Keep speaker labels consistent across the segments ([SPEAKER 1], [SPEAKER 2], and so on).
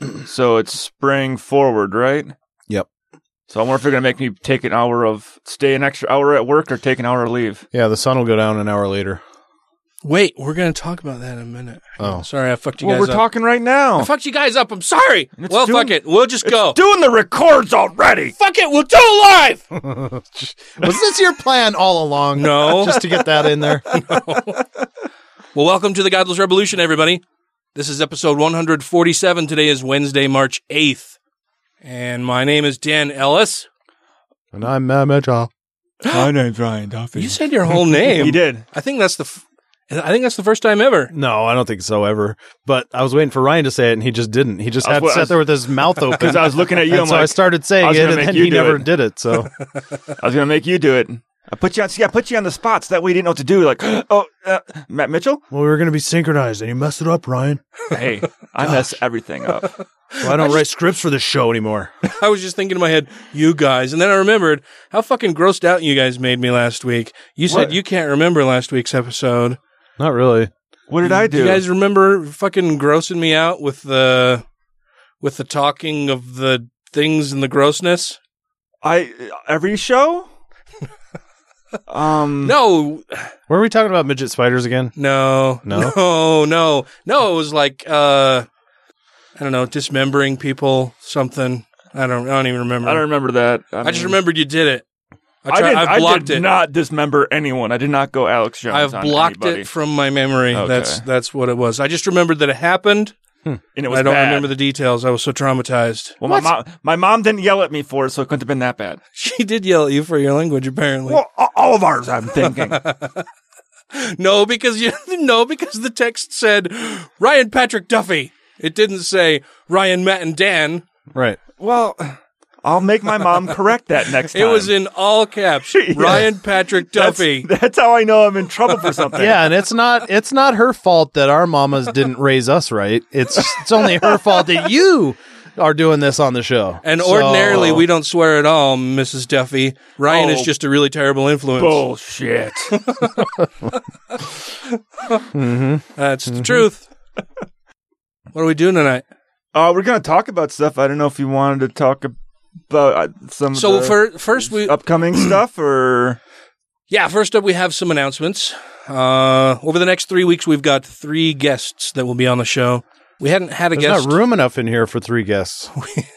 [SPEAKER 1] So it's spring forward, right?
[SPEAKER 2] Yep.
[SPEAKER 1] So I wonder if they're gonna make me take an hour of stay an extra hour at work or take an hour of leave.
[SPEAKER 2] Yeah, the sun will go down an hour later.
[SPEAKER 3] Wait, we're gonna talk about that in a minute.
[SPEAKER 2] Oh.
[SPEAKER 3] sorry, I fucked you
[SPEAKER 1] Well,
[SPEAKER 3] guys
[SPEAKER 1] we're
[SPEAKER 3] up.
[SPEAKER 1] talking right now.
[SPEAKER 3] I fucked you guys up. I'm sorry.
[SPEAKER 1] It's
[SPEAKER 3] well,
[SPEAKER 1] doing-
[SPEAKER 3] fuck it. We'll just go.
[SPEAKER 1] Doing the records already.
[SPEAKER 3] fuck it. We'll do it live.
[SPEAKER 2] Was this your plan all along?
[SPEAKER 3] No.
[SPEAKER 2] Just to get that in there?
[SPEAKER 3] well, welcome to the Godless Revolution, everybody. This is episode 147. Today is Wednesday, March 8th, and my name is Dan Ellis.
[SPEAKER 2] And I'm Matt Mitchell.
[SPEAKER 1] My name's Ryan Duffy.
[SPEAKER 3] You said your whole name.
[SPEAKER 1] You did.
[SPEAKER 3] I think that's the. F- I think that's the first time ever.
[SPEAKER 2] No, I don't think so ever. But I was waiting for Ryan to say it, and he just didn't. He just
[SPEAKER 1] I was-
[SPEAKER 2] had to
[SPEAKER 1] I
[SPEAKER 2] sat
[SPEAKER 1] was-
[SPEAKER 2] there with his mouth open.
[SPEAKER 1] Because I was looking at you,
[SPEAKER 2] And
[SPEAKER 1] I'm
[SPEAKER 2] so
[SPEAKER 1] like,
[SPEAKER 2] I started saying
[SPEAKER 1] I was
[SPEAKER 2] it,
[SPEAKER 1] gonna
[SPEAKER 2] and
[SPEAKER 1] make
[SPEAKER 2] then
[SPEAKER 1] you
[SPEAKER 2] he
[SPEAKER 1] do
[SPEAKER 2] never
[SPEAKER 1] it.
[SPEAKER 2] did it. So
[SPEAKER 1] I was gonna make you do it. I put you on. See, I put you on the spot so that way you didn't know what to do. Like, oh, uh, Matt Mitchell.
[SPEAKER 2] well, we were going to be synchronized, and you messed it up, Ryan.
[SPEAKER 1] Hey, I mess everything up.
[SPEAKER 2] Well, I don't write scripts for this show anymore.
[SPEAKER 3] I was just thinking in my head, you guys, and then I remembered how fucking grossed out you guys made me last week. You said
[SPEAKER 1] What?
[SPEAKER 3] you can't remember last week's episode.
[SPEAKER 2] Not really.
[SPEAKER 1] What did I do?
[SPEAKER 3] You guys remember fucking grossing me out with the with the talking of the things and the grossness?
[SPEAKER 1] I every show. Um.
[SPEAKER 3] No,
[SPEAKER 2] Were we talking about midget spiders again?
[SPEAKER 3] no,
[SPEAKER 2] No?
[SPEAKER 3] no, no, no. It was like uh, I don't know, dismembering people, something. I don't, I don't even remember.
[SPEAKER 1] I don't remember that. I,
[SPEAKER 3] I just
[SPEAKER 1] mean,
[SPEAKER 3] remembered you did it.
[SPEAKER 1] I,
[SPEAKER 3] tried-
[SPEAKER 1] did,
[SPEAKER 3] I blocked
[SPEAKER 1] did
[SPEAKER 3] it.
[SPEAKER 1] not dismember anyone. I did not go Alex Jones.
[SPEAKER 3] I've
[SPEAKER 1] on
[SPEAKER 3] blocked
[SPEAKER 1] anybody.
[SPEAKER 3] it from my memory.
[SPEAKER 1] Okay.
[SPEAKER 3] That's that's what it was. I just remembered that it happened.
[SPEAKER 1] and it
[SPEAKER 3] but
[SPEAKER 1] was
[SPEAKER 3] I don't
[SPEAKER 1] bad.
[SPEAKER 3] remember the details. I was so traumatized.
[SPEAKER 1] Well, my mom, my mom didn't yell at me for it, so it couldn't have been that bad.
[SPEAKER 3] She did yell at you for your language, apparently.
[SPEAKER 1] Well, a- all of ours, I'm thinking.
[SPEAKER 3] No, because you no, because the text said Ryan Patrick Duffy. It didn't say Ryan Matt and Dan.
[SPEAKER 2] Right.
[SPEAKER 1] well, I'll make my mom correct that next time.
[SPEAKER 3] It was in all caps.
[SPEAKER 1] Yeah.
[SPEAKER 3] Ryan Patrick
[SPEAKER 1] That's-
[SPEAKER 3] Duffy.
[SPEAKER 1] That's, how I know I'm in trouble for something.
[SPEAKER 2] Yeah, and it's not it's not her fault that our mamas didn't raise us right. It's it's only her fault that you are doing this on the show.
[SPEAKER 3] And
[SPEAKER 2] So-
[SPEAKER 3] ordinarily we don't swear at all, Mrs. Duffy. Ryan is
[SPEAKER 1] Oh.
[SPEAKER 3] just a really terrible influence.
[SPEAKER 1] Bullshit.
[SPEAKER 3] That's
[SPEAKER 2] Mm-hmm.
[SPEAKER 3] the truth. What are we doing tonight?
[SPEAKER 1] uh, we're gonna talk about stuff. I don't know if you wanted to talk about uh, some.
[SPEAKER 3] So
[SPEAKER 1] of the
[SPEAKER 3] for first we
[SPEAKER 1] upcoming stuff, or
[SPEAKER 3] Yeah, first up, we have some announcements. Uh, over the next three weeks, we've got three guests that will be on the show. We hadn't had a
[SPEAKER 2] There's
[SPEAKER 3] guest.
[SPEAKER 2] not room enough in here for three guests.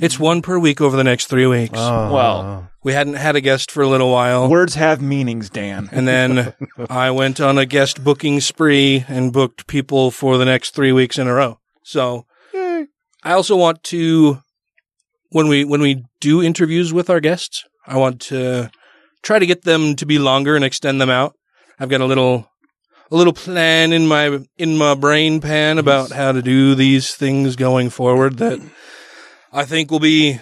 [SPEAKER 3] It's one per week over the next three weeks.
[SPEAKER 1] well,
[SPEAKER 3] we hadn't had a guest for a little while.
[SPEAKER 1] words have meanings, Dan.
[SPEAKER 3] and then I went on a guest booking spree and booked people for the next three weeks in a row. So I also want to, when we, when we do interviews with our guests, I want to try to get them to be longer and extend them out. I've got a little, a little plan in my, in my brain pan about how to do these things going forward that I think will be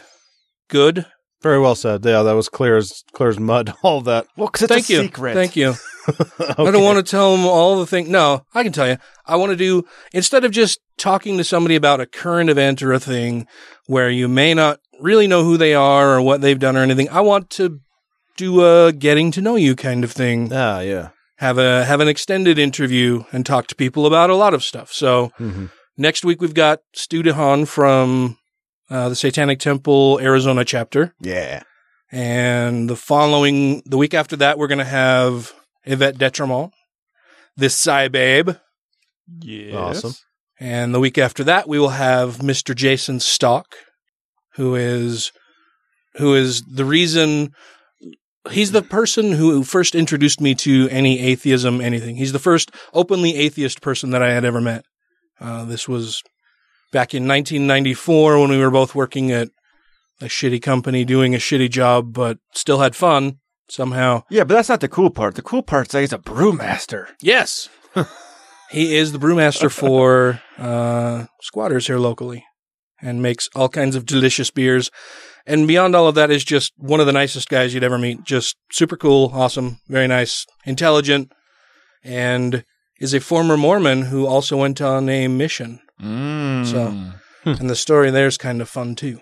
[SPEAKER 3] good.
[SPEAKER 2] Very well said. Yeah, that was clear as clear as mud. All that.
[SPEAKER 1] Well, because it's
[SPEAKER 3] Thank
[SPEAKER 1] a
[SPEAKER 3] you.
[SPEAKER 1] secret.
[SPEAKER 3] Thank you. I don't want to tell them all the things. No, I can tell you. I want to do instead of just talking to somebody about a current event or a thing where you may not really know who they are or what they've done or anything. I want to do a getting to know you kind of thing.
[SPEAKER 2] Ah, yeah.
[SPEAKER 3] Have a have an extended interview and talk to people about a lot of stuff. So
[SPEAKER 1] Mm-hmm.
[SPEAKER 2] Mhm.
[SPEAKER 3] next week we've got Stu DeHaan from uh, the Satanic Temple Arizona chapter.
[SPEAKER 2] Yeah.
[SPEAKER 3] And the following, the week after that, we're going to have Yvette Detremont, this Psy Babe,
[SPEAKER 1] Yes.
[SPEAKER 2] Awesome.
[SPEAKER 3] And the week after that, we will have Mr. Jason Stock, who is who is the reason he's the person who first introduced me to any atheism, anything. He's the first openly atheist person that I had ever met. Uh, this was back in 1994 when we were both working at a shitty company doing a shitty job, but still had fun somehow.
[SPEAKER 4] Yeah, but that's not the cool part. The cool part's that he's a brewmaster.
[SPEAKER 3] Yes. he is the brewmaster for uh, squatters here locally and makes all kinds of delicious beers. And beyond all of that is just one of the nicest guys you'd ever meet. Just super cool, awesome, very nice, intelligent, and is a former Mormon who also went on a mission.
[SPEAKER 4] Mm.
[SPEAKER 3] So, and the story there is kind of fun too.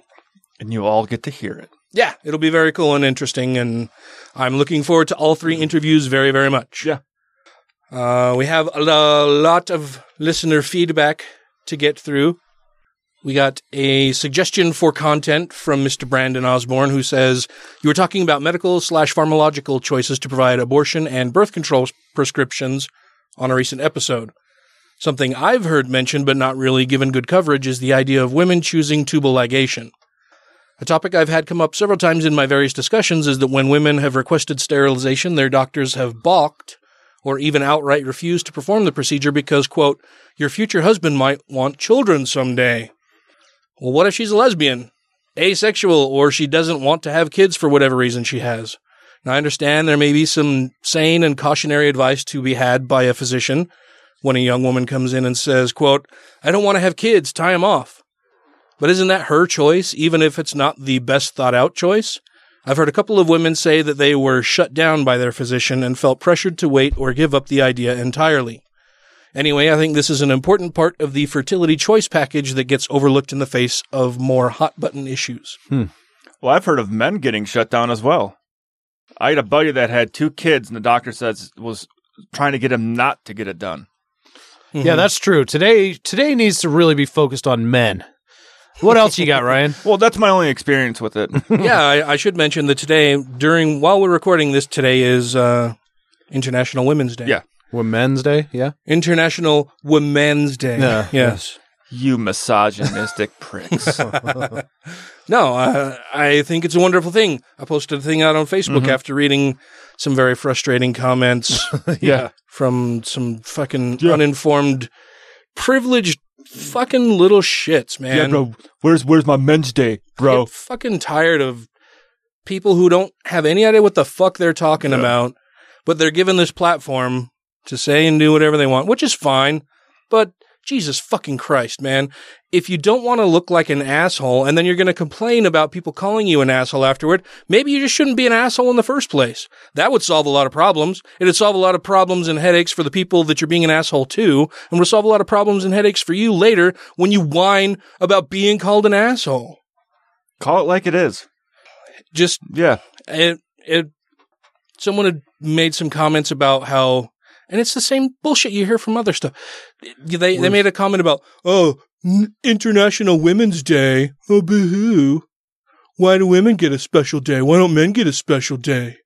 [SPEAKER 4] And you all get to hear it.
[SPEAKER 3] Yeah, it'll be very cool and interesting, and I'm looking forward to all three interviews very, very much.
[SPEAKER 4] Yeah.
[SPEAKER 3] Uh, we have a lo- lot of listener feedback to get through. We got a suggestion for content from Mr. Brandon Osborne, who says, You were talking about medical slash pharmacological choices to provide abortion and birth control prescriptions on a recent episode. Something I've heard mentioned but not really given good coverage is the idea of women choosing tubal ligation. A topic I've had come up several times in my various discussions is that when women have requested sterilization, their doctors have balked or even outright refused to perform the procedure because, quote, your future husband might want children someday. Well, what if she's a lesbian, asexual, or she doesn't want to have kids for whatever reason she has? Now, I understand there may be some sane and cautionary advice to be had by a physician when a young woman comes in and says, quote, I don't want to have kids, tie them off. But isn't that her choice, even if it's not the best thought out choice? I've heard a couple of women say that they were shut down by their physician and felt pressured to wait or give up the idea entirely. Anyway, I think this is an important part of the fertility choice package that gets overlooked in the face of more hot button issues.
[SPEAKER 1] Well, I've heard of men getting shut down as well. I had a buddy that had two kids, and the doctor says was trying to get him not to get it done.
[SPEAKER 2] Yeah, that's true. Today today needs to really be focused on men. What else you got, Ryan?
[SPEAKER 1] well, that's my only experience with it.
[SPEAKER 3] yeah, I, I should mention that today, during while we're recording this, today is uh, International Women's Day.
[SPEAKER 2] Yeah. Women's Day, yeah.
[SPEAKER 3] International Women's Day.
[SPEAKER 2] Yeah.
[SPEAKER 3] Yes.
[SPEAKER 1] You misogynistic pricks.
[SPEAKER 3] No, I, I think it's a wonderful thing. I posted a thing out on Facebook
[SPEAKER 1] Mhm.
[SPEAKER 3] after reading some very frustrating comments.
[SPEAKER 1] Yeah.
[SPEAKER 3] From some fucking uninformed, privileged fucking little shits, man.
[SPEAKER 4] Where's where's my men's day,
[SPEAKER 3] Get fucking tired of people who don't have any idea what the fuck they're talking about, but they're given this platform to say and do whatever they want, which is fine. But Jesus fucking Christ, man. If you don't want to look like an asshole and then you're going to complain about people calling you an asshole afterward, maybe you just shouldn't be an asshole in the first place. That would solve a lot of problems. It'd solve a lot of problems and headaches for the people that you're being an asshole to, and would solve a lot of problems and headaches for you later when you whine about being called an asshole
[SPEAKER 1] Call it like it is.
[SPEAKER 3] just
[SPEAKER 1] yeah
[SPEAKER 3] it it someone had made some comments about how and it's the same bullshit you hear from other stuff they they made a comment about oh n- international women's day oh boo-hoo why do women get a special day why don't men get a special day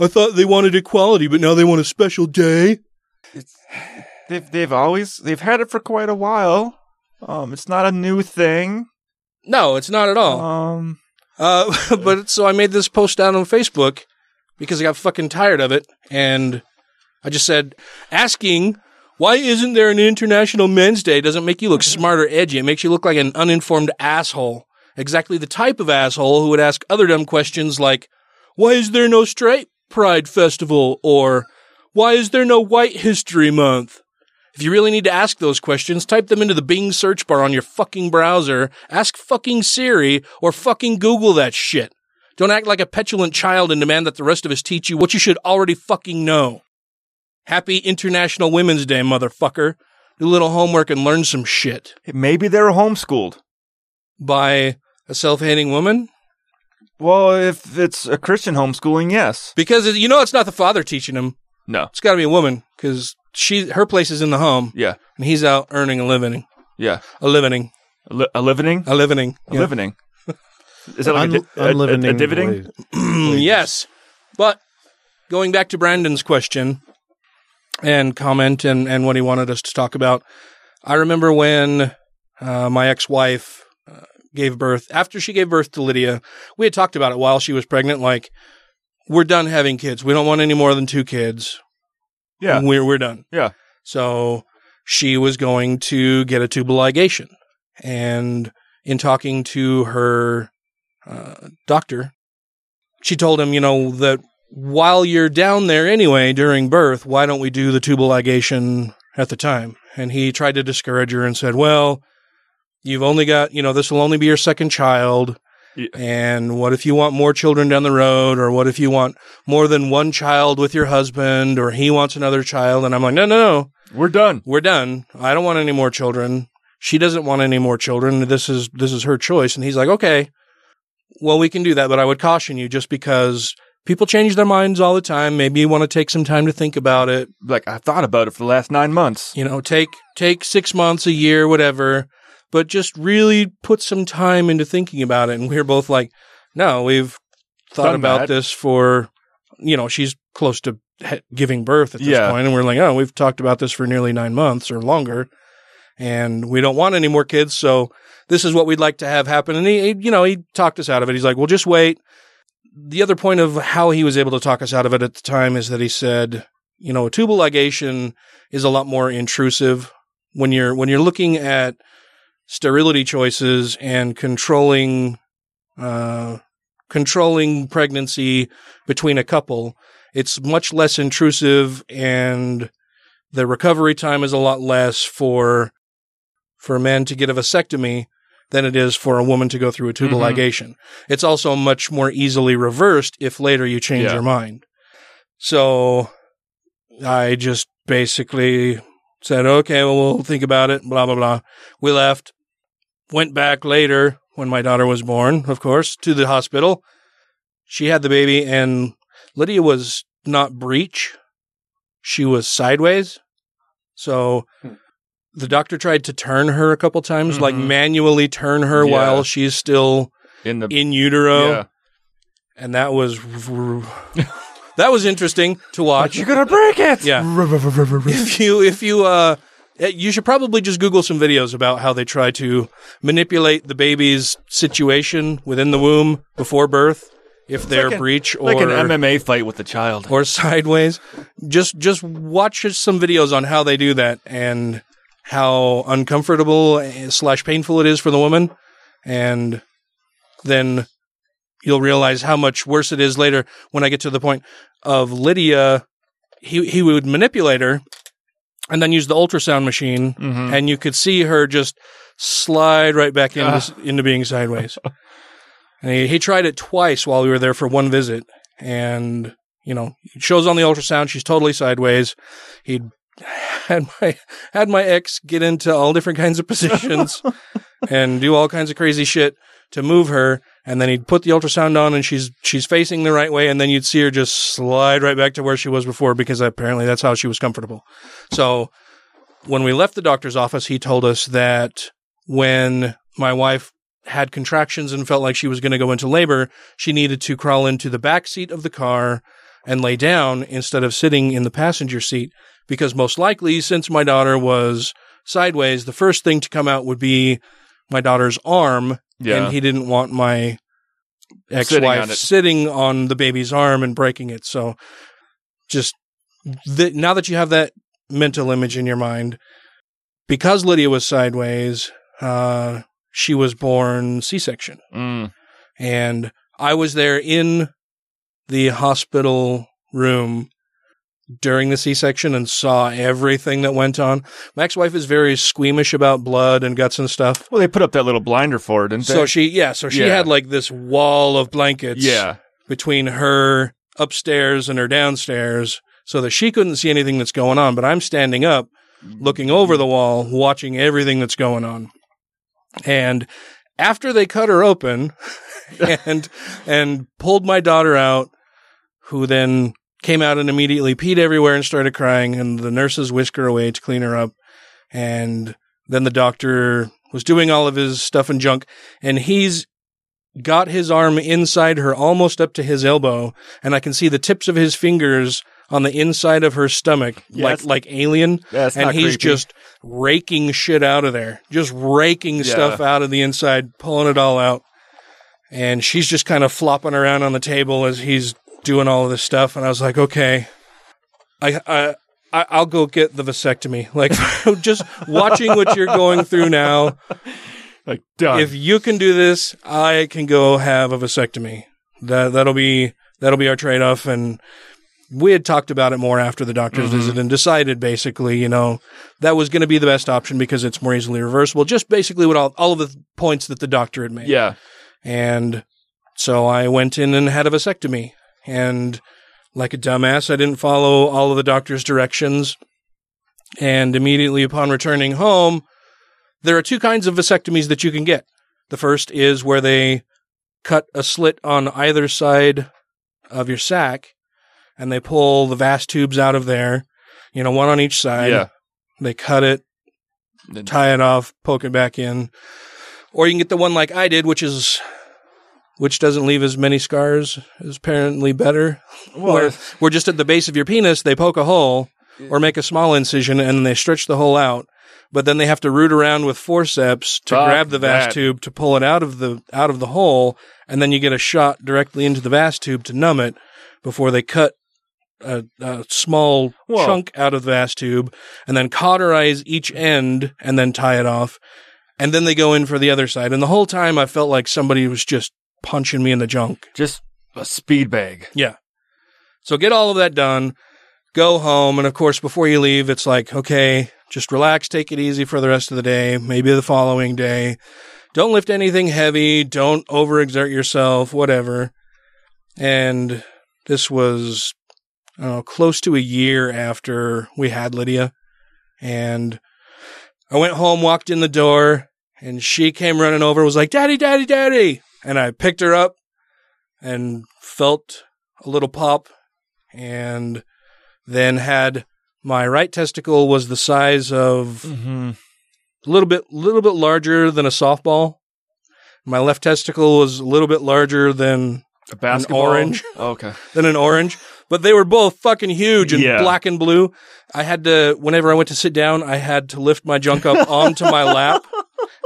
[SPEAKER 3] i thought they wanted equality but now they want a special day
[SPEAKER 1] They've they've always they've had it for quite a while. Um, it's not a new thing.
[SPEAKER 3] No, it's not at all.
[SPEAKER 1] Um,
[SPEAKER 3] uh, but so I made this post down on Facebook because I got fucking tired of it, and I just said, asking why isn't there an International Men's Day doesn't make you look smart or edgy. It makes you look like an uninformed asshole, exactly the type of asshole who would ask other dumb questions like, why is there no straight pride festival or why is there no white history month? If you really need to ask those questions, type them into the Bing search bar on your fucking browser, ask fucking Siri, or fucking Google that shit. Don't act like a petulant child and demand that the rest of us teach you what you should already fucking know. Happy International Women's Day, motherfucker. Do a little homework and learn some shit.
[SPEAKER 1] Maybe they were homeschooled.
[SPEAKER 3] By a self hating woman?
[SPEAKER 1] Well, if it's a Christian homeschooling, yes.
[SPEAKER 3] Because it- you know it's not the father teaching them.
[SPEAKER 1] No.
[SPEAKER 3] It's got to be a woman because she her place is in the home.
[SPEAKER 1] Yeah.
[SPEAKER 3] and he's out earning a living.
[SPEAKER 1] Yeah.
[SPEAKER 3] A living.
[SPEAKER 1] A, li- a living.
[SPEAKER 3] A living.
[SPEAKER 1] A living. Is that like a,
[SPEAKER 2] Unli-
[SPEAKER 1] di- a, a, a
[SPEAKER 2] unlivening
[SPEAKER 1] dividend?
[SPEAKER 3] Mm, yes, but going back to Brandon's question and comment and and what he wanted us to talk about, I remember when uh, my ex-wife uh, gave birth. After she gave birth to Lydia, we had talked about it while she was pregnant. Like, we're done having kids. We don't want any more than two kids.
[SPEAKER 1] Yeah.
[SPEAKER 3] we're we're done.
[SPEAKER 1] Yeah.
[SPEAKER 3] So she was going to get a tubal ligation, and in talking to her uh, doctor, she told him, you know, that while you're down there anyway during birth, why don't we do the tubal ligation at the time? And he tried to discourage her and said, well, you've only got, you know, this will only be your second child. And what if you want more children down the road? Or what if you want more than one child with your husband? Or he wants another child? And I'm like, no, no, no.
[SPEAKER 1] We're done.
[SPEAKER 3] We're done. I don't want any more children. She doesn't want any more children. This is this is her choice. And he's like, okay, well, we can do that, but I would caution you just because people change their minds all the time. Maybe you want to take some time to think about it.
[SPEAKER 1] Like I've thought about it for the last nine months.
[SPEAKER 3] You know, take take six months, a year, whatever, but just really put some time into thinking about it. And we are both like, no, we've thought
[SPEAKER 1] Done
[SPEAKER 3] about
[SPEAKER 1] that.
[SPEAKER 3] this for, you know, she's close to he- giving birth at this
[SPEAKER 1] Yeah.
[SPEAKER 3] point, and we're like, oh, we've talked about this for nearly nine months or longer, and we don't want any more kids, so this is what we'd like to have happen. And he, he you know, he talked us out of it. He's like, well, just wait. The other point of how he was able to talk us out of it at the time is that he said, you know, a tubal ligation is a lot more intrusive when you're when you're looking at sterility choices and controlling uh, controlling pregnancy between a couple. It's much less intrusive, and the recovery time is a lot less for for a man to get a vasectomy than it is for a woman to go through a tubal
[SPEAKER 1] Mhm.
[SPEAKER 3] ligation. It's also much more easily reversed if later you change
[SPEAKER 1] Yeah.
[SPEAKER 3] your mind. So I just basically said, okay, well, we'll think about it, blah, blah, blah. We left, went back later when my daughter was born, of course, to the hospital. She had the baby, and Lydia was not breech, she was sideways. So
[SPEAKER 1] Hmm.
[SPEAKER 3] the doctor tried to turn her a couple times, like manually turn her
[SPEAKER 1] Mm-hmm. Yeah.
[SPEAKER 3] while she's still
[SPEAKER 1] In the
[SPEAKER 3] in utero.
[SPEAKER 1] Yeah.
[SPEAKER 3] And that was that was interesting to watch.
[SPEAKER 1] You're gonna break it.
[SPEAKER 3] Yeah. if you if you uh eh, you should probably just Google some videos about how they try to manipulate the baby's situation within the womb before birth, if they're
[SPEAKER 1] like an-
[SPEAKER 3] breech or
[SPEAKER 1] like an MMA fight with the child.
[SPEAKER 3] or sideways. Just just watch some videos on how they do that and how uncomfortable eh, slash painful it is for the woman, and then you'll realize how much worse it is later when I get to the point of Lydia. He he would manipulate her, and then use the ultrasound machine,
[SPEAKER 1] Mhm.
[SPEAKER 3] and you could see her just slide right back into into being sideways. And he, he tried it twice while we were there for one visit. And, you know, it shows on the ultrasound, she's totally sideways. He'd had my had my ex get into all different kinds of positions and do all kinds of crazy shit to move her. And then he'd put the ultrasound on and she's she's facing the right way, and then you'd see her just slide right back to where she was before because apparently that's how she was comfortable. So when we left the doctor's office, he told us that when my wife had contractions and felt like she was going to go into labor, she needed to crawl into the back seat of the car and lay down instead of sitting in the passenger seat because most likely since my daughter was sideways, the first thing to come out would be my daughter's arm
[SPEAKER 1] Yeah.
[SPEAKER 3] and he didn't want my
[SPEAKER 1] Sitting
[SPEAKER 3] ex-wife
[SPEAKER 1] on it.
[SPEAKER 3] sitting on the baby's arm and breaking it. So just th- now that you have that mental image in your mind, because Lydia was sideways, uh, she was born C-section,
[SPEAKER 1] Mm.
[SPEAKER 3] and I was there in the hospital room during the C-section and saw everything that went on. My ex-wife is very squeamish about blood and guts and stuff.
[SPEAKER 1] Well, they put up that little blinder for her, didn't they?
[SPEAKER 3] So she, yeah, so she
[SPEAKER 1] Yeah.
[SPEAKER 3] had like this wall of blankets
[SPEAKER 1] yeah.
[SPEAKER 3] between her upstairs and her downstairs so that she couldn't see anything that's going on. But I'm standing up, looking over the wall, watching everything that's going on. And after they cut her open and and pulled my daughter out, who then came out and immediately peed everywhere and started crying, and the nurses whisked her away to clean her up. And then the doctor was doing all of his stuff and junk, and he's got his arm inside her almost up to his elbow, and I can see the tips of his fingers on the inside of her stomach, like like alien,
[SPEAKER 1] That's
[SPEAKER 3] and
[SPEAKER 1] not creepy.
[SPEAKER 3] he's just raking shit out of there, just raking
[SPEAKER 1] Yeah.
[SPEAKER 3] stuff out of the inside, pulling it all out, and she's just kind of flopping around on the table as he's doing all of this stuff, and I was like, okay, I I. I- I'll go get the vasectomy. Like, just watching what you're going through now.
[SPEAKER 1] Like, done.
[SPEAKER 3] If you can do this, I can go have a vasectomy. That that'll be that'll be our trade off. And we had talked about it more after the doctor's
[SPEAKER 4] Mhm.
[SPEAKER 3] visit and decided basically, you know, that was going to be the best option because it's more easily reversible. Just basically what all all of the points that the doctor had made.
[SPEAKER 1] Yeah.
[SPEAKER 3] And so I went in and had a vasectomy. And like a dumbass, I didn't follow all of the doctor's directions. And immediately upon returning home, there are two kinds of vasectomies that you can get. The first is where they cut a slit on either side of your sac and they pull the vas tubes out of there, you know, one on each side.
[SPEAKER 1] Yeah.
[SPEAKER 3] They cut it, tie it off, poke it back in. Or you can get the one like I did, which is which doesn't leave as many scars is apparently better.
[SPEAKER 1] Well,
[SPEAKER 3] where,
[SPEAKER 1] it's-
[SPEAKER 3] where just at the base of your penis, they poke a hole or make a small incision and they stretch the hole out. But then they have to root around with forceps to
[SPEAKER 1] Fuck
[SPEAKER 3] grab the vas
[SPEAKER 1] that.
[SPEAKER 3] tube to pull it out of the out of the hole, and then you get a shot directly into the vas tube to numb it before they cut a, a small
[SPEAKER 1] Whoa.
[SPEAKER 3] chunk out of the vas tube and then cauterize each end and then tie it off. And then they go in for the other side. And the whole time I felt like somebody was just punching me in the junk.
[SPEAKER 1] Just a speed bag.
[SPEAKER 3] Yeah. So get all of that done, go home. And of course, before you leave, it's like, okay, just relax, take it easy for the rest of the day, maybe the following day. Don't lift anything heavy, don't overexert yourself, whatever. And this was, I don't know, close to a year after we had Lydia. And I went home, walked in the door, and she came running over, was like, Daddy, Daddy, Daddy. And I picked her up and felt a little pop and then had my right testicle was the size of
[SPEAKER 1] Mm-hmm.
[SPEAKER 3] a little bit little bit larger than a softball. My left testicle was a little bit larger than
[SPEAKER 1] A basketball? Oh,
[SPEAKER 3] an orange
[SPEAKER 1] Okay.
[SPEAKER 3] than an orange, but they were both fucking huge and
[SPEAKER 1] Yeah.
[SPEAKER 3] black and blue. I had to, whenever I went to sit down, I had to lift my junk up onto my lap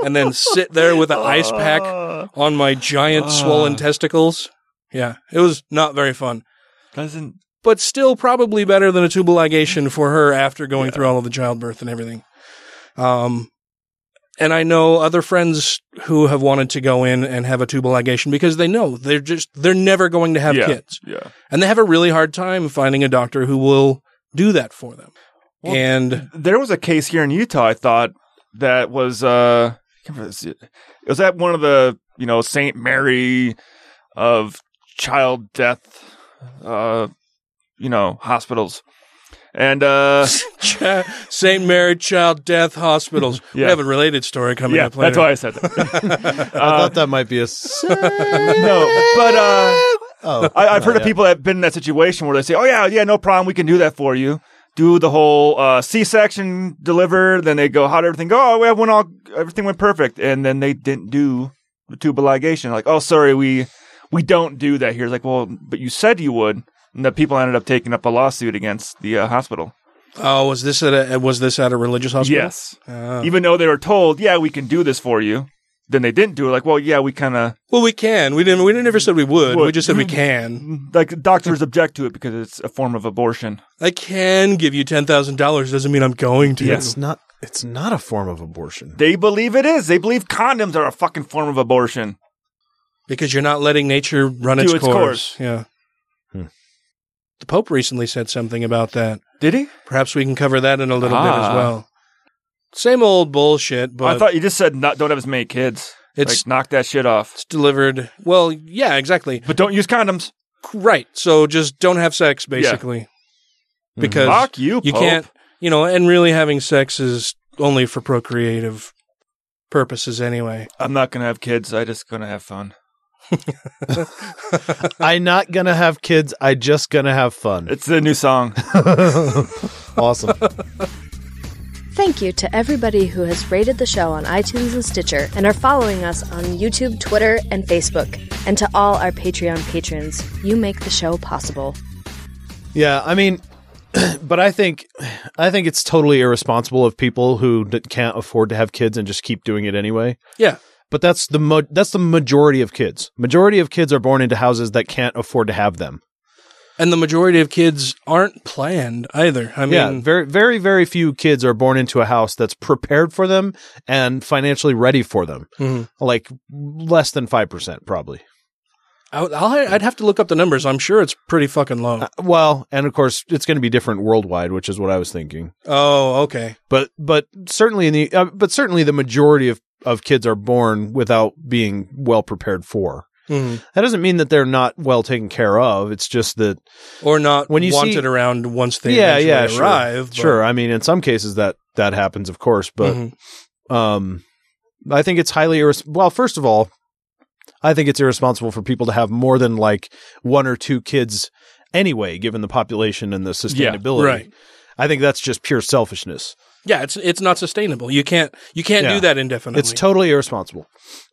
[SPEAKER 3] and then sit there with an ice pack
[SPEAKER 1] Uh.
[SPEAKER 3] on my giant swollen testicles. Yeah, it was not very fun.
[SPEAKER 1] Doesn't.
[SPEAKER 3] But still, probably better than a tubal ligation for her after going through all of the childbirth and everything. Um, and I know other friends who have wanted to go in and have a tubal ligation because they know they're just they're never going to have
[SPEAKER 1] yeah.
[SPEAKER 3] kids
[SPEAKER 1] Yeah.
[SPEAKER 3] and they have a really hard time finding a doctor who will do that for them.
[SPEAKER 1] Well,
[SPEAKER 3] and
[SPEAKER 1] there was a case here in Utah. I thought that was uh, I can't remember this- it was that one of the you know Saint Mary of child death, uh, you know hospitals, and uh,
[SPEAKER 3] Ch- St. Mary Child Death Hospitals. We
[SPEAKER 1] Yeah.
[SPEAKER 3] have a related story coming
[SPEAKER 1] yeah,
[SPEAKER 3] up later.
[SPEAKER 1] that's why I said that.
[SPEAKER 2] I
[SPEAKER 1] Uh,
[SPEAKER 2] thought that might be a. s-
[SPEAKER 1] no, but uh,
[SPEAKER 2] Oh,
[SPEAKER 1] I, I've
[SPEAKER 2] oh,
[SPEAKER 1] heard
[SPEAKER 2] yeah.
[SPEAKER 1] of people that have been in that situation where they say, "Oh yeah, yeah, no problem, we can do that for you." Do the whole uh, C-section deliver, then they go, "How did everything go?" Oh, yeah, went all everything went perfect, and then they didn't do the tubal ligation. Like, oh, sorry, we we don't do that here. It's like, well, but you said you would, and the people ended up taking up a lawsuit against the uh, hospital.
[SPEAKER 3] Oh, was this at a was this at a religious hospital?
[SPEAKER 1] Yes,
[SPEAKER 3] Ah.
[SPEAKER 1] even though they were told, "Yeah, we can do this for you," then they didn't do it. Like, well, yeah, we kind of
[SPEAKER 3] well, we can. We didn't. We didn't ever said we would. We
[SPEAKER 1] Would.
[SPEAKER 3] just said we can.
[SPEAKER 1] like doctors object to it because it's a form of abortion.
[SPEAKER 3] I can give you ten thousand dollars. Doesn't mean I'm going to.
[SPEAKER 2] It's not. It's not a form of abortion.
[SPEAKER 1] They believe it is. They believe condoms are a fucking form of abortion.
[SPEAKER 3] because you're not letting nature run
[SPEAKER 1] Do
[SPEAKER 3] its,
[SPEAKER 1] its
[SPEAKER 3] course.
[SPEAKER 1] course.
[SPEAKER 3] Yeah.
[SPEAKER 2] Hmm.
[SPEAKER 3] The Pope recently said something about that.
[SPEAKER 1] Did he?
[SPEAKER 3] Perhaps we can cover that in a little bit as
[SPEAKER 1] Ah.
[SPEAKER 3] well. Same old bullshit, but
[SPEAKER 1] I thought you just said not, don't have as many kids.
[SPEAKER 3] It's-
[SPEAKER 1] like knock that shit off.
[SPEAKER 3] It's delivered. Well, yeah, exactly.
[SPEAKER 1] But don't use condoms.
[SPEAKER 3] Right. So just don't have sex, basically, because
[SPEAKER 1] Fuck you.
[SPEAKER 3] you
[SPEAKER 1] Pope.
[SPEAKER 3] can't. You know, and really having sex is only for procreative purposes, anyway.
[SPEAKER 1] I'm not gonna have kids. I just gonna have fun.
[SPEAKER 2] I'm not gonna have kids. I just gonna have fun.
[SPEAKER 1] It's the new song.
[SPEAKER 2] awesome.
[SPEAKER 5] Thank you to everybody who has rated the show on iTunes and Stitcher and are following us on YouTube, Twitter, and Facebook. And to all our Patreon patrons, you make the show possible.
[SPEAKER 2] Yeah, I mean, but I think I think it's totally irresponsible of people who d- can't afford to have kids and just keep doing it anyway.
[SPEAKER 3] Yeah.
[SPEAKER 2] But that's the mo- that's the majority of kids. Majority of kids are born into houses that can't afford to have them.
[SPEAKER 3] And the majority of kids aren't planned either. I mean,
[SPEAKER 2] yeah, very very very few kids are born into a house that's prepared for them and financially ready for them.
[SPEAKER 3] Mhm.
[SPEAKER 2] Like less than 5% probably.
[SPEAKER 3] I, would- I'll, I'd have to look up the numbers. I'm sure it's pretty fucking
[SPEAKER 2] Uh,
[SPEAKER 3] low.
[SPEAKER 2] Well, and of course it's going to be different worldwide, which is what I was thinking.
[SPEAKER 3] oh, okay.
[SPEAKER 2] but but certainly in the uh, but certainly the majority of of kids are born without being well prepared for.
[SPEAKER 3] Mhm.
[SPEAKER 2] That doesn't mean that they're not well taken care of. It's just that
[SPEAKER 3] Or not
[SPEAKER 2] When you see-
[SPEAKER 3] wanted around once they
[SPEAKER 2] yeah yeah
[SPEAKER 3] eventually
[SPEAKER 2] sure.
[SPEAKER 3] arrive. but-
[SPEAKER 2] Sure, I mean in some cases that that happens, of course, but
[SPEAKER 3] Mm-hmm.
[SPEAKER 2] um, I think it's highly irres- well. First of all, I think it's irresponsible for people to have more than like one or two kids anyway, given the population and the sustainability.
[SPEAKER 3] right.
[SPEAKER 2] I think that's just pure selfishness.
[SPEAKER 3] Yeah, it's it's not sustainable. You can't you can't
[SPEAKER 2] Yeah.
[SPEAKER 3] do that indefinitely.
[SPEAKER 2] It's totally irresponsible.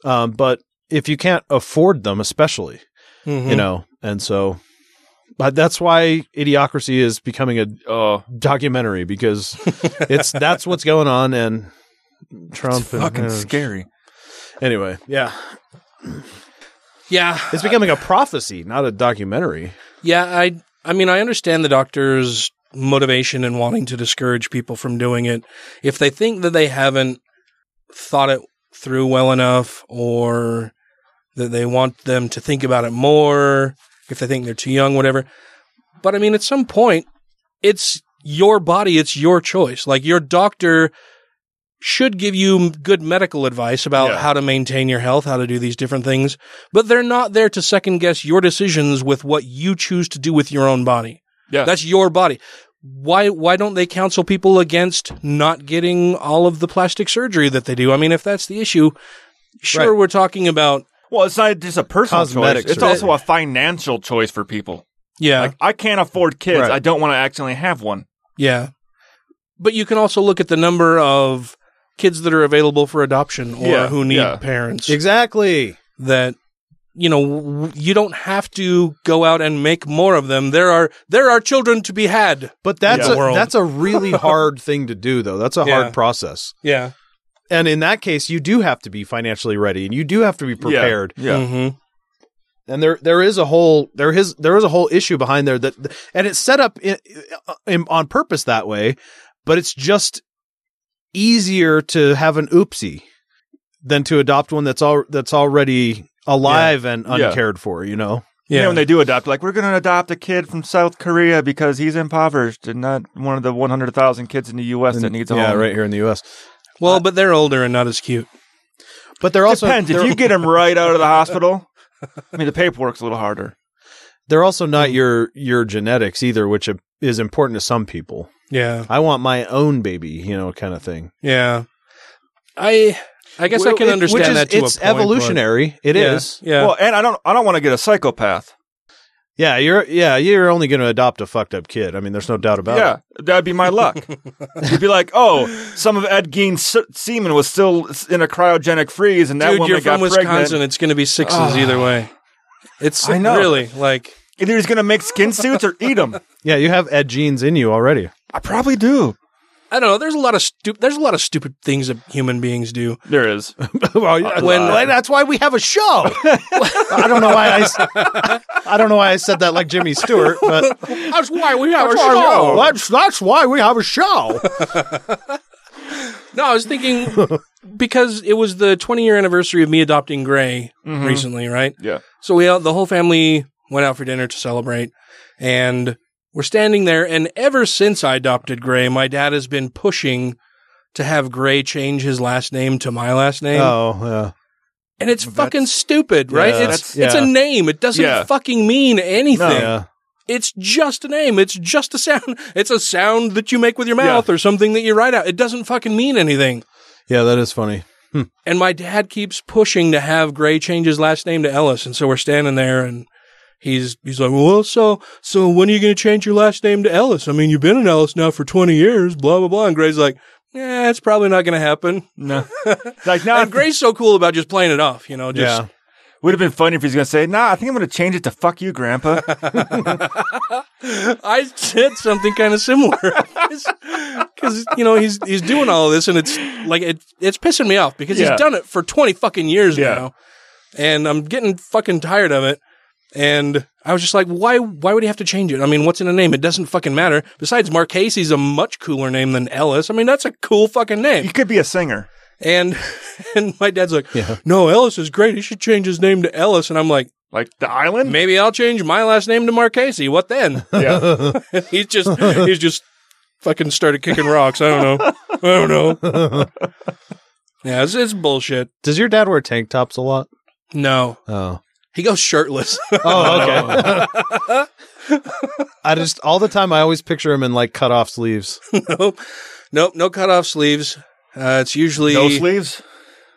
[SPEAKER 2] Um, but if you can't afford them, especially,
[SPEAKER 3] Mhm.
[SPEAKER 2] you know, and so, but that's why idiocracy is becoming a
[SPEAKER 3] Oh.
[SPEAKER 2] documentary because it's that's what's going on and Trump and
[SPEAKER 4] fucking
[SPEAKER 2] uh,
[SPEAKER 4] scary.
[SPEAKER 2] Anyway, yeah,
[SPEAKER 3] yeah,
[SPEAKER 2] it's becoming a prophecy, not a documentary.
[SPEAKER 3] Yeah, I I mean I understand the doctor's motivation and wanting to discourage people from doing it. If they think that they haven't thought it through well enough or that they want them to think about it more, if they think they're too young, whatever. But I mean at some point it's your body, it's your choice. Like your doctor should give you good medical advice about how to maintain your health, how to do these different things, but they're not there to second guess your decisions with what you choose to do with your own body.
[SPEAKER 1] Yeah.
[SPEAKER 3] That's your body. Why why don't they counsel people against not getting all of the plastic surgery that they do? I mean, if that's the issue, sure we're talking about
[SPEAKER 1] Well, it's not just a personal
[SPEAKER 3] Cosmetic
[SPEAKER 1] choice. It's
[SPEAKER 3] surgery.
[SPEAKER 1] also a financial choice for people.
[SPEAKER 3] Yeah.
[SPEAKER 1] Like, I can't afford kids.
[SPEAKER 3] Right.
[SPEAKER 1] I don't want to accidentally have one.
[SPEAKER 3] Yeah. But you can also look at the number of kids that are available for adoption or
[SPEAKER 2] Yeah,
[SPEAKER 3] who need
[SPEAKER 2] yeah.
[SPEAKER 3] parents.
[SPEAKER 2] Exactly.
[SPEAKER 3] That you know w- you don't have to go out and make more of them. There are there are children to be had.
[SPEAKER 2] But That's a, that's a really hard thing to do, though. That's a
[SPEAKER 3] Yeah.
[SPEAKER 2] hard process.
[SPEAKER 3] Yeah.
[SPEAKER 2] And in that case, you do have to be financially ready, and you do have to be prepared.
[SPEAKER 3] Yeah. Mhm.
[SPEAKER 2] And there, there is a whole there is there is a whole issue behind there that, and it's set up in, in, on purpose that way, but it's just easier to have an oopsie than to adopt one that's all that's already alive and
[SPEAKER 1] Yeah.
[SPEAKER 2] uncared for. You know,
[SPEAKER 1] You know, when they do adopt, like, we're going to adopt a kid from South Korea because he's impoverished and not one of the 100,000 kids in the U.S. that needs a
[SPEAKER 2] yeah,
[SPEAKER 1] home.
[SPEAKER 2] right here in the U.S.
[SPEAKER 3] Well, but they're older and not as cute.
[SPEAKER 2] But they're also
[SPEAKER 1] Depends. If
[SPEAKER 2] they're-
[SPEAKER 1] you get him right out of the hospital, I mean, the paperwork's a little harder.
[SPEAKER 2] They're also not your your genetics either, which is important to some people.
[SPEAKER 3] Yeah.
[SPEAKER 2] I want my own baby, you know, kind of thing.
[SPEAKER 3] Yeah. I I guess I can
[SPEAKER 2] Well, it-
[SPEAKER 3] understand
[SPEAKER 2] which is-
[SPEAKER 3] that to
[SPEAKER 2] it's
[SPEAKER 3] a point. but-
[SPEAKER 2] evolutionary. It
[SPEAKER 3] yeah,
[SPEAKER 2] is.
[SPEAKER 3] Yeah.
[SPEAKER 1] Well, and I don't, I don't want to get a psychopath.
[SPEAKER 2] Yeah, you're yeah, you're only going to adopt a fucked up kid. I mean, there's no doubt about
[SPEAKER 1] yeah,
[SPEAKER 2] it.
[SPEAKER 1] that'd be my luck. You'd be like, oh, some of Ed Gein's se- semen was still s- in a cryogenic freeze, and that
[SPEAKER 3] Dude,
[SPEAKER 1] woman
[SPEAKER 3] you're
[SPEAKER 1] got
[SPEAKER 3] from Wisconsin.
[SPEAKER 1] pregnant.
[SPEAKER 3] It's going to be sixes
[SPEAKER 1] Ah.
[SPEAKER 3] either way. It's
[SPEAKER 1] I know.
[SPEAKER 3] really like
[SPEAKER 1] Either he's going to make skin suits or eat them.
[SPEAKER 2] Yeah, you have Ed genes in you already.
[SPEAKER 1] I probably do.
[SPEAKER 3] I don't know. There's a lot of stupid. There's a lot of stupid things that human beings do.
[SPEAKER 1] There is.
[SPEAKER 2] well,
[SPEAKER 3] when
[SPEAKER 2] that's why we have a show. I don't know why I s- I don't know why I said that like Jimmy Stewart, but
[SPEAKER 3] that's why we have
[SPEAKER 2] that's,
[SPEAKER 3] a show.
[SPEAKER 2] that's that's why we have a show.
[SPEAKER 3] No, I was thinking because it was the 20 year anniversary of me adopting Gray
[SPEAKER 2] Mm-hmm.
[SPEAKER 1] Mhm.
[SPEAKER 3] recently, right?
[SPEAKER 1] Yeah.
[SPEAKER 3] So we all, the whole family went out for dinner to celebrate, and we're standing there. And ever since I adopted Gray, my dad has been pushing to have Gray change his last name to my last name.
[SPEAKER 2] Oh, yeah.
[SPEAKER 3] And it's fucking stupid, right?
[SPEAKER 2] Yeah,
[SPEAKER 3] it's
[SPEAKER 2] that's-
[SPEAKER 3] it's a
[SPEAKER 2] yeah.
[SPEAKER 3] name. It doesn't
[SPEAKER 2] Yeah.
[SPEAKER 3] fucking mean anything.
[SPEAKER 2] Yeah.
[SPEAKER 3] It's just a name. It's just a sound. It's a sound that you make with your mouth or something that you write out. It doesn't fucking mean anything.
[SPEAKER 2] Yeah, that is funny. Hmm.
[SPEAKER 3] And my dad keeps pushing to have Gray change his last name to Ellis. And so we're standing there and he's he's like, Well, so so when are you gonna change your last name to Ellis? I mean, you've been in Ellis now for twenty years, blah blah blah. And Gray's like, Yeah, it's probably not gonna happen.
[SPEAKER 1] No. like now
[SPEAKER 3] And Gray's so cool about just playing it off, you know, just
[SPEAKER 1] Would have been funny if he's going to say, "Nah, I think I'm going to change it to fuck you, Grandpa."
[SPEAKER 3] I said something kind of similar because you know he's he's doing all of this and it's like it, it's pissing me off because
[SPEAKER 4] Yeah.
[SPEAKER 3] he's done it for twenty fucking years
[SPEAKER 4] Yeah.
[SPEAKER 3] now, and I'm getting fucking tired of it. And I was just like, why why would he have to change it? I mean, what's in a name? It doesn't fucking matter. Besides, Marcase's a much cooler name than Ellis. I mean, that's a cool fucking name. He
[SPEAKER 1] could be a singer.
[SPEAKER 3] And and my dad's like, no, Ellis is great. He should change his name to Ellis. And I'm like,
[SPEAKER 1] like the island.
[SPEAKER 3] Maybe I'll change my last name to Marchese. What then?
[SPEAKER 4] Yeah.
[SPEAKER 3] he's just he's just fucking started kicking rocks. I don't know. I don't know. Yeah, it's, it's bullshit.
[SPEAKER 2] Does your dad wear tank tops a lot?
[SPEAKER 3] No,
[SPEAKER 2] Oh.
[SPEAKER 3] he goes shirtless.
[SPEAKER 2] Oh, okay. I just all the time I always picture him in like cut off sleeves.
[SPEAKER 3] nope, nope, no cut off sleeves. Uh, it's usually
[SPEAKER 2] No sleeves?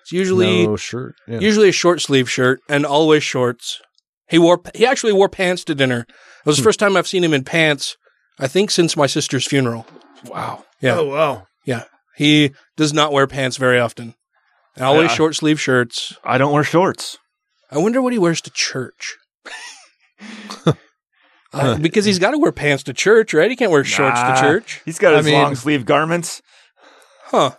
[SPEAKER 3] It's usually
[SPEAKER 2] No shirt, yeah.
[SPEAKER 3] Usually a short sleeve shirt and always shorts. He wore he actually wore pants to dinner. It
[SPEAKER 2] Hmm.
[SPEAKER 3] was the first time I've seen him in pants. I think since my sister's funeral. Wow. Yeah.
[SPEAKER 2] Oh wow.
[SPEAKER 3] Yeah. He does not wear pants very often. And always
[SPEAKER 1] Yeah.
[SPEAKER 3] short sleeve shirts.
[SPEAKER 1] I don't wear shorts.
[SPEAKER 3] I wonder what he wears to church. Uh, because he's got to wear pants to church, right? He can't wear shorts
[SPEAKER 1] Nah,
[SPEAKER 3] to church.
[SPEAKER 1] He's got his long sleeve garments.
[SPEAKER 3] Huh.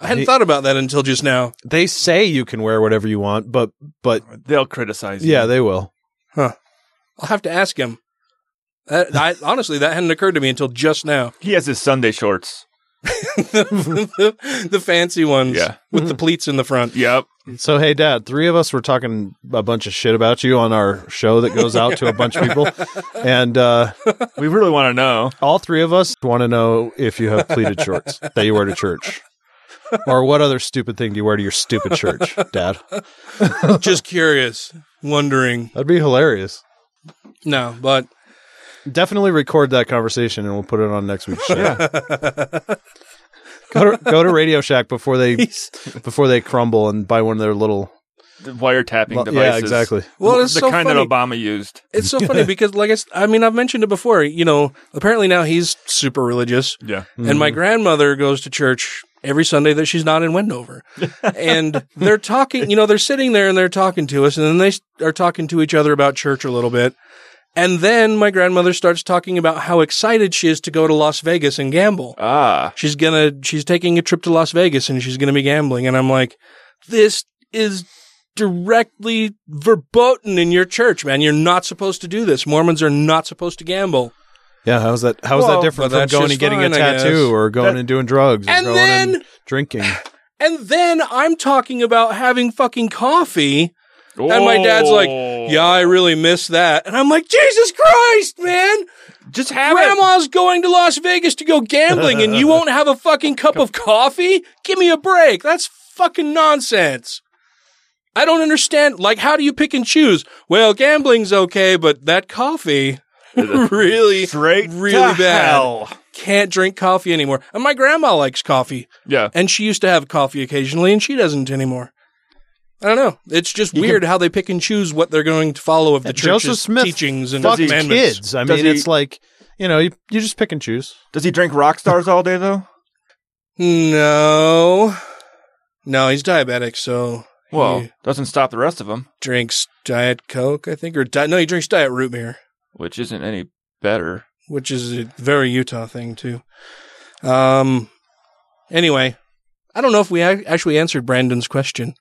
[SPEAKER 3] I hadn't
[SPEAKER 2] He-
[SPEAKER 3] thought about that until just now.
[SPEAKER 2] They say you can wear whatever you want, but but
[SPEAKER 1] they'll criticize
[SPEAKER 2] Yeah, they will.
[SPEAKER 3] Huh. I'll have to ask him. That, I, honestly, that hadn't occurred to me until just now.
[SPEAKER 1] He has his Sunday shorts.
[SPEAKER 3] the, the fancy ones
[SPEAKER 2] Yeah.
[SPEAKER 3] with the pleats in the front.
[SPEAKER 1] Yep.
[SPEAKER 2] So hey dad, three of us were talking a bunch of shit about you on our show that goes out to a bunch of people. And uh
[SPEAKER 1] we really want to know.
[SPEAKER 2] All three of us want to know if you have pleated shorts that you wear to church. Or what other stupid thing do you wear to your stupid church, dad?
[SPEAKER 3] just curious, wondering.
[SPEAKER 2] That'd be hilarious.
[SPEAKER 3] No, but
[SPEAKER 2] Definitely record that conversation and we'll put it on next week's show.
[SPEAKER 3] Yeah.
[SPEAKER 2] go to go to Radio Shack before they
[SPEAKER 3] He's-
[SPEAKER 2] before they crumble and buy one of their little.
[SPEAKER 1] The wiretapping
[SPEAKER 2] Well, yeah,
[SPEAKER 1] devices.
[SPEAKER 2] exactly.
[SPEAKER 3] Well, it's
[SPEAKER 1] the
[SPEAKER 3] so
[SPEAKER 1] kind
[SPEAKER 3] funny.
[SPEAKER 1] that Obama used.
[SPEAKER 3] It's so funny because, like I, s- I mean, I've mentioned it before. You know, apparently now he's super religious.
[SPEAKER 1] Yeah.
[SPEAKER 3] And my grandmother goes to church every Sunday that she's not in Wendover. and they're talking, you know, they're sitting there and they're talking to us, and then they s- are talking to each other about church a little bit. And then my grandmother starts talking about how excited she is to go to Las Vegas and gamble.
[SPEAKER 1] Ah.
[SPEAKER 3] She's gonna, she's taking a trip to Las Vegas and she's gonna be gambling. And I'm like, this is directly verboten in your church, man. You're not supposed to do this. Mormons are not supposed to gamble.
[SPEAKER 2] Yeah, how's that? How's
[SPEAKER 3] Well,
[SPEAKER 2] that
[SPEAKER 3] but
[SPEAKER 2] different from
[SPEAKER 3] that's
[SPEAKER 2] going
[SPEAKER 3] just
[SPEAKER 2] and getting
[SPEAKER 3] fine,
[SPEAKER 2] a
[SPEAKER 3] I guess.
[SPEAKER 2] tattoo or going
[SPEAKER 3] That-
[SPEAKER 2] and doing drugs or
[SPEAKER 3] And
[SPEAKER 2] going
[SPEAKER 3] then-
[SPEAKER 2] and drinking?
[SPEAKER 3] And then I'm talking about having fucking coffee. And my dad's like,
[SPEAKER 1] Oh.
[SPEAKER 3] yeah, I really miss that. And I'm like, Jesus Christ, man.
[SPEAKER 1] Just have
[SPEAKER 3] Grandma's going to Las Vegas to go gambling and you won't have a fucking cup of coffee? Give me a break. That's fucking nonsense. I don't understand. Like, how do you pick and choose? Well, gambling's okay, but that coffee, really,
[SPEAKER 1] Straight
[SPEAKER 3] really
[SPEAKER 1] to
[SPEAKER 3] bad.
[SPEAKER 1] hell.
[SPEAKER 3] Can't drink coffee anymore. And my grandma likes coffee.
[SPEAKER 1] Yeah.
[SPEAKER 3] And she used to have coffee occasionally, and she doesn't anymore. I don't know. It's just weird how they pick and choose what they're going to follow of the church's
[SPEAKER 2] Joseph Smith
[SPEAKER 3] teachings and
[SPEAKER 2] fucked
[SPEAKER 3] commandments.
[SPEAKER 2] kids. I mean, it's like you know, you, you just pick and choose.
[SPEAKER 1] Does he drink rock stars all day though?
[SPEAKER 3] No. No, he's diabetic, so.
[SPEAKER 1] Well,
[SPEAKER 3] he
[SPEAKER 1] doesn't stop the rest of them,
[SPEAKER 3] drinks Diet Coke, I think, or di- no, he drinks Diet Root Beer,
[SPEAKER 1] which isn't any better.
[SPEAKER 3] which is a very Utah thing, too. Um, anyway, I don't know if we ac- actually answered Brandon's question.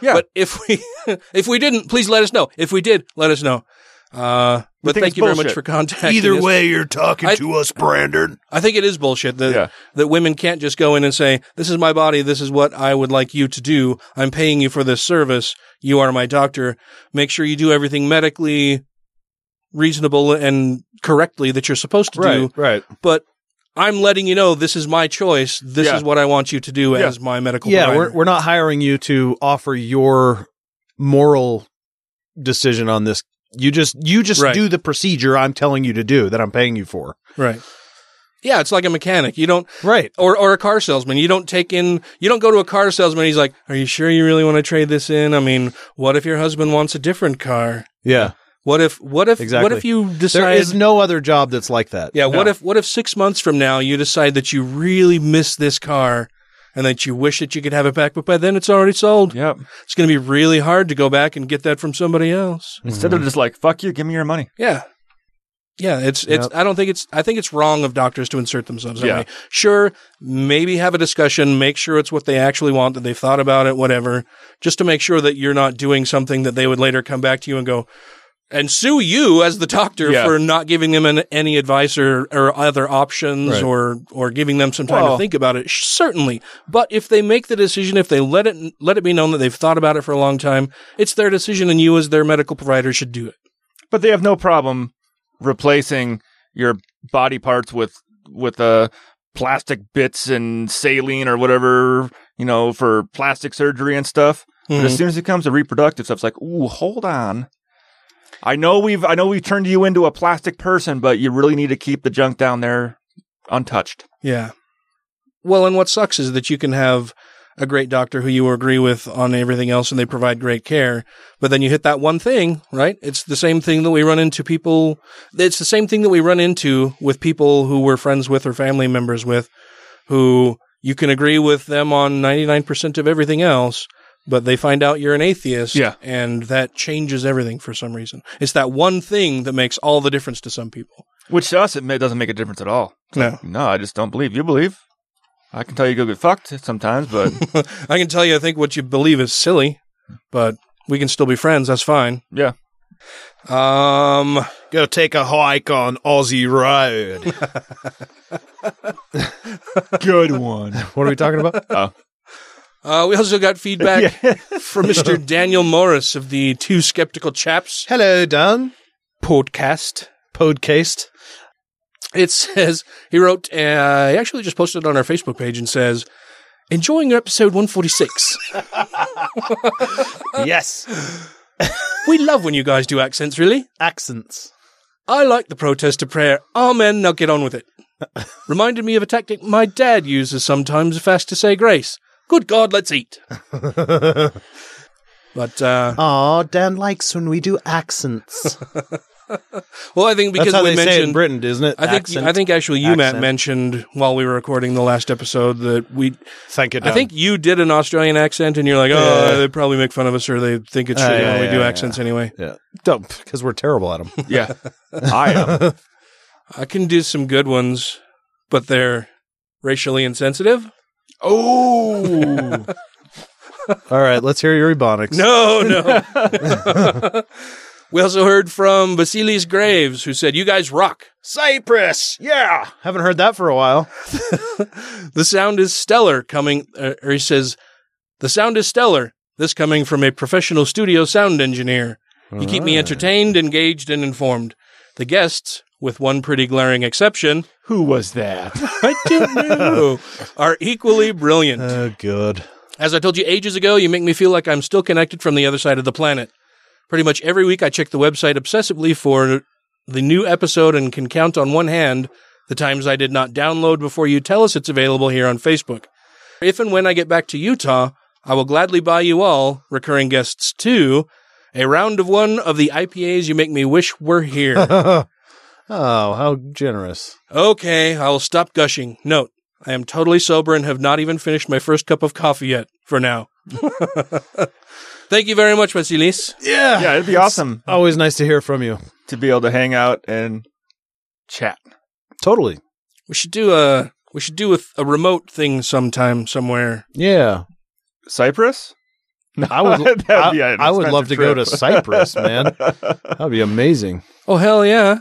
[SPEAKER 1] Yeah.
[SPEAKER 3] But if we if we didn't, please let us know. If we did, let us know. Uh,
[SPEAKER 4] We think
[SPEAKER 3] but thank
[SPEAKER 4] it's
[SPEAKER 3] you very much
[SPEAKER 4] bullshit.
[SPEAKER 3] for contacting
[SPEAKER 4] Either
[SPEAKER 3] us.
[SPEAKER 4] way, you're talking to us, Brandon.
[SPEAKER 3] I think it is bullshit that that women can't just go in and say, "This is my body. This is what I would like you to do. I'm paying you for this service. You are my doctor. Make sure you do everything medically reasonable and correctly that you're supposed to do."
[SPEAKER 2] right.
[SPEAKER 3] But I'm letting you know this is my choice. This
[SPEAKER 2] Yeah.
[SPEAKER 3] is what I want you to do
[SPEAKER 2] Yeah.
[SPEAKER 3] as my medical.
[SPEAKER 2] yeah,
[SPEAKER 3] provider.
[SPEAKER 2] we're we're not hiring you to offer your moral decision on this. You just you just
[SPEAKER 3] Right.
[SPEAKER 2] do the procedure I'm telling you to do that I'm paying you for.
[SPEAKER 3] Right. Yeah, it's like a mechanic. You don't
[SPEAKER 2] right
[SPEAKER 3] or or a car salesman. You don't take in. You don't go to a car salesman. He's like, "Are you sure you really want to trade this in? I mean, what if your husband wants a different car?
[SPEAKER 2] Yeah.
[SPEAKER 3] What if what if
[SPEAKER 2] Exactly.
[SPEAKER 3] what if you decide?
[SPEAKER 2] there is no other job that's like that?
[SPEAKER 3] yeah. What
[SPEAKER 2] No.
[SPEAKER 3] if what if six months from now you decide that you really miss this car and that you wish that you could have it back, but by then it's already sold.
[SPEAKER 1] Yep.
[SPEAKER 3] It's going to be really hard to go back and get that from somebody else.
[SPEAKER 1] Instead of just like fuck you, give me your money.
[SPEAKER 3] Yeah. Yeah, it's it's.
[SPEAKER 1] Yep.
[SPEAKER 3] I don't think it's. I think it's wrong of doctors to insert themselves. That
[SPEAKER 1] Yeah.
[SPEAKER 3] way. Sure, maybe have a discussion, make sure it's what they actually want, that they've thought about it, whatever, just to make sure that you're not doing something that they would later come back to you and go and sue you as the doctor
[SPEAKER 1] Yeah.
[SPEAKER 3] for not giving them an, any advice or, or other options
[SPEAKER 1] Right.
[SPEAKER 3] or or giving them some time
[SPEAKER 1] Well-
[SPEAKER 3] to think about it. Sh- Certainly, but if they make the decision, if they let it let it be known that they've thought about it for a long time, it's their decision, and you as their medical provider should do it.
[SPEAKER 1] But they have no problem replacing your body parts with with uh plastic bits and saline or whatever you know for plastic surgery and stuff. But
[SPEAKER 6] Mhm.
[SPEAKER 1] as soon as it comes to reproductive stuff, it's like, ooh, hold on. I know we've I know we've turned you into a plastic person, but you really need to keep the junk down there untouched.
[SPEAKER 3] Yeah. Well, and what sucks is that you can have a great doctor who you agree with on everything else and they provide great care, but then you hit that one thing, right? It's the same thing that we run into people. It's the same thing that we run into with people who we're friends with or family members with who you can agree with them on 99% of everything else, but they find out you're an atheist.
[SPEAKER 1] Yeah.
[SPEAKER 3] And that changes everything for some reason. It's that one thing that makes all the difference to some people.
[SPEAKER 1] Which to us, it ma- doesn't make a difference at all. It's like, no, I just don't believe. You believe? I can tell you go get fucked sometimes, but
[SPEAKER 3] I can tell you, I think what you believe is silly, but we can still be friends. That's fine.
[SPEAKER 1] Yeah.
[SPEAKER 3] Um,
[SPEAKER 2] go take a hike on Aussie Road.
[SPEAKER 1] Good one.
[SPEAKER 2] What are we talking about?
[SPEAKER 1] Oh.
[SPEAKER 3] Uh, we also got feedback from Mr. Daniel Morris of the Two Skeptical Chaps.
[SPEAKER 2] Hello, Dan.
[SPEAKER 3] Podcast.
[SPEAKER 2] Podcast.
[SPEAKER 3] It says, he wrote, uh, he actually just posted it on our Facebook page and says, enjoying episode 146.
[SPEAKER 2] yes.
[SPEAKER 3] we love when you guys do accents, really.
[SPEAKER 2] Accents.
[SPEAKER 3] I like the protest to prayer. Amen. Now get on with it. Reminded me of a tactic my dad uses sometimes if asked to say grace. Good God, let's eat. But uh
[SPEAKER 7] Aw, Dan likes when we do accents.
[SPEAKER 3] Well, I think
[SPEAKER 7] That's
[SPEAKER 3] because
[SPEAKER 7] how
[SPEAKER 3] we
[SPEAKER 7] they say it
[SPEAKER 3] mentioned
[SPEAKER 7] in Britain, isn't it?
[SPEAKER 3] I think
[SPEAKER 7] Accent.
[SPEAKER 3] I think actually you Matt
[SPEAKER 7] Accent.
[SPEAKER 3] mentioned while we were recording the last episode that we
[SPEAKER 2] thank you.
[SPEAKER 3] I
[SPEAKER 2] Dan.
[SPEAKER 3] think you did an Australian accent, and you're like, oh,
[SPEAKER 2] Yeah.
[SPEAKER 3] they probably make fun of us or they think it's
[SPEAKER 2] Uh,
[SPEAKER 3] shitty
[SPEAKER 2] yeah,
[SPEAKER 3] when we
[SPEAKER 2] yeah,
[SPEAKER 3] do
[SPEAKER 2] yeah,
[SPEAKER 3] accents
[SPEAKER 2] yeah.
[SPEAKER 3] anyway.
[SPEAKER 2] Yeah. Dumb, because we're terrible at them.
[SPEAKER 1] Yeah. I am.
[SPEAKER 3] I can do some good ones, but they're racially insensitive.
[SPEAKER 1] Oh.
[SPEAKER 2] All right, let's hear your ebonics.
[SPEAKER 3] No, no. we also heard from Vasilis Graves, who said, You guys rock.
[SPEAKER 2] Cyprus. Yeah. Haven't heard that for a while.
[SPEAKER 3] The sound is stellar coming, uh, or he says, The sound is stellar. This coming from a professional studio sound engineer. You keep me
[SPEAKER 1] Alright.
[SPEAKER 3] entertained, engaged, and informed. The guests, with one pretty glaring exception,
[SPEAKER 1] who was that?
[SPEAKER 3] I don't know, are equally brilliant.
[SPEAKER 2] Oh, good.
[SPEAKER 3] As I told you ages ago, you make me feel like I'm still connected from the other side of the planet. Pretty much every week, I check the website obsessively for the new episode and can count on one hand the times I did not download before you tell us it's available here on Facebook. If and when I get back to Utah, I will gladly buy you all, recurring guests too, a round of one of the IPAs you make me wish were here.
[SPEAKER 2] oh, how generous.
[SPEAKER 3] Okay, I will stop gushing. Note, I am totally sober and have not even finished my first cup of coffee yet, for now. Thank you very much, Vasilis.
[SPEAKER 2] Yeah.
[SPEAKER 1] Yeah, it'd be awesome.
[SPEAKER 2] Always nice to hear from you.
[SPEAKER 1] To be able to hang out and chat.
[SPEAKER 2] Totally.
[SPEAKER 3] We should do a we should do a, a remote thing sometime somewhere.
[SPEAKER 2] Yeah.
[SPEAKER 1] Cyprus?
[SPEAKER 2] I would
[SPEAKER 3] That'd be
[SPEAKER 2] I,
[SPEAKER 3] an
[SPEAKER 2] I would love to
[SPEAKER 3] expensive
[SPEAKER 2] go to
[SPEAKER 3] trip.
[SPEAKER 2] Cyprus, man. That'd be amazing.
[SPEAKER 3] Oh hell yeah.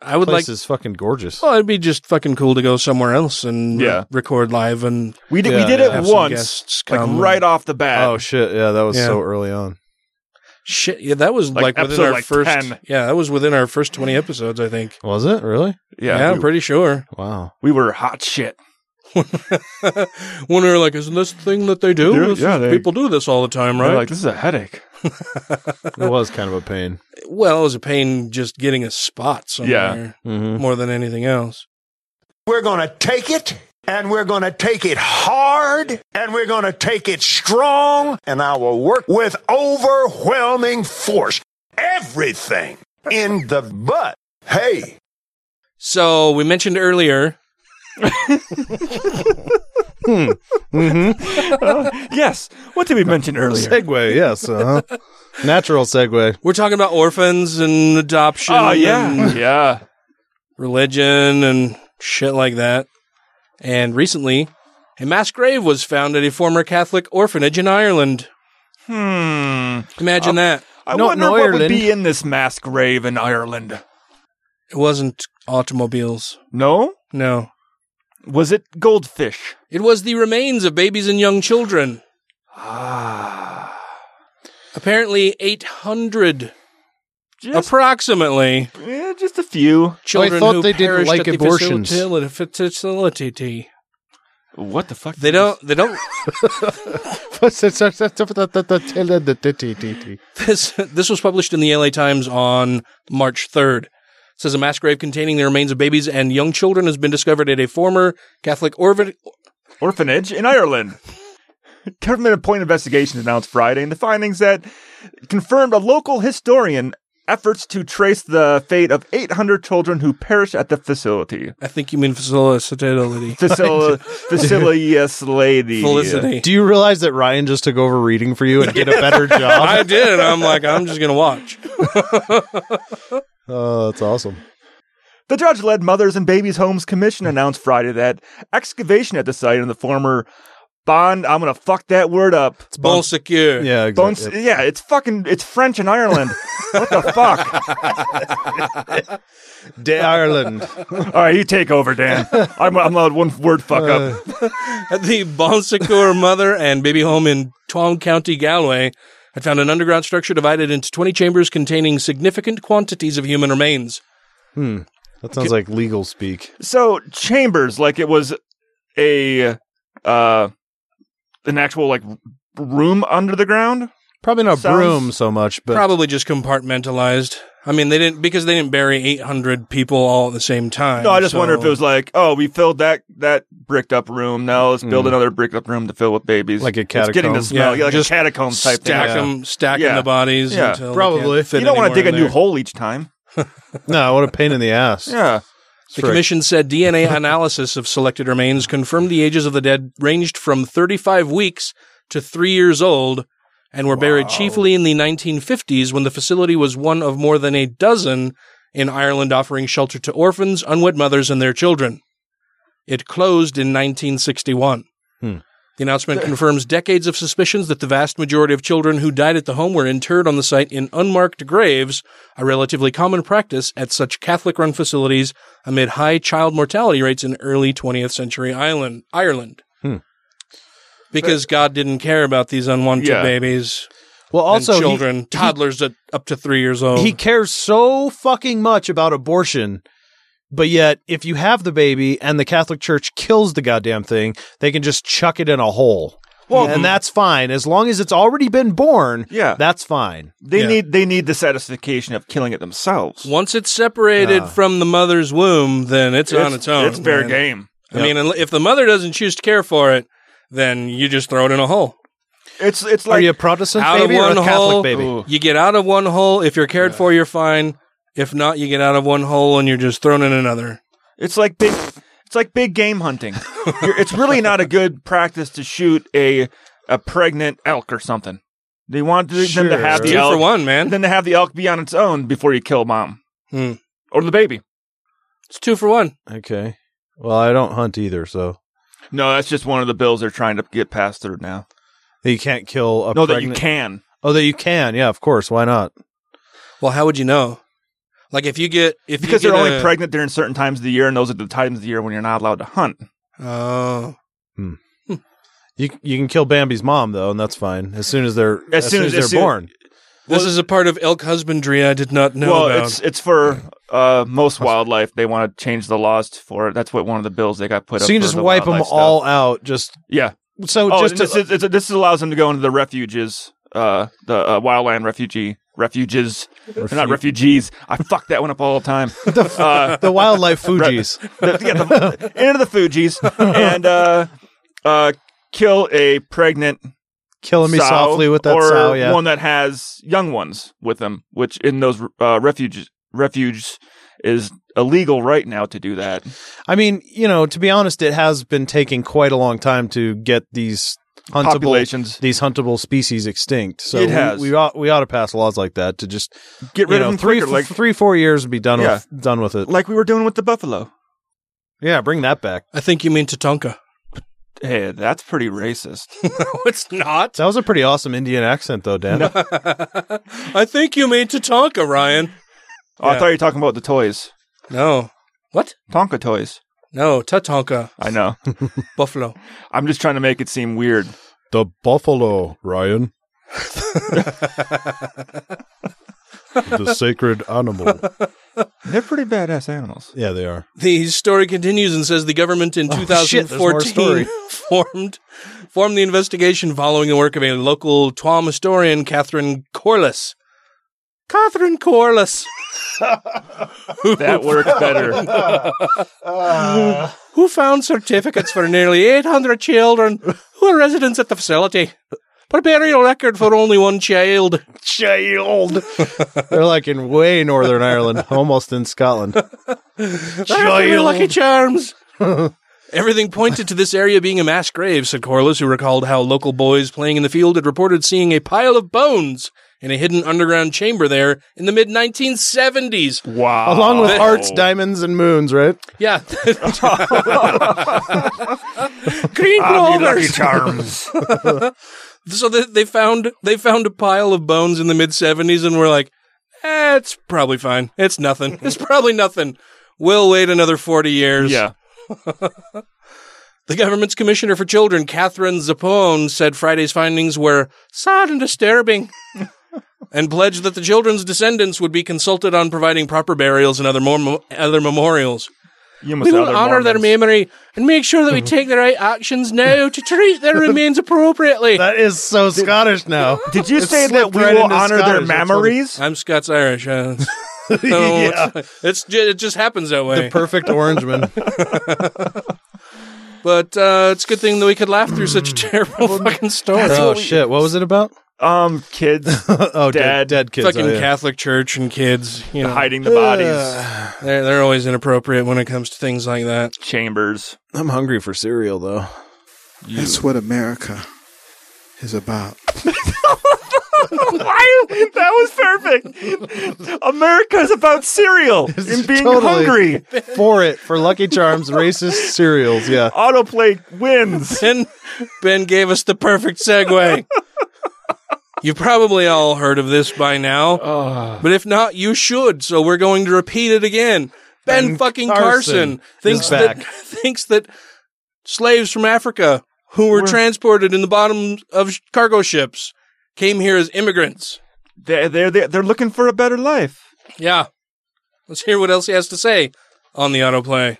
[SPEAKER 3] I would
[SPEAKER 2] Place
[SPEAKER 3] like
[SPEAKER 2] is fucking gorgeous.
[SPEAKER 3] Well, it'd be just fucking cool to go somewhere else and re-
[SPEAKER 2] Yeah.
[SPEAKER 3] record live and
[SPEAKER 1] We did we
[SPEAKER 3] Yeah,
[SPEAKER 1] did it
[SPEAKER 3] have some
[SPEAKER 1] once.
[SPEAKER 3] guests
[SPEAKER 1] Like
[SPEAKER 3] come.
[SPEAKER 1] right off the bat.
[SPEAKER 2] Oh shit, yeah, that was
[SPEAKER 3] Yeah.
[SPEAKER 2] so early on.
[SPEAKER 3] shit. Yeah, that was
[SPEAKER 1] Like
[SPEAKER 3] like, within
[SPEAKER 1] episode,
[SPEAKER 3] our
[SPEAKER 1] like,
[SPEAKER 3] first
[SPEAKER 1] 10.
[SPEAKER 3] Yeah, that was within our first 20 episodes, I think.
[SPEAKER 2] Was it? Really?
[SPEAKER 1] Yeah.
[SPEAKER 3] yeah,
[SPEAKER 1] we-
[SPEAKER 3] I'm pretty sure.
[SPEAKER 2] Wow.
[SPEAKER 1] We were hot shit.
[SPEAKER 3] When we were like, isn't this the thing that they do?
[SPEAKER 1] Dude,
[SPEAKER 3] This
[SPEAKER 1] yeah,
[SPEAKER 3] is-
[SPEAKER 1] they-
[SPEAKER 3] people do this all the time,
[SPEAKER 1] They're
[SPEAKER 3] right?
[SPEAKER 1] like, this is a headache.
[SPEAKER 2] It was kind of a pain.
[SPEAKER 3] Well, it was a pain just getting a spot somewhere
[SPEAKER 2] Yeah. Mhm.
[SPEAKER 3] more than anything else.
[SPEAKER 8] We're going to take it, and we're going to take it hard, and we're going to take it strong, and I will work with overwhelming force. Everything in the butt. Hey.
[SPEAKER 3] So we mentioned earlier
[SPEAKER 2] Hmm. Mm-hmm.
[SPEAKER 1] yes. What did we mention earlier?
[SPEAKER 2] Segue. Yes. Uh-huh. Natural segue.
[SPEAKER 3] We're talking about orphans and adoption.
[SPEAKER 1] Oh, yeah.
[SPEAKER 3] and
[SPEAKER 1] yeah.
[SPEAKER 3] Religion and shit like that. And recently, a mass grave was found at a former Catholic orphanage in Ireland.
[SPEAKER 1] Hmm.
[SPEAKER 3] Imagine that.
[SPEAKER 1] I wonder what would be in this mass grave in Ireland.
[SPEAKER 3] It wasn't automobiles.
[SPEAKER 1] No?
[SPEAKER 3] No.
[SPEAKER 1] Was it goldfish?
[SPEAKER 3] It was the remains of babies and young children.
[SPEAKER 2] Ah.
[SPEAKER 3] Apparently, 800
[SPEAKER 1] Just-
[SPEAKER 3] approximately
[SPEAKER 1] Yeah, just a few.
[SPEAKER 3] children
[SPEAKER 2] thought
[SPEAKER 3] who
[SPEAKER 2] they didn't
[SPEAKER 3] perished
[SPEAKER 2] like
[SPEAKER 3] at the
[SPEAKER 2] abortions.
[SPEAKER 3] facility- facility.
[SPEAKER 1] What the fuck?
[SPEAKER 3] They don't. They don't. This this was published in the LA Times on March 3rd. It says a mass grave containing the remains of babies and young children has been discovered at a former Catholic orphan.
[SPEAKER 1] orphanage in Ireland. Government appointed investigations announced Friday, and the findings that confirmed a local historian efforts to trace the fate of 800 children who perished at the facility.
[SPEAKER 3] I think you mean facility.
[SPEAKER 1] Facil- facility, yes, lady.
[SPEAKER 3] Felicity.
[SPEAKER 2] Do you realize that Ryan just took over reading for you and did a better job?
[SPEAKER 3] I did. I'm like, I'm just gonna watch.
[SPEAKER 2] Oh, that's awesome.
[SPEAKER 1] The judge led Mothers and Babies Homes Commission announced Friday that excavation at the site in the former Bond, I'm going to fuck that word up. It's
[SPEAKER 3] Bon secure.
[SPEAKER 2] Yeah,
[SPEAKER 1] Bones, yeah, it's fucking, it's French in Ireland. what the fuck?
[SPEAKER 2] De Ireland.
[SPEAKER 1] All right, you take over, Dan. I'm, I'm not one word fuck up.
[SPEAKER 3] At the Bon Secours mother and baby home in Tuam County, Galway, had found an underground structure divided into 20 chambers containing significant quantities of human remains.
[SPEAKER 2] Hmm. That sounds like legal speak.
[SPEAKER 1] So chambers, like it was a uh, an actual like room under the ground.
[SPEAKER 2] Probably not
[SPEAKER 1] Sounds-
[SPEAKER 2] broom so much, but
[SPEAKER 3] Probably just compartmentalized. I mean, they didn't because they didn't bury 800 people all at the same time.
[SPEAKER 1] No, I just
[SPEAKER 3] so-
[SPEAKER 1] wonder if it was like, oh, we filled that that bricked up room. Now let's build another bricked up room to fill with babies.
[SPEAKER 2] Like a
[SPEAKER 1] It's getting
[SPEAKER 2] catacomb.
[SPEAKER 1] the smell, yeah,
[SPEAKER 3] Yeah,
[SPEAKER 1] like a
[SPEAKER 3] just
[SPEAKER 1] catacomb type
[SPEAKER 3] stack
[SPEAKER 1] thing.
[SPEAKER 3] 'em- stack 'em the bodies until they Probably. can't fit
[SPEAKER 1] you don't want to
[SPEAKER 3] anywhere
[SPEAKER 1] dig a
[SPEAKER 3] in
[SPEAKER 1] new
[SPEAKER 3] there.
[SPEAKER 1] hole each time.
[SPEAKER 2] no, what a pain in the ass.
[SPEAKER 1] Yeah.
[SPEAKER 3] The
[SPEAKER 2] Frick.
[SPEAKER 3] commission said DNA analysis of selected remains confirmed the ages of the dead ranged from 35 weeks to three years old and were buried chiefly in the 1950s when the facility was one of more than a dozen in Ireland offering shelter to orphans, unwed mothers, and their children. It closed in 1961.
[SPEAKER 2] Hmm.
[SPEAKER 3] The announcement confirms decades of suspicions that the vast majority of children who died at the home were interred on the site in unmarked graves, a relatively common practice at such Catholic run facilities amid high child mortality rates in early 20th century Ireland. Ireland.
[SPEAKER 2] Hmm.
[SPEAKER 3] Because God didn't care about these unwanted
[SPEAKER 2] Yeah.
[SPEAKER 3] babies.
[SPEAKER 2] Well,
[SPEAKER 3] and
[SPEAKER 2] also, he-
[SPEAKER 3] children,
[SPEAKER 2] he-
[SPEAKER 3] toddlers at, up to three years old.
[SPEAKER 2] He cares so fucking much about abortion, but yet if you have the baby and the Catholic Church kills the goddamn thing, they can just chuck it in a hole.
[SPEAKER 1] Well-
[SPEAKER 2] and that's fine as long as it's already been born.
[SPEAKER 1] Yeah.
[SPEAKER 2] that's fine.
[SPEAKER 1] They need they need the satisfaction of killing it themselves.
[SPEAKER 3] Once it's separated
[SPEAKER 1] Ah.
[SPEAKER 3] from the mother's womb, then it's, on
[SPEAKER 1] It's-
[SPEAKER 3] its own.
[SPEAKER 1] it's fair
[SPEAKER 3] man.
[SPEAKER 1] game.
[SPEAKER 3] I mean, unle- if the mother doesn't choose to care for it, then you just throw it in a hole.
[SPEAKER 1] It's it's like
[SPEAKER 2] Are you a Protestant
[SPEAKER 3] out
[SPEAKER 2] baby
[SPEAKER 3] of
[SPEAKER 2] or a
[SPEAKER 3] one
[SPEAKER 2] Catholic
[SPEAKER 3] hole,
[SPEAKER 2] baby?
[SPEAKER 3] you get out of one hole. If you're cared for, you're fine. If not, you get out of one hole and you're just thrown in another.
[SPEAKER 1] It's like big. It's like big game hunting. You're, it's really not a good practice to shoot a a pregnant elk or something. They want to, them
[SPEAKER 3] Sure.
[SPEAKER 1] to have the
[SPEAKER 3] Two for
[SPEAKER 1] elk,
[SPEAKER 3] one, man.
[SPEAKER 1] Then to have the elk be on its own before you kill mom
[SPEAKER 3] Hmm.
[SPEAKER 1] or the baby.
[SPEAKER 3] It's two for one.
[SPEAKER 2] Okay. Well, I don't hunt either, so
[SPEAKER 1] No, that's just one of the bills they're trying to get passed through now.
[SPEAKER 2] you can't kill a
[SPEAKER 1] no, that you
[SPEAKER 2] pregnant-
[SPEAKER 1] can.
[SPEAKER 2] Oh, that you can. Yeah, of course. Why not?
[SPEAKER 3] Well, how would you know? Like if you get if
[SPEAKER 1] Because
[SPEAKER 3] you
[SPEAKER 1] they're
[SPEAKER 3] get
[SPEAKER 1] only
[SPEAKER 3] a-
[SPEAKER 1] pregnant during certain times of the year, and those are the times of the year when you're not allowed to hunt.
[SPEAKER 3] Oh,
[SPEAKER 2] You you can kill Bambi's mom though, and that's fine. As soon as they're as, soon, as, they're
[SPEAKER 1] soon-
[SPEAKER 2] born.
[SPEAKER 3] this is a part of elk husbandry I did not know
[SPEAKER 1] well,
[SPEAKER 3] about.
[SPEAKER 1] it's it's for uh, most wildlife. They want to change the laws for it. That's what one of the bills they got put up.
[SPEAKER 2] So you can
[SPEAKER 1] for
[SPEAKER 2] just
[SPEAKER 1] the
[SPEAKER 2] wipe them
[SPEAKER 1] wildlife stuff.
[SPEAKER 2] all out. Just
[SPEAKER 1] Yeah.
[SPEAKER 2] So
[SPEAKER 1] Oh,
[SPEAKER 2] just
[SPEAKER 1] this,
[SPEAKER 2] to-
[SPEAKER 1] is- it's- this allows them to go into the refuges, uh, the uh, wildland refugee refuges. They're not
[SPEAKER 2] Refu-
[SPEAKER 1] refugees. I fuck that one up all the time. the, uh,
[SPEAKER 2] the wildlife Fuji's.
[SPEAKER 1] the, yeah, the, into the Fuji's and uh, uh, kill a pregnant.
[SPEAKER 2] Killing me
[SPEAKER 1] sow
[SPEAKER 2] softly with that
[SPEAKER 1] or
[SPEAKER 2] sow, yeah.
[SPEAKER 1] one that has young ones with them, which in those uh, refuges refuge is illegal right now to do that.
[SPEAKER 2] I mean, you know, to be honest, it has been taking quite a long time to get these huntable
[SPEAKER 1] Populations.
[SPEAKER 2] these huntable species extinct. So
[SPEAKER 1] It
[SPEAKER 2] we-
[SPEAKER 1] has.
[SPEAKER 2] We, ought we ought to pass laws like that to just
[SPEAKER 1] Get rid
[SPEAKER 2] you
[SPEAKER 1] of
[SPEAKER 2] know,
[SPEAKER 1] them
[SPEAKER 2] three
[SPEAKER 1] quicker,
[SPEAKER 2] f-
[SPEAKER 1] like-
[SPEAKER 2] three four years and be done
[SPEAKER 1] Yeah.
[SPEAKER 2] with done with it.
[SPEAKER 1] Like we were doing with the buffalo.
[SPEAKER 2] Yeah, bring that back.
[SPEAKER 3] I think you mean Tatanka.
[SPEAKER 1] Hey, that's pretty racist.
[SPEAKER 3] no, it's not.
[SPEAKER 2] That was a pretty awesome Indian accent though, Dan.
[SPEAKER 3] I think you mean Tatanka, Ryan.
[SPEAKER 1] Oh, I
[SPEAKER 3] Yeah.
[SPEAKER 1] thought you were talking about the toys.
[SPEAKER 3] No. What?
[SPEAKER 1] Tonka toys.
[SPEAKER 3] No, Tatanka.
[SPEAKER 1] I know.
[SPEAKER 3] Buffalo.
[SPEAKER 1] I'm just trying to make it seem weird.
[SPEAKER 4] The buffalo, Ryan. the sacred animal.
[SPEAKER 1] They're pretty badass animals.
[SPEAKER 4] Yeah, they are.
[SPEAKER 3] The story continues and says the government in
[SPEAKER 4] Oh, shit, there's more
[SPEAKER 3] 2014
[SPEAKER 4] story.
[SPEAKER 3] formed formed the investigation following the work of a local Tuam historian, Catherine Corliss. Catherine Corliss.
[SPEAKER 1] That works better.
[SPEAKER 3] who found certificates for nearly 800 children who are residents at the facility. Per burial record for only one child.
[SPEAKER 1] Child.
[SPEAKER 2] They're like in way northern Ireland, almost in Scotland.
[SPEAKER 3] Child. Lucky charms. Everything pointed to this area being a mass grave, said Corliss, who recalled how local boys playing in the field had reported seeing a pile of bones in a hidden underground chamber there in the mid 1970s.
[SPEAKER 1] Wow.
[SPEAKER 2] Along with hearts, diamonds, and moons, right?
[SPEAKER 3] Yeah. Green
[SPEAKER 2] I'll be
[SPEAKER 3] clovers.
[SPEAKER 2] lucky charms.
[SPEAKER 3] so they, they found they found a pile of bones in the mid seventies, and we're like, eh, it's probably fine. It's nothing. It's probably nothing. We'll wait another forty years.
[SPEAKER 1] Yeah.
[SPEAKER 3] The government's commissioner for children, Catherine Zappone, said Friday's findings were sad and disturbing and pledged that the children's descendants would be consulted on providing proper burials and other, mor- other memorials.
[SPEAKER 1] You
[SPEAKER 3] we will honor their memory and make sure that we take the right actions now to treat their remains appropriately.
[SPEAKER 2] That is so Scottish now.
[SPEAKER 1] Did you say that we will honor their memories?
[SPEAKER 3] I'm Scots Irish. Uh, so it's, it's ju- it just happens that way.
[SPEAKER 2] The perfect orangeman.
[SPEAKER 3] but uh, it's a good thing that we could laugh through such a terrible fucking story.
[SPEAKER 2] oh shit! Hmm. What was it about?
[SPEAKER 1] Um, kids.
[SPEAKER 2] oh, dead,
[SPEAKER 3] Dead.
[SPEAKER 2] dead kids.
[SPEAKER 3] Fucking
[SPEAKER 2] oh, yeah.
[SPEAKER 3] Catholic Church and kids, you know,
[SPEAKER 1] Hiding the bodies.
[SPEAKER 3] They're they're always inappropriate when it comes to things like that.
[SPEAKER 1] Chambers.
[SPEAKER 2] I'm hungry for cereal though.
[SPEAKER 6] That's what America is about.
[SPEAKER 1] Why? That was perfect. America's about cereal and being hungry.
[SPEAKER 2] for it for Lucky Charms racist cereals. Yeah,
[SPEAKER 1] Autoplay wins.
[SPEAKER 3] Ben, ben gave us the perfect segue. You've probably all heard of this by now, but if not, you should. So we're going to repeat it again. Ben, fucking Carson,
[SPEAKER 2] Carson
[SPEAKER 3] thinks
[SPEAKER 2] is
[SPEAKER 3] that
[SPEAKER 2] back.
[SPEAKER 3] thinks that slaves from Africa who were, transported in the bottom of sh- cargo ships came here as immigrants.
[SPEAKER 1] They're, they're, they're, they're looking for a better life.
[SPEAKER 3] Yeah. Let's hear what else he has to say on the autoplay.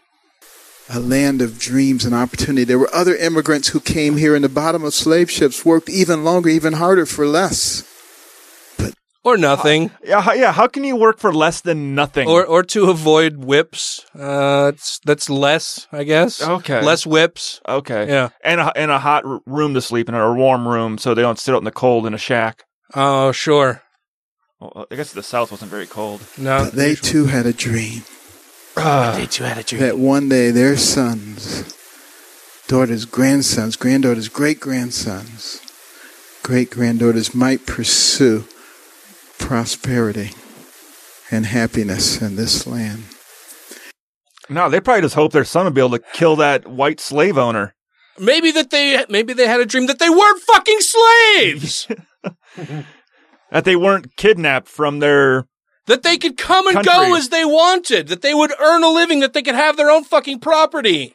[SPEAKER 6] a land of dreams and opportunity. There were other immigrants who came here in the bottom of slave ships, worked even longer, even harder for less.
[SPEAKER 3] Or nothing.
[SPEAKER 1] Yeah, how- yeah. How can you work for less than nothing?
[SPEAKER 3] or or to avoid whips. Uh, it's, that's less, I guess.
[SPEAKER 1] Okay.
[SPEAKER 3] less whips.
[SPEAKER 1] okay,
[SPEAKER 3] Yeah.
[SPEAKER 1] and a, and a hot r- room to sleep in, or a warm room, so they don't sit out in the cold in a shack.
[SPEAKER 3] Oh, sure.
[SPEAKER 1] Well, I guess the South wasn't very cold.
[SPEAKER 3] No,
[SPEAKER 6] But they too had a dream.
[SPEAKER 3] they too had a
[SPEAKER 6] That one day their sons, daughters, grandsons, granddaughters, great grandsons, great granddaughters might pursue prosperity and happiness in this land.
[SPEAKER 1] No, they probably just hope their son would be able to kill that white slave owner.
[SPEAKER 3] Maybe that they maybe they had a dream that they weren't fucking slaves.
[SPEAKER 1] That they weren't kidnapped from their.
[SPEAKER 3] that they could come and go
[SPEAKER 1] Country.
[SPEAKER 3] as they wanted. That they would earn a living. That they could have their own fucking property.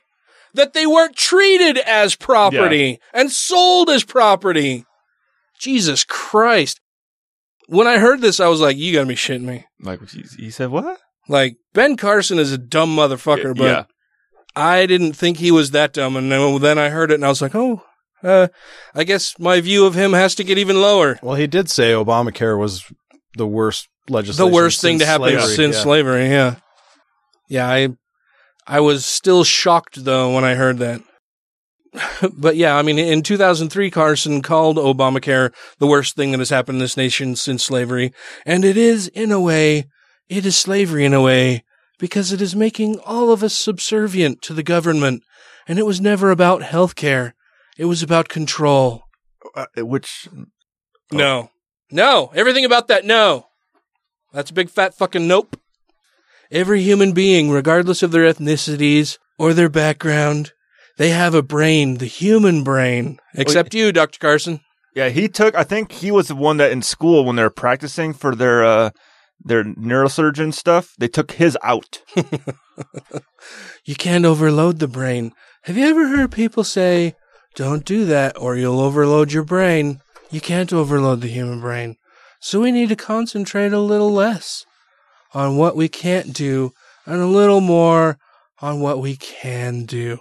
[SPEAKER 3] That they weren't treated as property and sold as property. Jesus Christ. When I heard this, I was like, you gotta be shitting me.
[SPEAKER 1] Like he- he said, what?
[SPEAKER 3] Like Ben Carson is a dumb motherfucker, but
[SPEAKER 1] yeah.
[SPEAKER 3] I didn't think he was that dumb. And then then I heard it, and I was like, oh, uh, I guess my view of him has to get even lower.
[SPEAKER 2] Well, he did say Obamacare was the worst
[SPEAKER 3] The
[SPEAKER 2] legislation.
[SPEAKER 3] worst thing
[SPEAKER 2] since
[SPEAKER 3] to happen
[SPEAKER 2] slavery.
[SPEAKER 3] since
[SPEAKER 2] Yeah.
[SPEAKER 3] slavery. Yeah, yeah. I I was still shocked though when I heard that. but yeah, I mean, in 2003, Carson called Obamacare the worst thing that has happened in this nation since slavery, and it is in a way It is slavery in a way because it is making all of us subservient to the government. And it was never about health care. It was about control.
[SPEAKER 1] Uh, which.
[SPEAKER 3] No. No. Everything about that, no. That's a big fat fucking nope. Every human being, regardless of their ethnicities or their background, they have a brain, the human brain, except you, Dr. Carson.
[SPEAKER 1] Yeah, he took. I think he was the one that in school when they were practicing for their uh, their neurosurgeon stuff, they took his out.
[SPEAKER 3] You can't overload the brain. Have you ever heard people say, don't do that or you'll overload your brain? You can't overload the human brain. So we need to concentrate a little less on what we can't do and a little more on what we can do.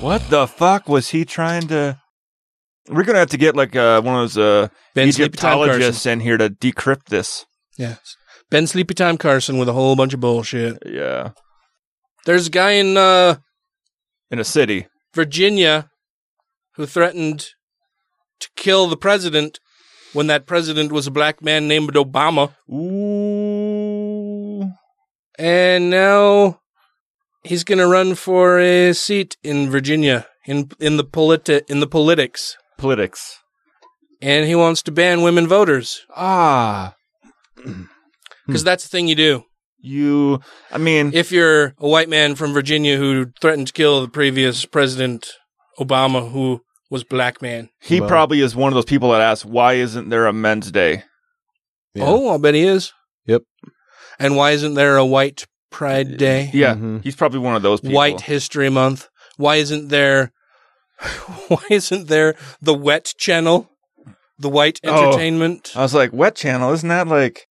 [SPEAKER 1] What the fuck was he trying to? We're gonna have to get like uh, one of those uh,
[SPEAKER 3] Ben Sleepy Time Carson.
[SPEAKER 1] Egyptologists in here to decrypt this.
[SPEAKER 3] Yes. Ben Sleepy Time Carson with a whole bunch of bullshit.
[SPEAKER 1] Yeah.
[SPEAKER 3] There's a guy in uh,
[SPEAKER 1] In a city,
[SPEAKER 3] Virginia who threatened to kill the president when that president was a black man named Obama.
[SPEAKER 1] Ooh.
[SPEAKER 3] And now he's going to run for a seat in Virginia in in the politi- in the politics.
[SPEAKER 1] Politics.
[SPEAKER 3] And he wants to ban women voters.
[SPEAKER 1] Ah.
[SPEAKER 3] Because that's the thing you do.
[SPEAKER 1] You, I mean,
[SPEAKER 3] if you're a white man from Virginia who threatened to kill the previous president Obama, who was black man,
[SPEAKER 1] he probably is one of those people that asks, "Why isn't there a men's day?"
[SPEAKER 3] Oh, I'll bet he is.
[SPEAKER 2] Yep.
[SPEAKER 3] And why isn't there a White Pride Day?
[SPEAKER 1] Yeah, he's probably one of those people.
[SPEAKER 3] White History Month. Why isn't there? Why isn't there the Wet Channel, the White
[SPEAKER 1] Oh.
[SPEAKER 3] Entertainment,
[SPEAKER 1] I was like, "Wet channel, isn't that like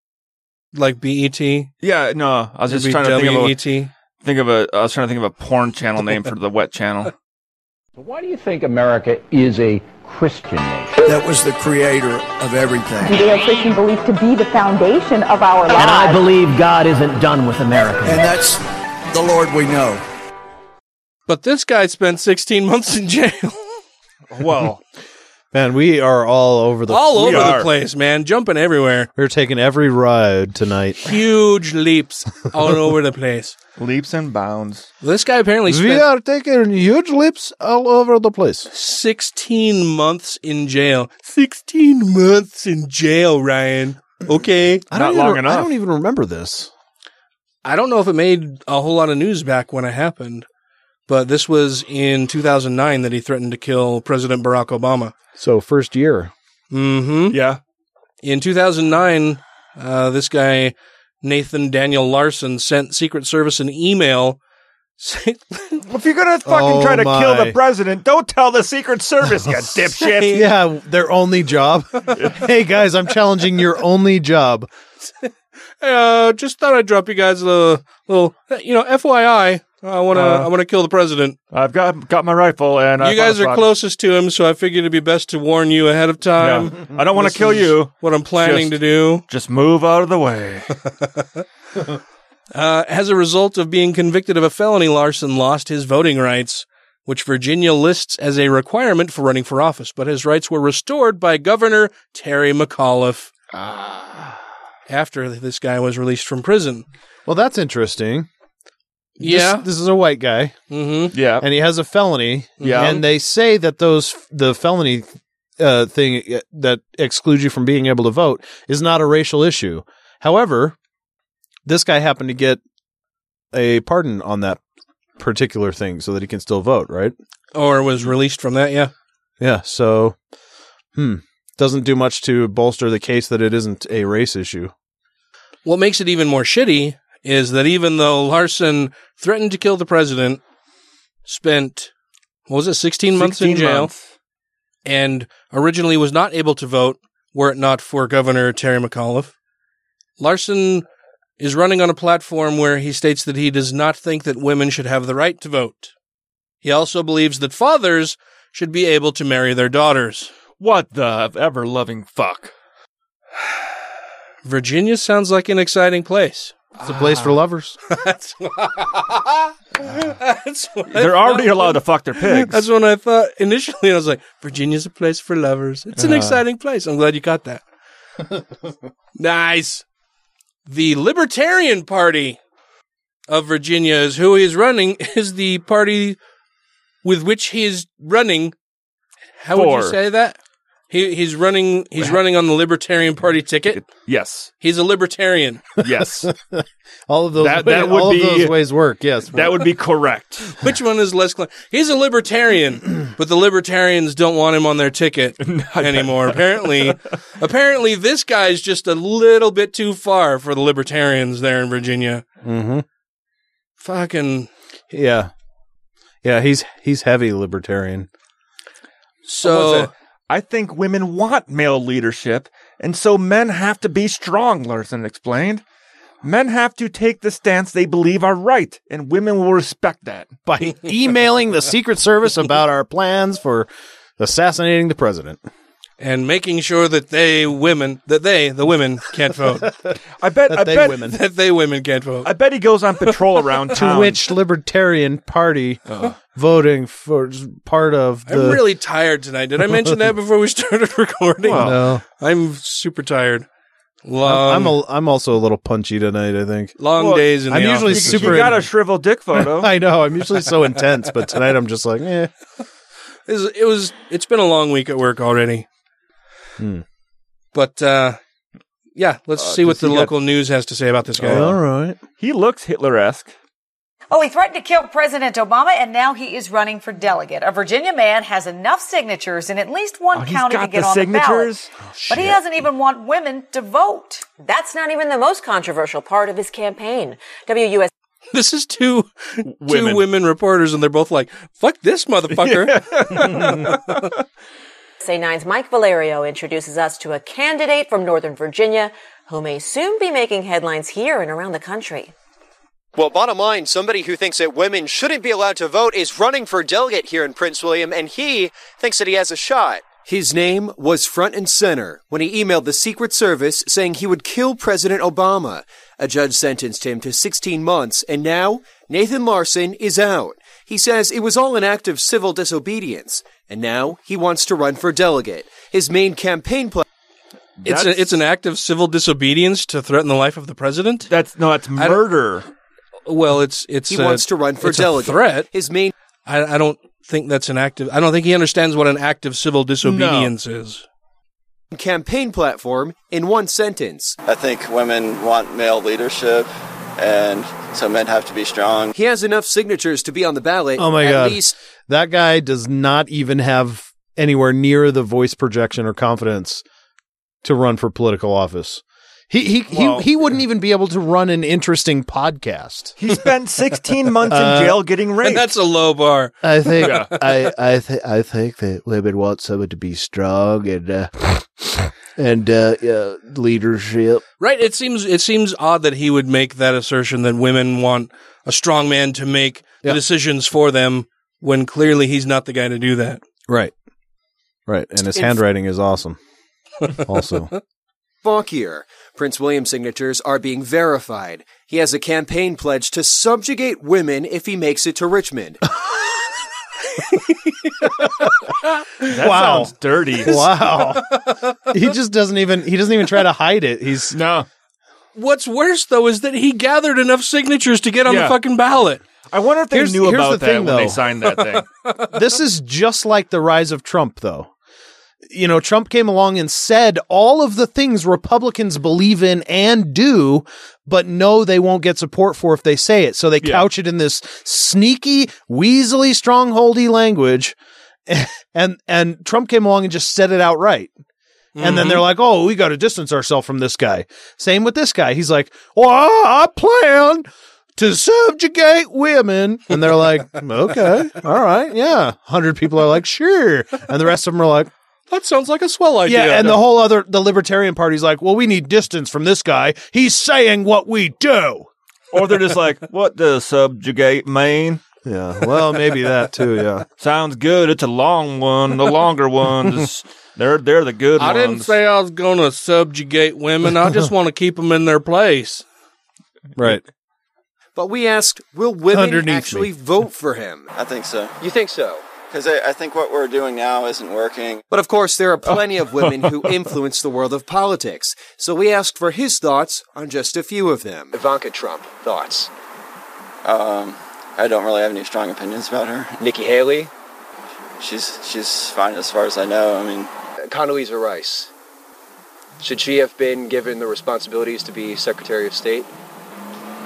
[SPEAKER 3] like E BET?"
[SPEAKER 1] Yeah, no, I was just
[SPEAKER 3] Maybe
[SPEAKER 1] trying to think of a,
[SPEAKER 3] WET.
[SPEAKER 1] think of a. I was trying to think of a porn channel name for the wet channel.
[SPEAKER 9] Why do you think America is a Christian nation?
[SPEAKER 10] that was the creator of everything.
[SPEAKER 11] Judeo-Christian belief to be the foundation of our
[SPEAKER 10] And I
[SPEAKER 11] lives.
[SPEAKER 10] believe God isn't done with America. And that's the Lord we know.
[SPEAKER 3] But this guy spent 16 months in jail.
[SPEAKER 1] Well,
[SPEAKER 2] Man, we are all over the
[SPEAKER 3] All over the place, man. Jumping everywhere.
[SPEAKER 2] We're taking every ride tonight.
[SPEAKER 3] Huge leaps all over the place.
[SPEAKER 1] Leaps and bounds.
[SPEAKER 3] This guy apparently
[SPEAKER 4] We
[SPEAKER 3] spent
[SPEAKER 4] are taking huge leaps all over the place.
[SPEAKER 3] 16 months in jail. 16 months in jail, Ryan. Okay.
[SPEAKER 2] I don't even, I don't even remember this.
[SPEAKER 3] I don't know if it made a whole lot of news back when it happened, but this was in 2009 that he threatened to kill President Barack Obama.
[SPEAKER 4] So first year.
[SPEAKER 3] Mm-hmm.
[SPEAKER 1] Yeah.
[SPEAKER 3] In 2009, uh, this guy Nathan Daniel Larson sent Secret Service an email. saying-
[SPEAKER 1] If you're gonna fucking
[SPEAKER 3] Oh
[SPEAKER 1] try to kill
[SPEAKER 3] my.
[SPEAKER 1] the president, don't tell the Secret Service, you dipshit.
[SPEAKER 2] Yeah, their only job. hey guys, I'm challenging your only job.
[SPEAKER 3] uh, just thought I'd drop you guys a little, you know, FYI. I want to,
[SPEAKER 1] Uh,
[SPEAKER 3] I want to kill the president.
[SPEAKER 1] I've got got my rifle, and I
[SPEAKER 3] you guys
[SPEAKER 1] thought
[SPEAKER 3] are
[SPEAKER 1] about-
[SPEAKER 3] closest to him, so I figured it'd be best to warn you ahead of time.
[SPEAKER 1] I don't wanna
[SPEAKER 3] This
[SPEAKER 1] kill
[SPEAKER 3] is
[SPEAKER 1] you.
[SPEAKER 3] What I'm
[SPEAKER 1] Just-
[SPEAKER 3] planning to do.
[SPEAKER 1] Just move out of the way.
[SPEAKER 3] Uh, as a result of being convicted of a felony, Larson lost his voting rights, which Virginia lists as a requirement for running for office. But his rights were restored by Governor Terry McAuliffe after this guy was released from prison.
[SPEAKER 2] Well, that's interesting. This-
[SPEAKER 3] Yeah.
[SPEAKER 2] this, is a white guy.
[SPEAKER 3] Mm-hmm.
[SPEAKER 1] Yeah,
[SPEAKER 2] and he has a felony.
[SPEAKER 3] Yeah.
[SPEAKER 2] and they say that those the felony uh, thing uh, that excludes you from being able to vote is not a racial issue. However, this guy happened to get a pardon on that particular thing, so that he can still vote, right?
[SPEAKER 3] Or was released from that, yeah.
[SPEAKER 2] Yeah. So, hmm, doesn't do much to bolster the case that it isn't a race issue.
[SPEAKER 3] What makes it even more shitty is that even though Larson threatened to kill the president, spent what was it, sixteen months in
[SPEAKER 1] 16
[SPEAKER 3] jail,
[SPEAKER 1] months.
[SPEAKER 3] and originally was not able to vote were it not for Governor Terry McAuliffe. Larson is running on a platform where he states that he does not think that women should have the right to vote. He also believes that fathers should be able to marry their daughters.
[SPEAKER 1] What the ever loving fuck?
[SPEAKER 3] Virginia sounds like an exciting place.
[SPEAKER 2] It's a place for lovers.
[SPEAKER 3] That's why. That's what I
[SPEAKER 1] They're already
[SPEAKER 3] thought.
[SPEAKER 1] allowed to fuck their pigs.
[SPEAKER 3] That's when I thought initially. I was like, Virginia's a place for lovers. It's an
[SPEAKER 1] Uh-huh.
[SPEAKER 3] exciting place. I'm glad you got that. nice. The Libertarian Party of Virginia is who he's running, is the party with which he is running. How would
[SPEAKER 1] For.
[SPEAKER 3] you say that? He, he's running. He's running on the Libertarian Party ticket.
[SPEAKER 1] Yes,
[SPEAKER 3] he's a libertarian.
[SPEAKER 1] Yes,
[SPEAKER 2] all of those.
[SPEAKER 3] That-
[SPEAKER 2] wa-
[SPEAKER 3] that would
[SPEAKER 2] all
[SPEAKER 3] be-
[SPEAKER 2] of those ways work. Yes,
[SPEAKER 3] That would
[SPEAKER 1] be correct.
[SPEAKER 3] Which one is less? Cl- He's a libertarian, but the libertarians don't want him on their ticket anymore. apparently, apparently, this guy's just a little bit too far for the libertarians there in Virginia.
[SPEAKER 2] Mm-hmm.
[SPEAKER 3] Fucking
[SPEAKER 2] Yeah, yeah. He's he's heavy libertarian.
[SPEAKER 1] So I think women want male leadership, and so men have to be strong, Larson explained. Men have to take the stance they believe are right, and women will respect that.
[SPEAKER 2] By emailing the Secret Service about our plans for assassinating the president.
[SPEAKER 3] and making sure that they women that they the women can't vote.
[SPEAKER 1] I bet
[SPEAKER 2] That
[SPEAKER 1] I
[SPEAKER 2] they
[SPEAKER 1] bet
[SPEAKER 2] women.
[SPEAKER 3] that they women Um, can't vote.
[SPEAKER 1] I bet he goes on patrol around
[SPEAKER 2] to
[SPEAKER 1] town.
[SPEAKER 2] which Libertarian Party voting for part of the.
[SPEAKER 3] uh-huh. I'm really tired tonight. Did I mention that before we started recording?
[SPEAKER 2] Well, No.
[SPEAKER 3] I'm super tired. Long,
[SPEAKER 2] I'm I'm, a, I'm also a little punchy tonight. I think
[SPEAKER 3] long days in
[SPEAKER 2] I'm
[SPEAKER 3] the
[SPEAKER 2] usually
[SPEAKER 3] office.
[SPEAKER 2] super. in-
[SPEAKER 1] shrivel dick
[SPEAKER 2] I know. I'm usually so intense, but tonight I'm just like, eh.
[SPEAKER 3] It was, it was. It's been a long week at work already.
[SPEAKER 2] Hmm.
[SPEAKER 3] But uh, yeah, let's
[SPEAKER 1] Uh,
[SPEAKER 3] see what
[SPEAKER 1] does
[SPEAKER 3] the
[SPEAKER 1] he got-
[SPEAKER 3] local news has to say about this guy.
[SPEAKER 1] All
[SPEAKER 2] right.
[SPEAKER 1] He looks Hitler esque.
[SPEAKER 12] Oh, he threatened to kill President Obama, and now he is running for delegate. A Virginia man has enough signatures in at least one
[SPEAKER 1] Oh, he's
[SPEAKER 12] county to
[SPEAKER 1] got
[SPEAKER 12] get
[SPEAKER 1] the
[SPEAKER 12] on
[SPEAKER 1] signatures?
[SPEAKER 12] the ballot. but he doesn't even want women to vote. That's not even the most controversial part of his campaign. WUS.
[SPEAKER 3] This is two
[SPEAKER 12] Women.
[SPEAKER 3] two women reporters, and they're both like, "Fuck this motherfucker."
[SPEAKER 12] Say9's Mike Valerio introduces us to a candidate from Northern Virginia who may soon be making headlines here and around the country.
[SPEAKER 13] Well, bottom line, somebody who thinks that women shouldn't be allowed to vote is running for delegate here in Prince William, and he thinks that he has a shot. His name was front and center when he emailed the Secret Service saying he would kill President Obama. A judge sentenced him to 16 months, and now Nathan Larson is out. He says it was all an act of civil disobedience, and now he wants to run for delegate. His main campaign plan.
[SPEAKER 3] it's a, it's an act of civil disobedience to threaten the life of the president.
[SPEAKER 1] That's no, that's
[SPEAKER 3] murder. Well, it's it's
[SPEAKER 13] He
[SPEAKER 3] a-
[SPEAKER 13] wants to run for
[SPEAKER 3] it's a
[SPEAKER 13] delegate.
[SPEAKER 3] threat.
[SPEAKER 13] His main.
[SPEAKER 3] I, I don't think that's an act of. I don't think he understands what an act of civil disobedience is.
[SPEAKER 13] campaign platform in one sentence.
[SPEAKER 14] I think women want male leadership, and so men have to be strong.
[SPEAKER 13] He has enough signatures to be on the ballot.
[SPEAKER 2] Oh my
[SPEAKER 13] at
[SPEAKER 2] god,
[SPEAKER 13] Least
[SPEAKER 2] that guy does not even have anywhere near the voice projection or confidence to run for political office. He he
[SPEAKER 1] Well-
[SPEAKER 2] he, he wouldn't even be able to run an interesting podcast.
[SPEAKER 1] He spent 16 months
[SPEAKER 2] Uh,
[SPEAKER 1] in jail getting raped.
[SPEAKER 3] And that's a low bar.
[SPEAKER 4] I think
[SPEAKER 1] Yeah.
[SPEAKER 4] I I think I think that women want someone to be strong and uh, and uh, yeah, leadership.
[SPEAKER 3] Right. It seems it seems odd that he would make that assertion that women want a strong man to make the decisions for them when clearly he's not the guy to do that.
[SPEAKER 2] Right, right, and his
[SPEAKER 13] It's-
[SPEAKER 2] handwriting is awesome. Also,
[SPEAKER 13] funkier. Prince William's signatures are being verified. He has a campaign pledge to subjugate women if he makes it to Richmond.
[SPEAKER 1] That
[SPEAKER 2] Wow.
[SPEAKER 1] sounds dirty.
[SPEAKER 2] Wow. he just doesn't even he doesn't even try to hide it. He's
[SPEAKER 1] no.
[SPEAKER 3] What's worse though is that he gathered enough signatures to get on
[SPEAKER 2] Yeah.
[SPEAKER 3] the fucking ballot.
[SPEAKER 1] I wonder if
[SPEAKER 2] they Here's- knew here's about the that thing, when they though. signed
[SPEAKER 1] that thing.
[SPEAKER 2] this is just like the rise of Trump, though. You know, Trump came along and said all of the things Republicans believe in and do, but know they won't get support for if they say it. So they couch it in this sneaky, weaselly, strongholdy language. And and Trump came along and just said it outright. And then
[SPEAKER 15] Mhm.
[SPEAKER 2] they're like, "Oh, we got to distance ourselves from this guy." Same with this guy. He's like, "Well, I plan to subjugate women," and they're like, "Okay, all right, yeah." Hundred people are like, "Sure," and the rest of them are like,
[SPEAKER 3] "That sounds like a swell
[SPEAKER 2] idea." Yeah, and the whole other the Libertarian Party's like, "Well, we need distance from this guy. He's saying what we do."
[SPEAKER 1] or they're just like, what does subjugate mean?
[SPEAKER 2] Yeah, well, maybe that too. Yeah,
[SPEAKER 1] sounds good. It's a long one. The longer ones, they're they're the good
[SPEAKER 3] I
[SPEAKER 1] ones.
[SPEAKER 3] didn't say I was going to subjugate women. I just want to keep them in their place.
[SPEAKER 2] Right.
[SPEAKER 13] But we asked, will women
[SPEAKER 3] Underneath me.
[SPEAKER 13] actually vote for him?
[SPEAKER 14] I think so.
[SPEAKER 13] You think so?
[SPEAKER 14] Because I, I think what we're doing now isn't working.
[SPEAKER 13] But of course, there are
[SPEAKER 3] Oh.
[SPEAKER 13] plenty of women who influence the world of politics, so we asked for his thoughts on just a few of them.
[SPEAKER 16] Ivanka Trump, thoughts?
[SPEAKER 14] Um, I don't really have any strong opinions about her.
[SPEAKER 16] Nikki Haley?
[SPEAKER 14] She's she's fine as far as I know. I mean,
[SPEAKER 16] Condoleezza Rice. Should she have been given the responsibilities to be Secretary of State?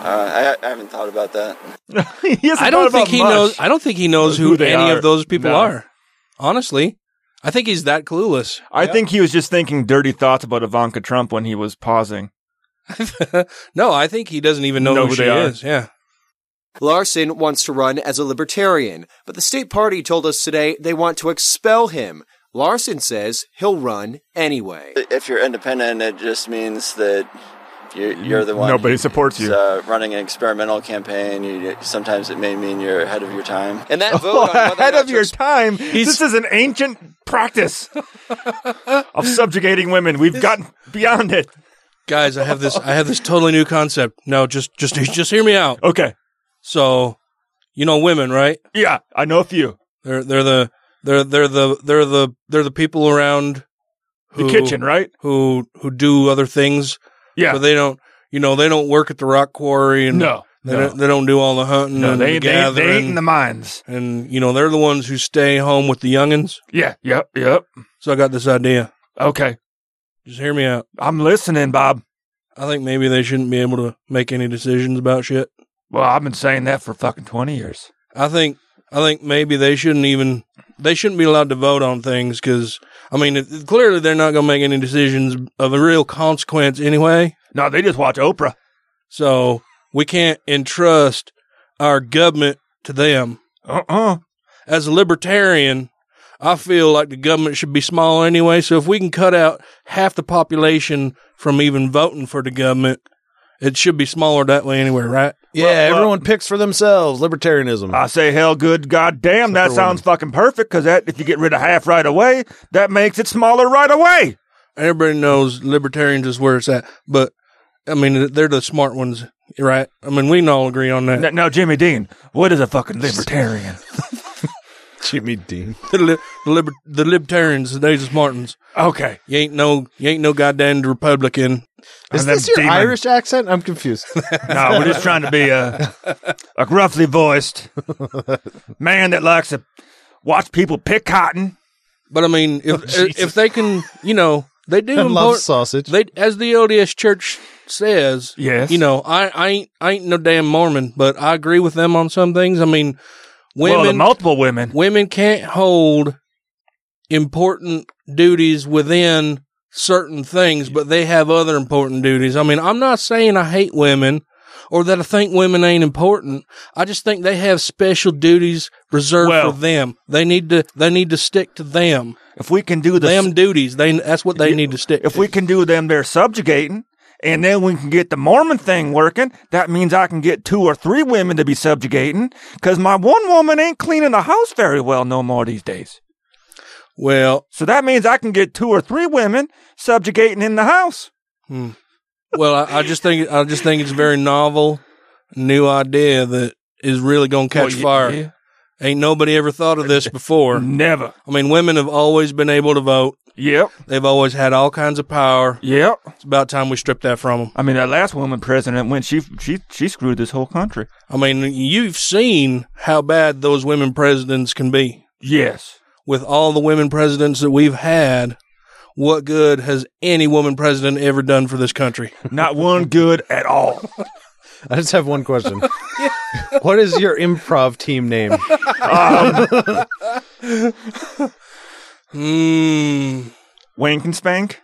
[SPEAKER 14] Uh, I, I haven't thought about that.
[SPEAKER 3] I don't think he knows. I don't think he knows
[SPEAKER 1] Who
[SPEAKER 3] who,
[SPEAKER 1] they
[SPEAKER 3] any
[SPEAKER 1] are.
[SPEAKER 3] of those people
[SPEAKER 1] No.
[SPEAKER 3] are. Honestly, I think he's that clueless.
[SPEAKER 1] I think he was just thinking dirty thoughts about Ivanka Trump when he was pausing.
[SPEAKER 3] no, I think he doesn't even know,
[SPEAKER 1] Know
[SPEAKER 3] who,
[SPEAKER 1] who
[SPEAKER 3] she
[SPEAKER 1] they are.
[SPEAKER 3] is. Yeah.
[SPEAKER 13] Larson wants to run as a libertarian, but the state party told us today they want to expel him. Larson says he'll run anyway.
[SPEAKER 14] if you're independent, it just means that you, you're the one.
[SPEAKER 1] Nobody
[SPEAKER 14] who
[SPEAKER 1] supports
[SPEAKER 14] is,
[SPEAKER 1] you.
[SPEAKER 14] Uh, running an experimental campaign. You, sometimes it may mean you're ahead of your time.
[SPEAKER 13] And that
[SPEAKER 14] vote on whether or
[SPEAKER 1] ahead
[SPEAKER 14] not
[SPEAKER 1] of your time. This is an ancient practice of subjugating women. We've gotten beyond it.
[SPEAKER 3] Guys, I have this. I have this totally new concept. No, just just just hear me out.
[SPEAKER 1] Okay.
[SPEAKER 3] So, you know women, right?
[SPEAKER 1] Yeah, I know a few.
[SPEAKER 3] They're they're the they're they're the they're the they're the people around
[SPEAKER 1] The kitchen, right?
[SPEAKER 3] Who who do other things?
[SPEAKER 1] Yeah.
[SPEAKER 3] but they don't. You know, they don't work at the rock quarry, and
[SPEAKER 1] No,
[SPEAKER 3] they,
[SPEAKER 1] no.
[SPEAKER 3] Don't, they don't do all the hunting.
[SPEAKER 1] No,
[SPEAKER 3] and
[SPEAKER 1] they-
[SPEAKER 3] the
[SPEAKER 1] they- they ain't
[SPEAKER 3] gathering.
[SPEAKER 1] in the mines,
[SPEAKER 3] and you know they're the ones who stay home with the youngins.
[SPEAKER 1] Yeah, yep, yep.
[SPEAKER 3] So I got this idea.
[SPEAKER 1] Okay.
[SPEAKER 3] Just hear me out.
[SPEAKER 1] I'm listening, Bob.
[SPEAKER 3] I think maybe they shouldn't be able to make any decisions about shit.
[SPEAKER 1] Well, I've been saying that for fucking 20 years.
[SPEAKER 3] I think I think maybe they shouldn't even they shouldn't be allowed to vote on things because I mean it, clearly they're not going to make any decisions of a real consequence anyway.
[SPEAKER 1] No, they just watch Oprah.
[SPEAKER 3] So we can't entrust our government to them.
[SPEAKER 1] Uh uh
[SPEAKER 3] As a libertarian, I feel like the government should be small anyway. So if we can cut out half the population from even voting for the government, it should be smaller that way anyway, right?
[SPEAKER 2] Yeah, everyone picks for themselves. Libertarianism.
[SPEAKER 1] I say, hell, good goddamn, that
[SPEAKER 2] for
[SPEAKER 1] sounds fucking perfect because that if you get rid of half right away, that makes it smaller right away.
[SPEAKER 3] Everybody knows libertarians is where it's at, but I mean they're the smart ones, right? I mean we can all agree on that.
[SPEAKER 1] Now, now, Jimmy Dean, what is a fucking libertarian?
[SPEAKER 2] Jimmy Dean.
[SPEAKER 3] the, li- the, liber- the libertarians, they're the smart ones.
[SPEAKER 1] Okay,
[SPEAKER 3] you ain't no you ain't no goddamn Republican.
[SPEAKER 2] Is this your Irish accent? I'm confused.
[SPEAKER 1] no, we're just trying to be a, a gruffly voiced man that likes to watch people pick cotton.
[SPEAKER 3] But I mean, if if they can, you know, they do
[SPEAKER 2] And love
[SPEAKER 3] import-
[SPEAKER 2] sausage.
[SPEAKER 3] They as the LDS Church says,
[SPEAKER 1] Yes.
[SPEAKER 3] You know, I, I ain't I ain't no damn Mormon, but I agree with them on some things. I mean, women,
[SPEAKER 1] well, the multiple women.
[SPEAKER 3] women can't hold important duties within certain things, but they have other important duties. I mean, I'm not saying I hate women or that I think women ain't important. I just think they have special duties reserved
[SPEAKER 1] Well-
[SPEAKER 3] for them. They need to they need to stick to them.
[SPEAKER 1] If we can do the
[SPEAKER 3] them duties, they that's what they
[SPEAKER 1] You-
[SPEAKER 3] need to stick.
[SPEAKER 1] If we can do them, they're subjugating, and then we can get the Mormon thing working. That means I can get two or three women to be subjugating because my one woman ain't cleaning the house very well no more these days.
[SPEAKER 3] Well,
[SPEAKER 1] So that means I can get two or three women subjugating in the house.
[SPEAKER 3] well, I, I just think I just think it's a very novel, new idea that is really going to catch
[SPEAKER 1] Well, yeah,
[SPEAKER 3] fire.
[SPEAKER 1] yeah. Mm-hmm.
[SPEAKER 3] Ain't nobody ever thought of this before.
[SPEAKER 1] Never.
[SPEAKER 3] I mean, women have always been able to vote.
[SPEAKER 1] Yep.
[SPEAKER 3] They've always had all kinds of power.
[SPEAKER 1] Yep.
[SPEAKER 3] It's about time we stripped that from them.
[SPEAKER 1] I mean, that last woman president, when she she she screwed this whole country.
[SPEAKER 3] I mean, you've seen how bad those women presidents can be.
[SPEAKER 1] Yes.
[SPEAKER 3] With all the women presidents that we've had, what good has any woman president ever done for this country?
[SPEAKER 1] Not one good at all.
[SPEAKER 2] I just have one question. what is your improv team name?
[SPEAKER 1] Mm.
[SPEAKER 3] Hmm.
[SPEAKER 1] Wank and spank.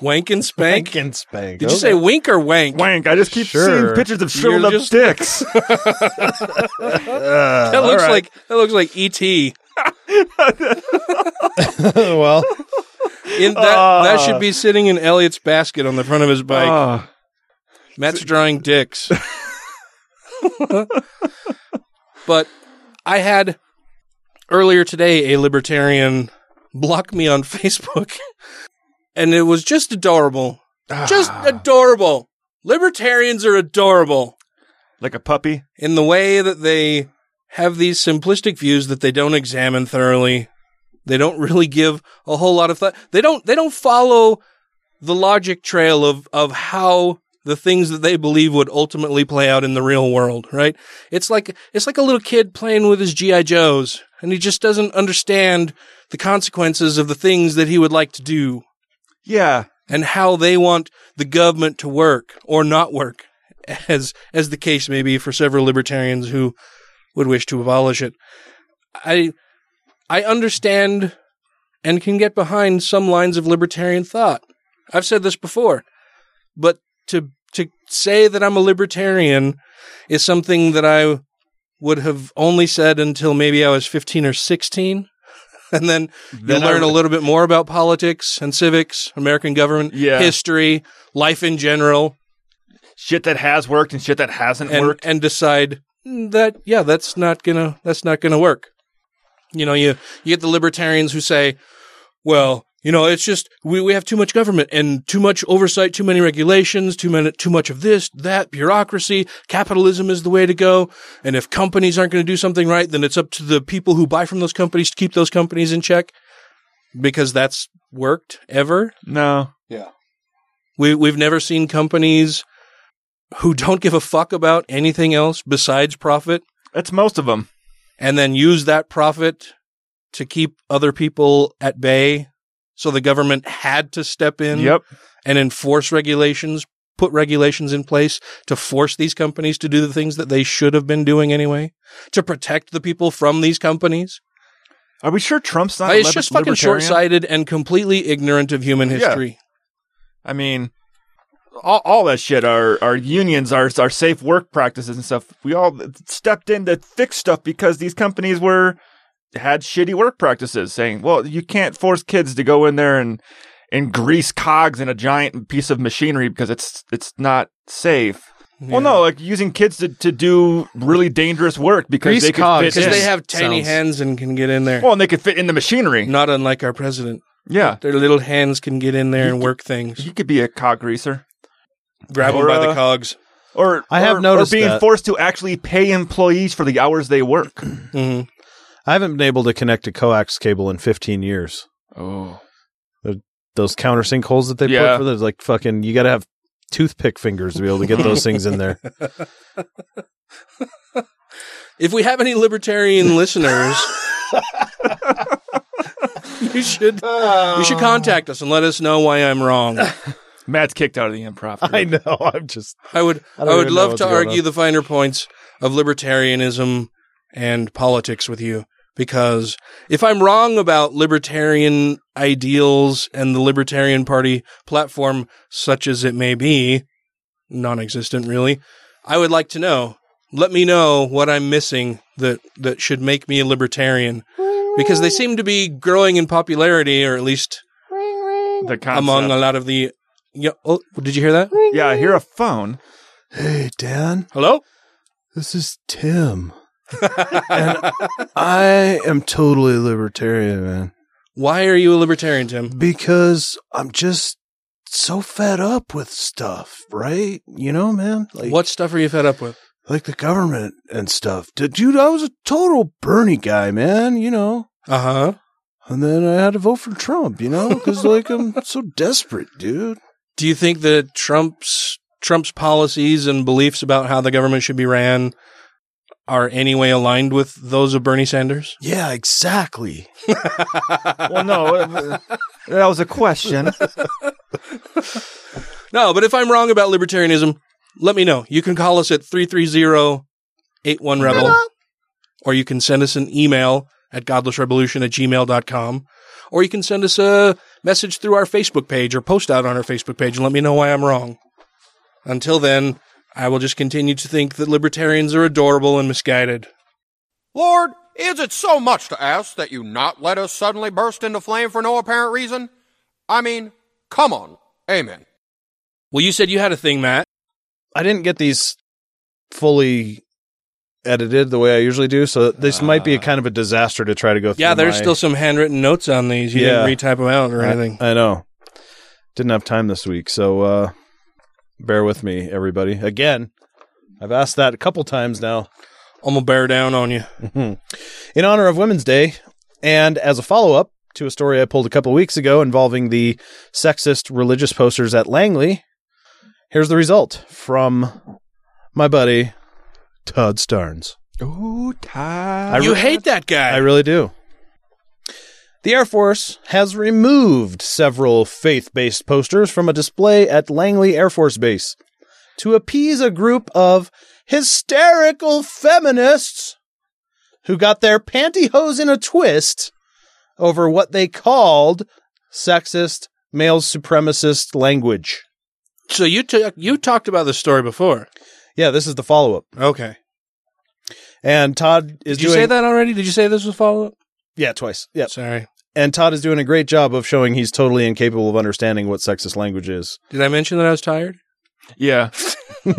[SPEAKER 3] Wank and spank.
[SPEAKER 2] and spank.
[SPEAKER 3] Did you say wink or wank?
[SPEAKER 1] Wank. I just keep
[SPEAKER 2] Sure.
[SPEAKER 1] seeing pictures of shriveled
[SPEAKER 3] You're
[SPEAKER 1] up
[SPEAKER 3] just-
[SPEAKER 1] sticks. Uh,
[SPEAKER 3] That
[SPEAKER 1] all
[SPEAKER 3] looks
[SPEAKER 1] right.
[SPEAKER 3] like that looks like E ET. In
[SPEAKER 2] Oh, well,
[SPEAKER 3] that
[SPEAKER 1] Ah.
[SPEAKER 3] that should be sitting in Elliot's basket on the front of his bike.
[SPEAKER 1] Ah.
[SPEAKER 3] Matt's drawing dicks. but I had earlier today a libertarian block me on Facebook, and it was just adorable.
[SPEAKER 1] Ah.
[SPEAKER 3] Just adorable. Libertarians are adorable
[SPEAKER 1] like a puppy.
[SPEAKER 3] in the way that they have these simplistic views that they don't examine thoroughly. They don't really give a whole lot of thought. They don't they don't follow the logic trail of of how the things that they believe would ultimately play out in the real world, right? It's like it's like a little kid playing with his GI Joes and he just doesn't understand the consequences of the things that he would like to do.
[SPEAKER 1] Yeah,
[SPEAKER 3] and how they want the government to work or not work as as the case may be for several libertarians who would wish to abolish it. I I understand and can get behind some lines of libertarian thought. I've said this before, but to to say that I'm a libertarian is something that I would have only said until maybe I was 15 or 16. And then,
[SPEAKER 1] Then
[SPEAKER 3] you
[SPEAKER 1] I
[SPEAKER 3] learn a
[SPEAKER 1] would-
[SPEAKER 3] little bit more about politics and civics, American government,
[SPEAKER 1] Yeah.
[SPEAKER 3] history, life in general,
[SPEAKER 1] shit that has worked and shit that hasn't
[SPEAKER 3] and,
[SPEAKER 1] worked.
[SPEAKER 3] and decide that yeah that's not gonna that's not gonna work you know you you get the libertarians who say well you know it's just we, we have too much government and too much oversight too many regulations too many too much of this that bureaucracy capitalism is the way to go and if companies aren't going to do something right then it's up to the people who buy from those companies to keep those companies in check because that's worked ever
[SPEAKER 1] no
[SPEAKER 3] yeah we we've never seen companies who don't give a fuck about anything else besides profit.
[SPEAKER 1] That's most of them.
[SPEAKER 3] And then use that profit to keep other people at bay. So the government had to step in
[SPEAKER 1] Yep.
[SPEAKER 3] and enforce regulations, put regulations in place to force these companies to do the things that they should have been doing anyway, to protect the people from these companies.
[SPEAKER 1] Are we sure Trump's not a
[SPEAKER 3] It's
[SPEAKER 1] liber-
[SPEAKER 3] just fucking
[SPEAKER 1] Uh, libertarian?
[SPEAKER 3] short sighted and completely ignorant of human
[SPEAKER 1] Yeah.
[SPEAKER 3] history.
[SPEAKER 1] I mean, all, all that shit. Our our unions, our our safe work practices and stuff. We all stepped in to fix stuff because these companies were had shitty work practices, saying, "Well, you can't force kids to go in there and and grease cogs in a giant piece of machinery because it's it's not safe." Well, no, like using kids to, to do really dangerous work because
[SPEAKER 3] Grease
[SPEAKER 1] they could
[SPEAKER 3] cogs
[SPEAKER 1] fit in.
[SPEAKER 3] they have tiny hands and can get in there.
[SPEAKER 1] Well, and they could fit in the machinery.
[SPEAKER 3] Not unlike our president.
[SPEAKER 1] Yeah.
[SPEAKER 3] Their little hands can get in there and work things.
[SPEAKER 1] He could be a cog greaser.
[SPEAKER 3] Grab
[SPEAKER 1] Or,
[SPEAKER 3] them by
[SPEAKER 1] uh,
[SPEAKER 3] the cogs.
[SPEAKER 1] Or
[SPEAKER 2] I have
[SPEAKER 1] or-
[SPEAKER 2] noticed
[SPEAKER 1] or being
[SPEAKER 2] that.
[SPEAKER 1] forced to actually pay employees for the hours they work.
[SPEAKER 2] I haven't been able to connect a coax cable in 15 years.
[SPEAKER 1] Oh.
[SPEAKER 2] The, those countersink holes that they
[SPEAKER 1] Yeah.
[SPEAKER 2] put for those, like fucking, you got to have toothpick fingers to be able to get those things in there.
[SPEAKER 3] If we have any libertarian listeners, you should you should contact us and let us know why I'm wrong.
[SPEAKER 1] Matt's kicked out of the improv.
[SPEAKER 2] I know. I'm just.
[SPEAKER 3] I would
[SPEAKER 2] I
[SPEAKER 3] I,
[SPEAKER 2] don't
[SPEAKER 3] would
[SPEAKER 2] even know
[SPEAKER 3] love
[SPEAKER 2] what's
[SPEAKER 3] to
[SPEAKER 2] going
[SPEAKER 3] argue
[SPEAKER 2] on.
[SPEAKER 3] the finer points of libertarianism and politics with you because if I'm wrong about libertarian ideals and the libertarian party platform such as it may be non-existent really I would like to know let me know what I'm missing that that should make me a libertarian because they seem to be growing in popularity or at least
[SPEAKER 1] The concept.
[SPEAKER 3] among a lot of the yeah, oh, did you hear that?
[SPEAKER 1] Yeah, I hear a phone.
[SPEAKER 4] Hey, Dan.
[SPEAKER 3] Hello?
[SPEAKER 4] This is Tim. and I am totally libertarian, man.
[SPEAKER 3] Why are you a libertarian, Tim?
[SPEAKER 4] Because I'm just so fed up with stuff, right? You know, man? Like
[SPEAKER 3] What stuff are you fed up with?
[SPEAKER 4] like the government and stuff. Dude, dude, I was a total Bernie guy, man, you know.
[SPEAKER 3] Uh-huh.
[SPEAKER 4] And then I had to vote for Trump, you know, cuz like I'm so desperate, dude.
[SPEAKER 3] Do you think that Trump's Trump's policies and beliefs about how the government should be ran are any way aligned with those of Bernie Sanders?
[SPEAKER 4] Yeah, exactly.
[SPEAKER 1] well, no, uh, that was a question.
[SPEAKER 3] No, but if I'm wrong about libertarianism, let me know. You can call us at 330-81-REBEL, or you can send us an email at godlessrevolution at gmail.com, or you can send us a message through our Facebook page or post out on our Facebook page and let me know why I'm wrong. Until then, I will just continue to think that libertarians are adorable and misguided.
[SPEAKER 17] Lord, is it so much to ask that you not let us suddenly burst into flame for no apparent reason? I mean, come on. Amen.
[SPEAKER 3] Well, you said you had a thing, Matt.
[SPEAKER 2] I didn't get these fully edited the way I usually do, so this might be a kind of a disaster to try to go through.
[SPEAKER 3] Ah. Yeah, there's
[SPEAKER 2] my-
[SPEAKER 3] still some handwritten notes on these. You didn't retype them out or
[SPEAKER 2] I-
[SPEAKER 3] anything.
[SPEAKER 2] I, know. Didn't have time this week, so uh bear with me, everybody. Again, I've asked that a couple times now.
[SPEAKER 3] I'm gonna bear down on you.
[SPEAKER 2] Mhm. In honor of Women's Day, and as a follow up to a story I pulled a couple weeks ago involving the sexist religious posters at Langley, here's the result from my buddy Todd Starnes.
[SPEAKER 1] Ooh, Todd.
[SPEAKER 2] I
[SPEAKER 3] you
[SPEAKER 2] re-
[SPEAKER 3] hate that guy.
[SPEAKER 2] I really do. The Air Force has removed several faith based posters from a display at Langley Air Force Base to appease a group of hysterical feminists who got their pantyhose in a twist over what they called sexist male supremacist language.
[SPEAKER 3] So you took you talked about this story before.
[SPEAKER 2] Yeah, this is the follow up.
[SPEAKER 3] Okay.
[SPEAKER 2] And Todd is
[SPEAKER 3] Did you
[SPEAKER 2] doing
[SPEAKER 3] say that already? Did you say this was follow up?
[SPEAKER 2] Yeah, twice. Yeah.
[SPEAKER 3] Sorry.
[SPEAKER 2] And Todd is doing a great job of showing he's totally incapable of understanding what sexist language is.
[SPEAKER 3] Did I mention that I was tired?
[SPEAKER 1] Yeah.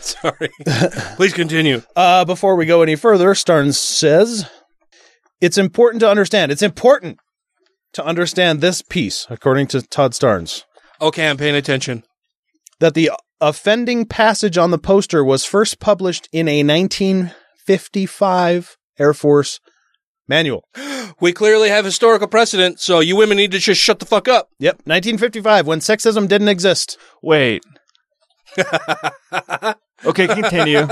[SPEAKER 3] Sorry. Please continue.
[SPEAKER 2] Uh, before we go any further, Starnes says it's important to understand. It's important to understand this piece, according to Todd Starnes.
[SPEAKER 3] Uh, Okay, I'm paying attention.
[SPEAKER 2] that the offending passage on the poster was first published in a 1955 Air Force manual.
[SPEAKER 3] We clearly have historical precedent, so you women need to just shut the fuck up.
[SPEAKER 2] Yep, 1955, when sexism didn't exist.
[SPEAKER 1] Wait. okay, continue.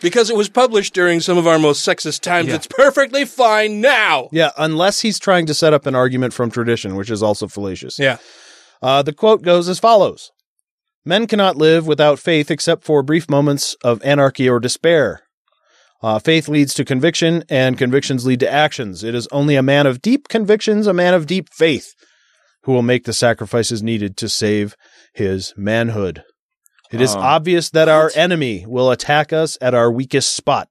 [SPEAKER 3] Because it was published during some of our most sexist times, it's perfectly fine now.
[SPEAKER 2] Yeah, unless he's trying to set up an argument from tradition, which is also fallacious.
[SPEAKER 3] Yeah.
[SPEAKER 2] Uh, the quote goes as follows Men cannot live without faith except for brief moments of anarchy or despair. Uh, faith leads to conviction, and convictions lead to actions. It is only a man of deep convictions, a man of deep faith, who will make the sacrifices needed to save his manhood. It is
[SPEAKER 1] Oh.
[SPEAKER 2] obvious that our enemy will attack us at our weakest spot.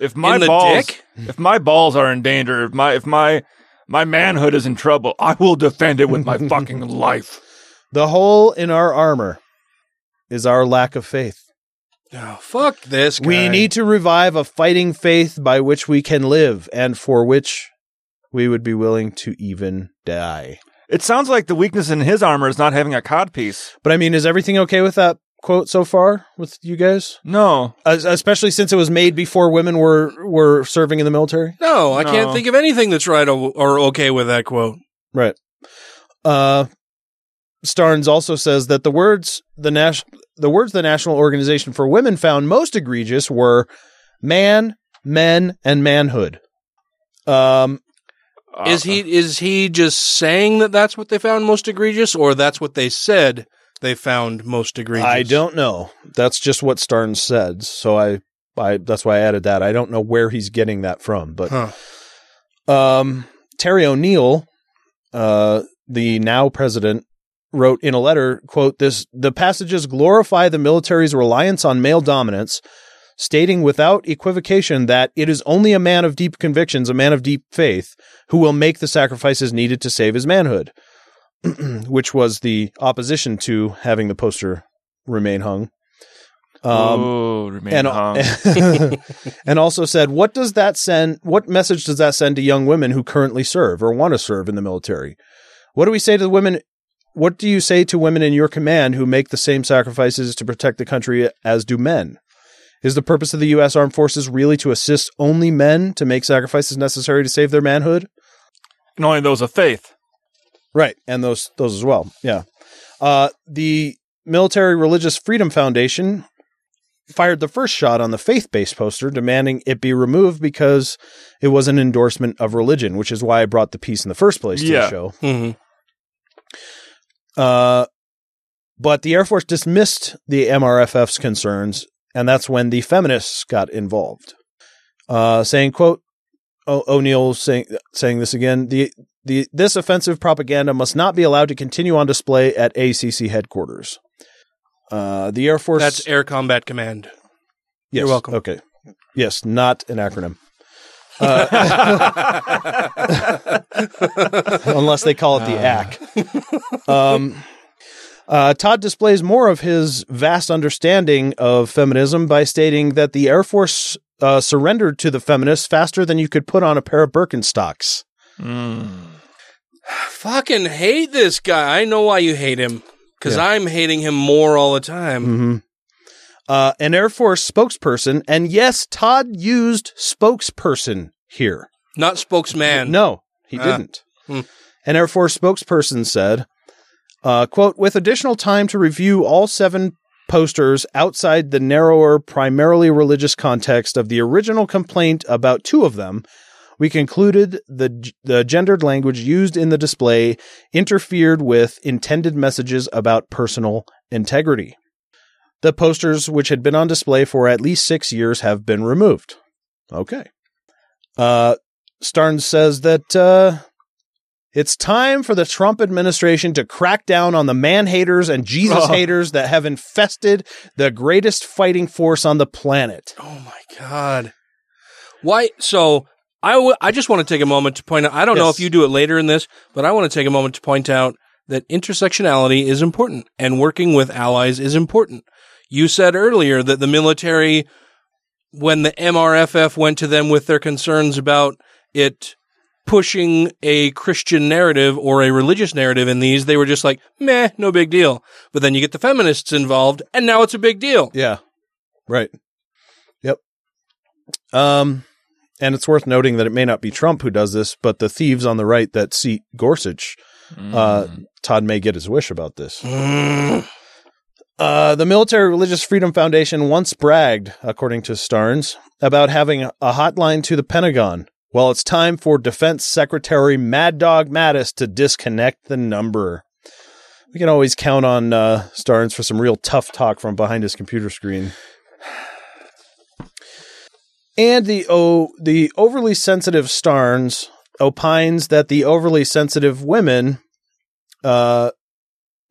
[SPEAKER 1] If my
[SPEAKER 2] In the
[SPEAKER 1] balls,
[SPEAKER 2] dick?
[SPEAKER 1] if my balls are in danger, if my if my my manhood is in trouble, I will defend it with my fucking life.
[SPEAKER 2] The hole in our armor is our lack of faith.
[SPEAKER 3] Oh, fuck this guy.
[SPEAKER 2] We need to revive a fighting faith by which we can live and for which we would be willing to even die.
[SPEAKER 1] It sounds like the weakness in his armor is not having a codpiece.
[SPEAKER 2] But I mean, is everything okay with that quote so far with you guys?
[SPEAKER 1] No,
[SPEAKER 2] especially since it was made before women were were serving in the military.
[SPEAKER 3] No, I
[SPEAKER 2] No.
[SPEAKER 3] can't think of anything that's right or, or okay with that quote.
[SPEAKER 2] Right. Uh, Starnes also says that the words the nas- the words the National Organization for Women found most egregious were man, men, and manhood. Um,
[SPEAKER 3] is
[SPEAKER 2] Uh,
[SPEAKER 3] he is he just saying that that's what they found most egregious, or that's what they said they found most egregious?
[SPEAKER 2] I don't know. That's just what Starnes said. So I, I that's why I added that. I don't know where he's getting that from, but um, Terry O'Neill, uh, the now president, wrote in a letter, "quote This the passages glorify the military's reliance on male dominance." Stating without equivocation that it is only a man of deep convictions, a man of deep faith, who will make the sacrifices needed to save his manhood which was the opposition to having the poster remain hung.
[SPEAKER 1] Ooh, remain
[SPEAKER 2] Um, and,
[SPEAKER 1] hung.
[SPEAKER 2] and also said, what does that send? What message does that send to young women who currently serve or want to serve in the military? What do we say to the women? What do you say to women in your command who make the same sacrifices to protect the country as do men? Is the purpose of the U.S. Armed Forces really to assist only men to make sacrifices necessary to save their manhood?
[SPEAKER 1] And only those of faith.
[SPEAKER 2] Right, and those those as well. Yeah, uh, the Military Religious Freedom Foundation fired the first shot on the faith-based poster, demanding it be removed because it was an endorsement of religion, which is why I brought the piece in the first place to the
[SPEAKER 1] Yeah.
[SPEAKER 2] show. Uh, but the Air Force dismissed the MRFF's concerns, and that's when the feminists got involved, uh, saying, "quote o- O'Neill saying saying this again the the this offensive propaganda must not be allowed to continue on display at ACC headquarters." Uh, the Air Force.
[SPEAKER 3] That's Air Combat Command.
[SPEAKER 2] Yes.
[SPEAKER 3] You're welcome.
[SPEAKER 2] Okay. Yes, not an acronym. Uh, unless they call it the
[SPEAKER 3] Ah.
[SPEAKER 2] ACK. Um, uh, Todd displays more of his vast understanding of feminism by stating that the Air Force uh, surrendered to the feminists faster than you could put on a pair of Birkenstocks.
[SPEAKER 3] Fucking hate this guy. I know why you hate him because
[SPEAKER 2] Yeah.
[SPEAKER 3] I'm hating him more all the time.
[SPEAKER 2] Mhm. uh, an Air Force spokesperson. And yes, Todd used spokesperson here.
[SPEAKER 3] Not spokesman.
[SPEAKER 2] No, he
[SPEAKER 3] Ah.
[SPEAKER 2] didn't.
[SPEAKER 3] Hmm.
[SPEAKER 2] An Air Force spokesperson said, uh, quote, with additional time to review all seven posters outside the narrower, primarily religious context of the original complaint about two of them, we concluded the, g- the gendered language used in the display interfered with intended messages about personal integrity. The posters, which had been on display for at least six years, have been removed. Okay. Uh, Starnes says that uh, it's time for the Trump administration to crack down on the man haters and Jesus
[SPEAKER 3] Oh.
[SPEAKER 2] haters that have infested the greatest fighting force on the planet.
[SPEAKER 3] Oh God. Why? So I, w- I just want to take a moment to point out. I don't know
[SPEAKER 2] Yes.
[SPEAKER 3] if you do it later in this, but I want to take a moment to point out that intersectionality is important and working with allies is important. You said earlier that the military, when the MRFF went to them with their concerns about it pushing a Christian narrative or a religious narrative in these, they were just like, meh, no big deal. But then you get the feminists involved, and now it's a big deal.
[SPEAKER 2] Yeah. Right. Yep. Um, and it's worth noting that it may not be Trump who does this, but the thieves on the right that seat Gorsuch, uh, Todd may get his wish about this. Uh, the Military Religious Freedom Foundation once bragged, according to Starnes, about having a hotline to the Pentagon. Well, it's time for Defense Secretary Mad Dog Mattis to disconnect the number. We can always count on uh, Starnes for some real tough talk from behind his computer screen. And the o- the overly sensitive Starnes opines that the overly sensitive women uh,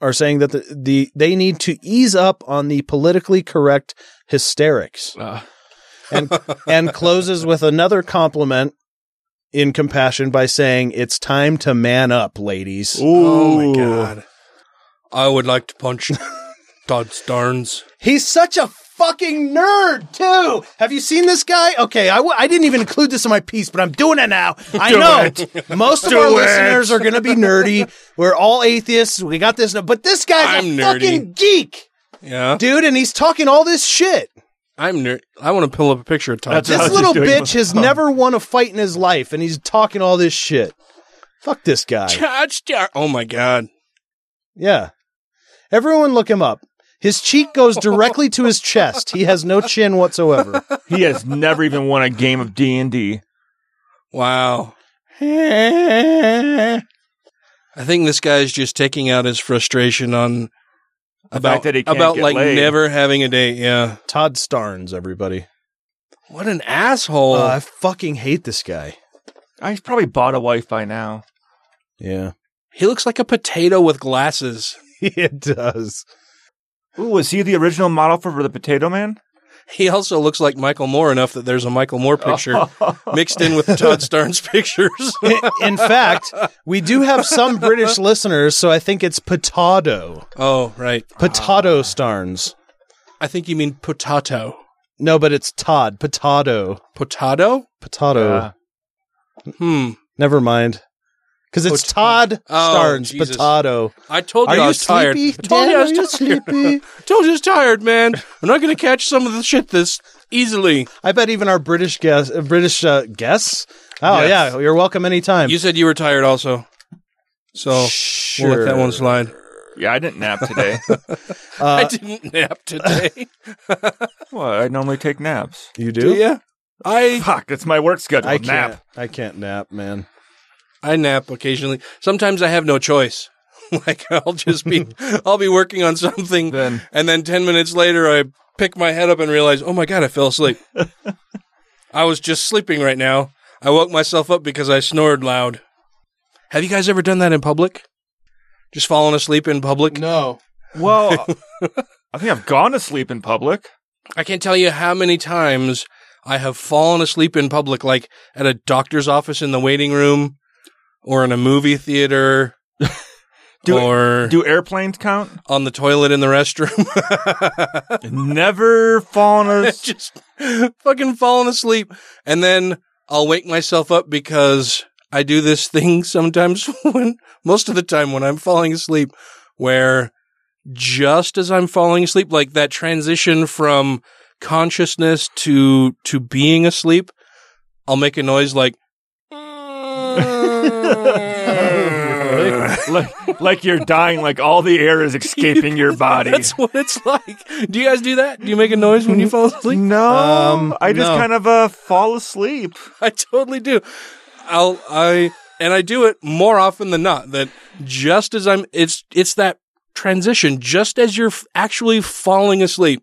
[SPEAKER 2] are saying that the, the they need to ease up on the politically correct hysterics, and and closes with another compliment in compassion by saying it's time to man up, ladies.
[SPEAKER 3] Oh my god. I would like to punch Todd Starnes.
[SPEAKER 2] He's such a fucking nerd too. Have you seen this guy? Okay, I, w- I didn't even include this in my piece, but I'm doing it now. I
[SPEAKER 15] Do
[SPEAKER 2] know
[SPEAKER 15] it.
[SPEAKER 2] most of
[SPEAKER 15] Do
[SPEAKER 2] our
[SPEAKER 15] it.
[SPEAKER 2] listeners are going to be nerdy. We're all atheists. We got this, but this guy's
[SPEAKER 3] I'm nerdy.
[SPEAKER 2] a fucking geek,
[SPEAKER 3] Yeah.
[SPEAKER 2] dude, and he's talking all this shit.
[SPEAKER 3] I'm ner- I want to pull up a picture of Todd.
[SPEAKER 2] this little bitch has never won a fight in his life, and he's talking all this shit. Fuck this guy.
[SPEAKER 3] Todd Star- Oh my god.
[SPEAKER 2] Yeah. Everyone look him up. His cheek goes directly to his chest. He has no chin whatsoever.
[SPEAKER 1] He has never even won a game of D and D.
[SPEAKER 3] Wow.
[SPEAKER 2] I
[SPEAKER 3] think this guy's just taking out his frustration on about
[SPEAKER 2] fact that he can't
[SPEAKER 3] about
[SPEAKER 2] get
[SPEAKER 3] like
[SPEAKER 2] laid.
[SPEAKER 3] never having a date. Yeah.
[SPEAKER 2] Todd Starnes, everybody.
[SPEAKER 3] What an asshole.
[SPEAKER 2] Uh, I fucking hate this guy.
[SPEAKER 1] He's probably bought a wife by now.
[SPEAKER 2] Yeah.
[SPEAKER 3] He looks like a potato with glasses.
[SPEAKER 2] it does.
[SPEAKER 1] Ooh, was he the original model for the Potato Man?
[SPEAKER 3] He also looks like Michael Moore enough that there's a Michael Moore picture mixed in with Todd Starnes pictures.
[SPEAKER 2] In fact, we do have some British listeners, so I think it's Potato.
[SPEAKER 3] Oh, right. Ah.
[SPEAKER 2] Potato Starnes.
[SPEAKER 3] I think you mean potato.
[SPEAKER 2] No, but it's Todd. Potato.
[SPEAKER 3] Potato?
[SPEAKER 2] Potato.
[SPEAKER 3] Hmm.
[SPEAKER 2] Never mind. Because it's Todd
[SPEAKER 3] Oh,
[SPEAKER 2] Starnes.
[SPEAKER 3] Jesus.
[SPEAKER 2] Potato.
[SPEAKER 3] I told
[SPEAKER 2] Are
[SPEAKER 3] you I
[SPEAKER 2] you
[SPEAKER 3] was tired.
[SPEAKER 2] sleepy?
[SPEAKER 3] I told you
[SPEAKER 2] Dad,
[SPEAKER 3] I
[SPEAKER 2] are you
[SPEAKER 3] was tired. told you I was tired, man. I'm not going to catch some of the shit this easily.
[SPEAKER 2] I bet even our British guests, uh, British uh, guests. Oh
[SPEAKER 3] Yes.
[SPEAKER 2] yeah, you're welcome anytime.
[SPEAKER 3] You said you were tired also. So we'll let that one slide.
[SPEAKER 1] Yeah, I didn't nap today.
[SPEAKER 3] I didn't nap today.
[SPEAKER 1] well, I normally take naps.
[SPEAKER 2] You do? Do ya?
[SPEAKER 3] I
[SPEAKER 1] fuck. It's my work schedule.
[SPEAKER 2] I
[SPEAKER 1] nap.
[SPEAKER 2] can't. I can't nap, man.
[SPEAKER 3] I nap occasionally. Sometimes I have no choice. like I'll just be I'll be working on something and then 10 minutes later I pick my head up and realize, "Oh my god, I fell asleep." I was just sleeping right now. I woke myself up because I snored loud. Have you guys ever done that in public? Just fallen asleep in public?
[SPEAKER 6] No.
[SPEAKER 1] Well, I think I've gone to sleep in public.
[SPEAKER 3] I can't tell you how many times I have fallen asleep in public, like at a doctor's office in the waiting room or in a movie theater.
[SPEAKER 1] Do-
[SPEAKER 3] or
[SPEAKER 1] Do airplanes count?
[SPEAKER 3] on the toilet in the restroom.
[SPEAKER 1] Never fallen asleep.
[SPEAKER 3] Just fucking falling asleep. And then I'll wake myself up because I do this thing sometimes when most of the time when I'm falling asleep where just as I'm falling asleep, like that transition from consciousness to to being asleep, I'll make a noise like
[SPEAKER 2] Uh.
[SPEAKER 1] like, like you're dying, like all the air is escaping your body.
[SPEAKER 3] that's what it's like. Do you guys do that? Do you make a noise when you fall asleep?
[SPEAKER 1] No, I just kind of uh, fall asleep.
[SPEAKER 3] I totally do. I'll I and I do it more often than not. That just as I'm, it's it's that transition. Just as you're f- actually falling asleep,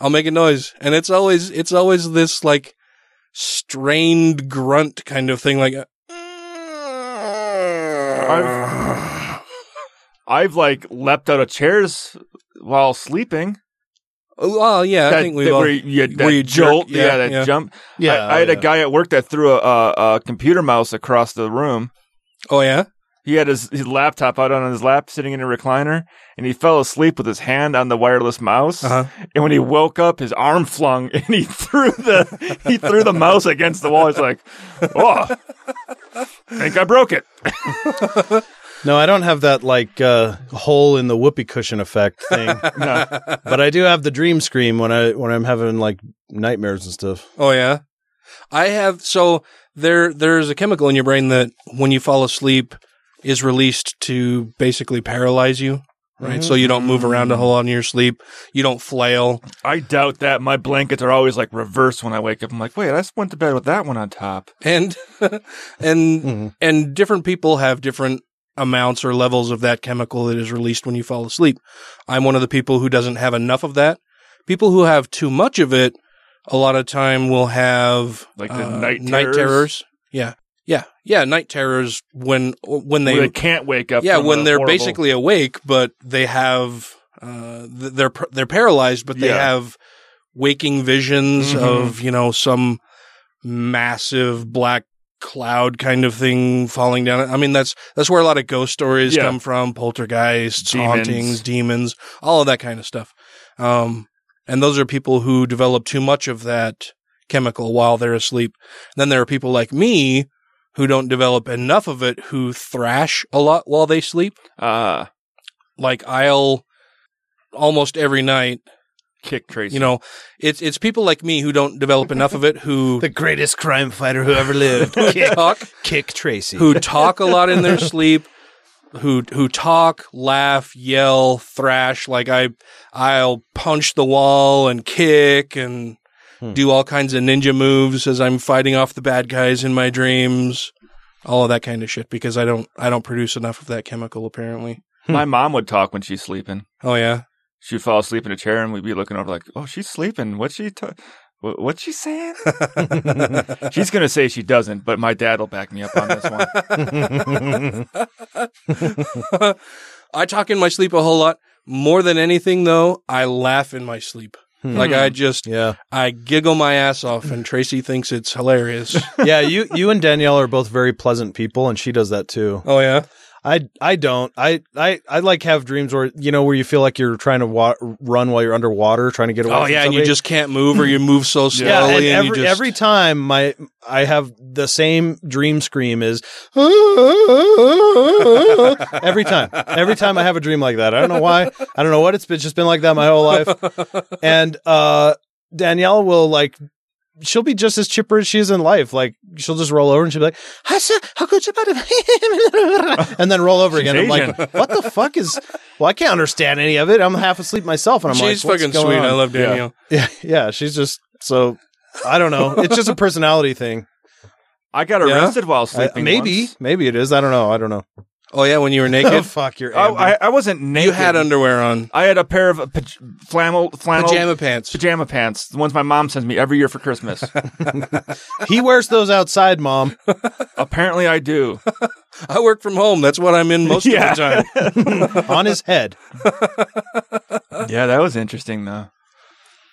[SPEAKER 3] I'll make a noise, and it's always it's always this like strained grunt kind of thing, like.
[SPEAKER 1] I've, I've like leapt out of chairs while sleeping.
[SPEAKER 3] Well, yeah, I
[SPEAKER 1] that,
[SPEAKER 3] think we've
[SPEAKER 1] that
[SPEAKER 3] all-
[SPEAKER 1] where you, that
[SPEAKER 3] where you jerk,
[SPEAKER 1] jolt, yeah,
[SPEAKER 3] yeah,
[SPEAKER 1] that
[SPEAKER 3] yeah.
[SPEAKER 1] jump.
[SPEAKER 3] Yeah,
[SPEAKER 1] I, I had
[SPEAKER 3] yeah.
[SPEAKER 1] a guy at work that threw a, a, a computer mouse across the room.
[SPEAKER 3] Oh yeah,
[SPEAKER 1] he had his, his laptop out on his lap, sitting in a recliner, and he fell asleep with his hand on the wireless mouse.
[SPEAKER 3] Uh-huh.
[SPEAKER 1] And when he woke up, his arm flung, and he threw the he threw the mouse against the wall. He's like, "Oh, think I broke it."
[SPEAKER 2] No, I don't have that like uh, hole in the whoopee cushion effect thing.
[SPEAKER 1] No.
[SPEAKER 2] But I do have the dream scream when I when I'm having like nightmares and stuff.
[SPEAKER 3] Oh yeah. I have so there there's a chemical in your brain that when you fall asleep is released to basically paralyze you, right? So you don't move around a whole lot in your sleep. You don't flail.
[SPEAKER 1] I doubt that. My blankets are always like reverse when I wake up. I'm like, wait, I just went to bed with that one on top.
[SPEAKER 3] And and and different people have different amounts or levels of that chemical that is released when you fall asleep. I'm one of the people who doesn't have enough of that. People who have too much of it a lot of time will have uh,
[SPEAKER 1] Like the night terrors?
[SPEAKER 3] Yeah. Yeah. Yeah, night terrors when when they
[SPEAKER 1] Where they can't wake up
[SPEAKER 3] Yeah,
[SPEAKER 1] from
[SPEAKER 3] when
[SPEAKER 1] a
[SPEAKER 3] they're
[SPEAKER 1] horrible-
[SPEAKER 3] basically awake but they have uh th- they're par- they're paralyzed but they
[SPEAKER 1] Yeah.
[SPEAKER 3] have waking visions
[SPEAKER 1] Mhm.
[SPEAKER 3] of, you know, some massive black cloud kind of thing falling down. I mean, that's that's where a lot of ghost stories
[SPEAKER 1] Yeah.
[SPEAKER 3] come from, poltergeists,
[SPEAKER 1] Demons.
[SPEAKER 3] hauntings, demons, all of that kind of stuff. Um, and those are people who develop too much of that chemical while they're asleep. then there are people like me who don't develop enough of it who thrash a lot while they sleep.
[SPEAKER 1] Uh
[SPEAKER 3] like I'll almost every night
[SPEAKER 1] kick Tracy.
[SPEAKER 3] You know, it's it's people like me who don't develop enough of it who the
[SPEAKER 2] greatest crime fighter who ever lived.
[SPEAKER 3] Kick, talk,
[SPEAKER 2] kick Tracy.
[SPEAKER 3] who talk a lot in their sleep, who who talk, laugh, yell, thrash. Like I, I'll punch the wall and kick and
[SPEAKER 2] Hmm.
[SPEAKER 3] do all kinds of ninja moves as I'm fighting off the bad guys in my dreams. All of that kind of shit because I don't I don't produce enough of that chemical apparently.
[SPEAKER 1] My mom would talk when she's sleeping.
[SPEAKER 3] Oh yeah,
[SPEAKER 1] she'd fall asleep in a chair, and we'd be looking over like, "Oh, she's sleeping. What's she? Ta- wha- what's she saying?" she's gonna say she doesn't, but my dad will back me up on this one.
[SPEAKER 3] I talk in my sleep a whole lot. More than anything, though, I laugh in my sleep.
[SPEAKER 2] Hmm.
[SPEAKER 3] Like I just,
[SPEAKER 2] Yeah.
[SPEAKER 3] I giggle my ass off, and Tracy thinks it's hilarious.
[SPEAKER 2] yeah, you you and Danielle are both very pleasant people, and she does that too.
[SPEAKER 3] Oh yeah.
[SPEAKER 2] I I don't. I I I like have dreams where you know where you feel like you're trying to wa- run while you're underwater, trying to get away.
[SPEAKER 3] oh
[SPEAKER 2] from
[SPEAKER 3] yeah, and you
[SPEAKER 2] somebody.
[SPEAKER 3] just can't move, or you move so slowly,
[SPEAKER 2] Yeah,
[SPEAKER 3] and,
[SPEAKER 2] and every,
[SPEAKER 3] you just
[SPEAKER 2] every time my I have the same dream scream is every time. Every time I have a dream like that. I don't know why. I don't know what it's been. It's just been like that my whole life. And uh Danielle will like she'll be just as chipper as she is in life. Like she'll just roll over and she'll be like, "Hasa, how could you put it?" and then roll over again. I'm like,
[SPEAKER 3] Asian.
[SPEAKER 2] what the fuck is well, I can't understand any of it. I'm half asleep myself and I'm
[SPEAKER 3] She's
[SPEAKER 2] like, "What's
[SPEAKER 3] fucking
[SPEAKER 2] going
[SPEAKER 3] sweet.
[SPEAKER 2] on?"
[SPEAKER 3] I love Danielle.
[SPEAKER 2] Yeah. yeah, yeah, she's just so I don't know. It's just a personality thing.
[SPEAKER 1] I got
[SPEAKER 2] Yeah?
[SPEAKER 1] arrested
[SPEAKER 3] Uh,
[SPEAKER 1] while
[SPEAKER 2] I-
[SPEAKER 1] sleeping.
[SPEAKER 2] maybe,
[SPEAKER 1] once.
[SPEAKER 2] maybe it is. I don't know. I don't know.
[SPEAKER 3] Oh yeah, when you were naked.
[SPEAKER 2] Oh, fuck, you're
[SPEAKER 1] Oh, I, I wasn't naked.
[SPEAKER 3] You had underwear on.
[SPEAKER 1] I had a pair of uh, paj- flannel, flannel
[SPEAKER 3] Pajama pants.
[SPEAKER 1] Pajama pants. The ones my mom sends me every year for Christmas.
[SPEAKER 2] he wears those outside, mom.
[SPEAKER 1] Apparently, I do.
[SPEAKER 3] I work from home. That's what I'm in most
[SPEAKER 1] Yeah.
[SPEAKER 3] of the time.
[SPEAKER 2] on his head.
[SPEAKER 1] yeah, that was interesting though.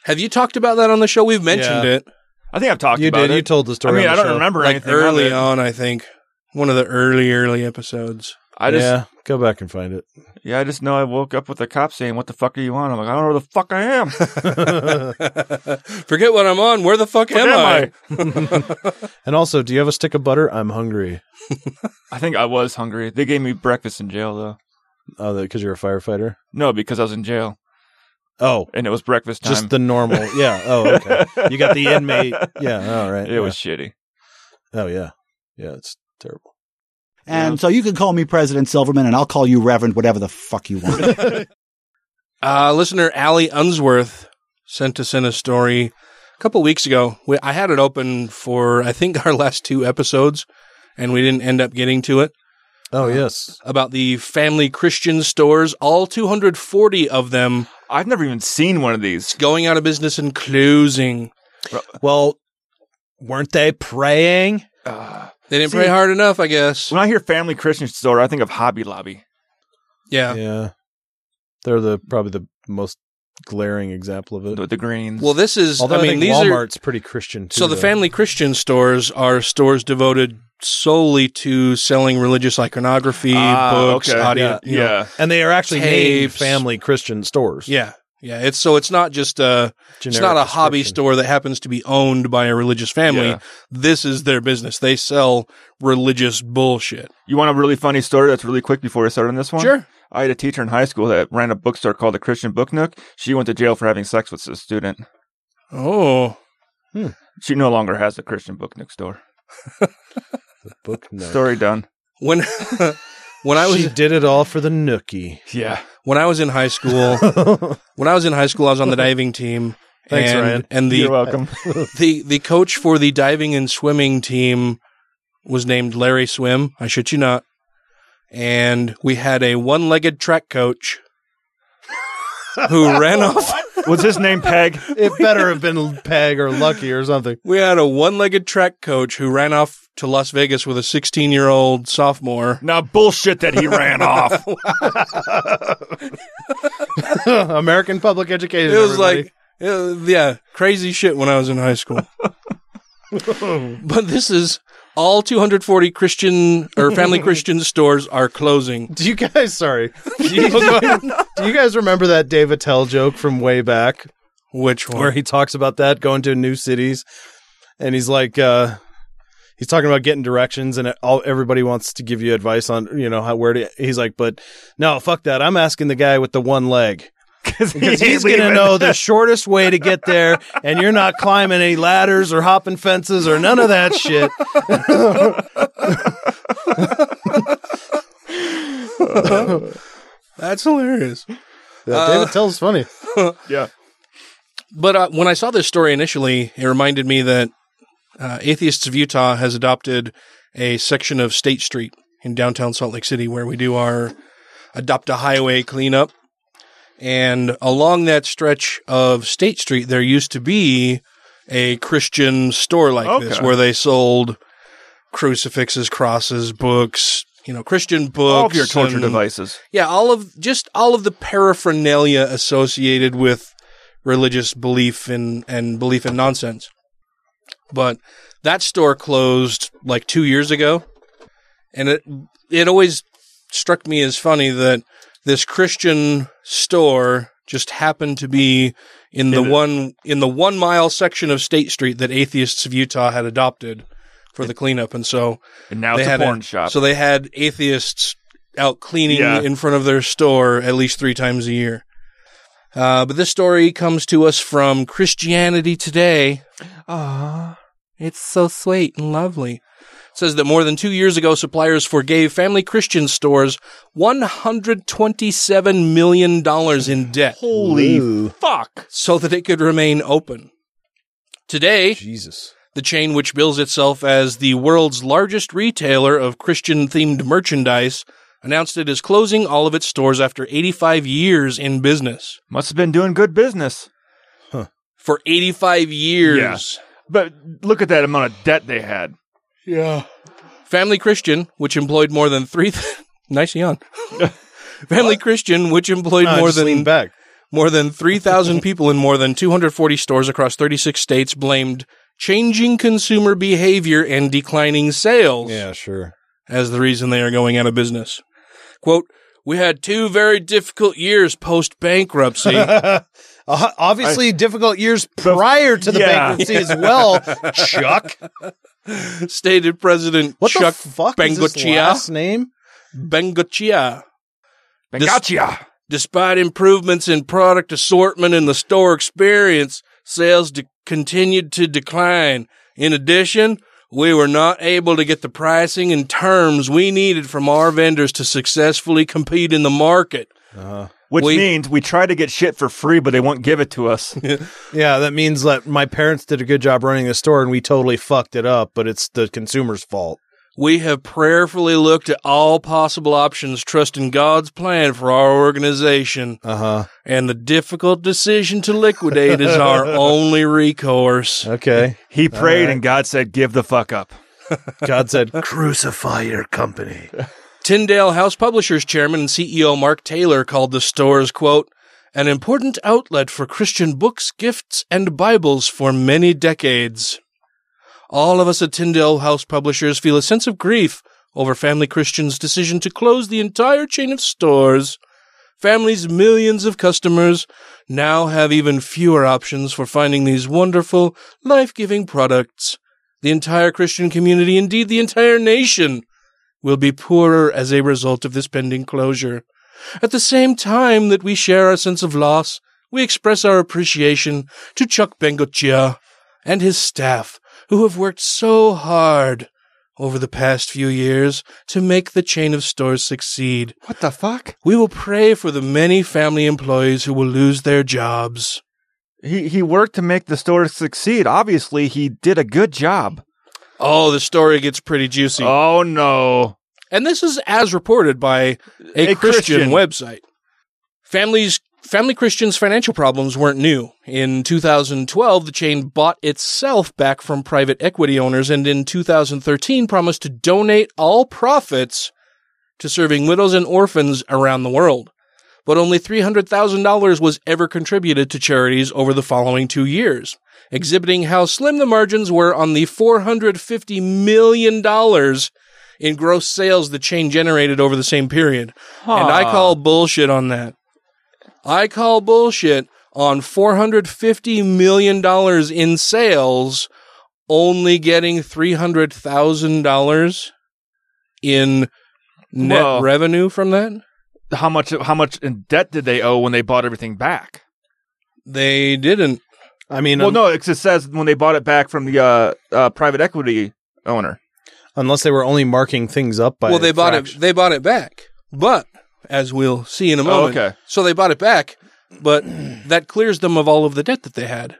[SPEAKER 3] Have you talked about that on the show? We've mentioned
[SPEAKER 1] Yeah.
[SPEAKER 3] it.
[SPEAKER 1] I think I've talked
[SPEAKER 2] You
[SPEAKER 1] about
[SPEAKER 2] did.
[SPEAKER 1] it.
[SPEAKER 2] You told the story
[SPEAKER 1] I mean,
[SPEAKER 2] on
[SPEAKER 1] I
[SPEAKER 2] the
[SPEAKER 1] don't
[SPEAKER 2] show.
[SPEAKER 1] remember
[SPEAKER 3] like
[SPEAKER 1] anything
[SPEAKER 3] early
[SPEAKER 1] of it.
[SPEAKER 3] on. I think one of the early, early episodes.
[SPEAKER 1] I just
[SPEAKER 2] yeah, go back and find it.
[SPEAKER 1] Yeah, I just know I woke up with a cop saying, "What the fuck are you on?" I'm like, "I don't know where the fuck I am."
[SPEAKER 3] Forget what I'm on. Where the fuck
[SPEAKER 1] Fuck
[SPEAKER 3] am,
[SPEAKER 1] am
[SPEAKER 3] I?
[SPEAKER 2] And also, do you have a stick of butter? I'm hungry.
[SPEAKER 1] I think I was hungry. They gave me breakfast in jail though.
[SPEAKER 2] Oh, because you're a firefighter.
[SPEAKER 1] No, because I was in jail.
[SPEAKER 2] Oh,
[SPEAKER 1] and it was breakfast time.
[SPEAKER 2] Just the normal. Yeah. Oh, okay. you got the inmate. Yeah. All right.
[SPEAKER 1] It
[SPEAKER 2] yeah.
[SPEAKER 1] was shitty.
[SPEAKER 2] Oh yeah. Yeah. It's terrible.
[SPEAKER 18] And so you can call me President Silverman, and I'll call you Reverend, whatever the fuck you want.
[SPEAKER 3] Uh, listener Allie Unsworth sent us in a story a couple weeks ago. We, I had it open for, I think, our last two episodes, and we didn't end up getting to it.
[SPEAKER 2] Oh, yes.
[SPEAKER 3] About the family Christian stores, all 240 of them.
[SPEAKER 1] I've never even seen one of these.
[SPEAKER 3] Going out of business and closing.
[SPEAKER 2] Well, weren't they praying?
[SPEAKER 3] They didn't
[SPEAKER 1] See-
[SPEAKER 3] pray hard enough, I guess.
[SPEAKER 1] When I hear family Christian store, I think of Hobby Lobby.
[SPEAKER 3] Yeah.
[SPEAKER 2] Yeah. They're the probably the most glaring example of it.
[SPEAKER 1] The, greens.
[SPEAKER 3] Well, this is-
[SPEAKER 2] Although
[SPEAKER 3] I mean,
[SPEAKER 2] think
[SPEAKER 3] these are-
[SPEAKER 2] Walmart's pretty Christian. Too,
[SPEAKER 3] So the
[SPEAKER 2] though.
[SPEAKER 3] family Christian stores are stores devoted solely to selling religious iconography,
[SPEAKER 2] Ah,
[SPEAKER 3] books,
[SPEAKER 2] okay.
[SPEAKER 3] audio. you know,
[SPEAKER 2] and they are actually named
[SPEAKER 3] tapes.
[SPEAKER 2] family Christian stores.
[SPEAKER 3] Yeah. Yeah. It's so it's not just a it's
[SPEAKER 2] Generic
[SPEAKER 3] not a hobby store that happens to be owned by a religious family.
[SPEAKER 1] Yeah.
[SPEAKER 3] This is their business. They sell religious bullshit.
[SPEAKER 1] You want a really funny story that's really quick before I start on this one?
[SPEAKER 3] Sure.
[SPEAKER 1] I had a teacher in high school that ran a bookstore called the Christian Book Nook. She went to jail for having sex with a student.
[SPEAKER 3] Oh.
[SPEAKER 1] She no longer has the Christian Book Nook store.
[SPEAKER 2] Book note.
[SPEAKER 1] Story done.
[SPEAKER 3] When when I was
[SPEAKER 2] she did it all for the nookie.
[SPEAKER 1] Yeah.
[SPEAKER 3] when I was in high school, when I was in high school, I was on the diving team.
[SPEAKER 2] Thanks,
[SPEAKER 3] and,
[SPEAKER 2] Ryan.
[SPEAKER 3] And the,
[SPEAKER 2] You're welcome.
[SPEAKER 3] the the coach for the diving and swimming team was named Larry Swim. I should you not. And we had a one-legged track coach who ran off.
[SPEAKER 1] Was his name Peg?
[SPEAKER 2] It better have been Peg or Lucky or something.
[SPEAKER 3] We had a one-legged track coach who ran off to Las Vegas with a 16-year-old sophomore.
[SPEAKER 1] Now bullshit that he ran off.
[SPEAKER 2] American public education.
[SPEAKER 3] It was
[SPEAKER 2] everybody.
[SPEAKER 3] like, uh, yeah, crazy shit when I was in high school. but this is all 240 Christian or family Christian stores are closing.
[SPEAKER 2] Do you guys? Sorry. Do you, do you guys remember that Dave Attell joke from way back?
[SPEAKER 3] Which one?
[SPEAKER 2] Where he talks about that going to new cities, and he's like, uh, he's talking about getting directions, and it, all everybody wants to give you advice on, you know, how where to. He's like, but no, fuck that. I'm asking the guy with the one leg. Because
[SPEAKER 1] ain't
[SPEAKER 2] he's going to
[SPEAKER 1] leaving.
[SPEAKER 2] know the shortest way to get there, and you're not climbing any ladders or hopping fences or none of that shit.
[SPEAKER 3] That's hilarious.
[SPEAKER 2] Yeah,
[SPEAKER 3] Uh,
[SPEAKER 2] David Tell's funny.
[SPEAKER 1] yeah.
[SPEAKER 3] But uh, when I saw this story initially, it reminded me that uh, Atheists of Utah has adopted a section of State Street in downtown Salt Lake City where we do our adopt a highway cleanup. And along that stretch of State Street, there used to be a Christian store like this
[SPEAKER 1] Okay.
[SPEAKER 3] where they sold crucifixes, crosses, books, you know, Christian books.
[SPEAKER 1] All of your torture
[SPEAKER 3] and-
[SPEAKER 1] devices.
[SPEAKER 3] yeah, all of just all of the paraphernalia associated with religious belief and and belief in nonsense. But that store closed like 2 years ago. And it it always struck me as funny that this Christian store just happened to be in the
[SPEAKER 1] In the-
[SPEAKER 3] one in the 1 mile section of State Street that atheists of Utah had adopted for the cleanup and so
[SPEAKER 1] And now it's a
[SPEAKER 3] had
[SPEAKER 1] porn shop.
[SPEAKER 3] So they had atheists out cleaning
[SPEAKER 1] Yeah.
[SPEAKER 3] in front of their store at least three times a year. Uh, but this story comes to us from Christianity Today. Ah, it's so sweet and lovely. It says that more than two years ago, suppliers forgave family Christian stores $127 million in debt.
[SPEAKER 1] Holy fuck.
[SPEAKER 3] So that it could remain open. Today, Jesus. The chain, which bills itself as the world's largest retailer of Christian themed merchandise, announced it is closing all of its stores after 85 years in business.
[SPEAKER 1] Must have been doing good business.
[SPEAKER 3] For 85 years.
[SPEAKER 1] Yeah. But look at that amount of debt they had.
[SPEAKER 3] Yeah. Family Christian, which employed more than three. Th- nice yawn. Family Christian, which employed
[SPEAKER 2] No, I
[SPEAKER 3] more
[SPEAKER 2] just
[SPEAKER 3] than
[SPEAKER 2] leaned back.
[SPEAKER 3] more than three thousand people in more than two hundred forty stores across thirty six states, blamed changing consumer behavior and declining sales
[SPEAKER 2] Yeah, sure.
[SPEAKER 3] as the reason they are going out of business. Quote. We had two very difficult years post bankruptcy.
[SPEAKER 2] Uh, Obviously, difficult years prior to the
[SPEAKER 3] Yeah.
[SPEAKER 2] bankruptcy as well, Chuck.
[SPEAKER 3] Stated President
[SPEAKER 2] What
[SPEAKER 3] Chuck
[SPEAKER 2] the fuck is his
[SPEAKER 3] Bengochea.
[SPEAKER 2] last name?
[SPEAKER 3] Bengochea. Des- Despite improvements in product assortment and the store experience, sales de- continued to decline. In addition, we were not able to get the pricing and terms we needed from our vendors to successfully compete in the market.
[SPEAKER 1] Which means we try to get shit for free, but they won't give it to us.
[SPEAKER 2] Yeah, that means that my parents did a good job running the store and we totally fucked it up, but it's the consumer's fault.
[SPEAKER 3] We have prayerfully looked at all possible options, trusting God's plan for our organization. Uh huh. And the difficult decision to liquidate is our only recourse.
[SPEAKER 2] Okay.
[SPEAKER 1] He prayed
[SPEAKER 3] Alright.
[SPEAKER 1] and God said, "Give the fuck up."
[SPEAKER 2] God said,
[SPEAKER 3] Crucify your company. Tyndale House Publishers Chairman and CEO Mark Taylor called the stores, quote, an important outlet for Christian books, gifts, and Bibles for many decades. All of us at Tyndale House Publishers feel a sense of grief over Family Christian's decision to close the entire chain of stores. Family's millions of customers now have even fewer options for finding these wonderful, life giving products. The entire Christian community, indeed the entire nation, will be poorer as a result of this pending closure. At the same time that we share our sense of loss, we express our appreciation to Chuck Bengochea and his staff who have worked so hard over the past few years to make the chain of stores succeed. What the fuck? We will pray for the many family employees who will lose their jobs.
[SPEAKER 1] He he worked to make the store succeed. Obviously, he did a good job.
[SPEAKER 3] Oh, the story gets pretty juicy.
[SPEAKER 1] Oh no.
[SPEAKER 3] And this is as reported by a,
[SPEAKER 1] A Christian.
[SPEAKER 3] Christian, website. Families Family Christian's financial problems weren't new. In 2012, the chain bought itself back from private equity owners and in 2013 promised to donate all profits to serving widows and orphans around the world. But only $300,000 was ever contributed to charities over the following two years, exhibiting how slim the margins were on the $450 million in gross sales the chain generated over the same period. And I
[SPEAKER 1] Huh.
[SPEAKER 3] call bullshit on that. I call bullshit on $450 million in sales, only getting $300,000 in net
[SPEAKER 1] Well-
[SPEAKER 3] revenue from that.
[SPEAKER 1] How much how much in debt did they owe when they bought everything back?
[SPEAKER 3] They didn't.
[SPEAKER 2] I mean,
[SPEAKER 1] well,
[SPEAKER 2] um,
[SPEAKER 1] no, it just says when they bought it back from the uh, uh, private equity owner.
[SPEAKER 2] Unless they were only marking things up by
[SPEAKER 3] well, they
[SPEAKER 2] a
[SPEAKER 3] bought
[SPEAKER 2] fraction.
[SPEAKER 3] it. They bought it back, but as we'll see in a
[SPEAKER 2] Oh,
[SPEAKER 3] moment.
[SPEAKER 2] okay.
[SPEAKER 3] So they bought it back, but that clears them of all of the debt that they had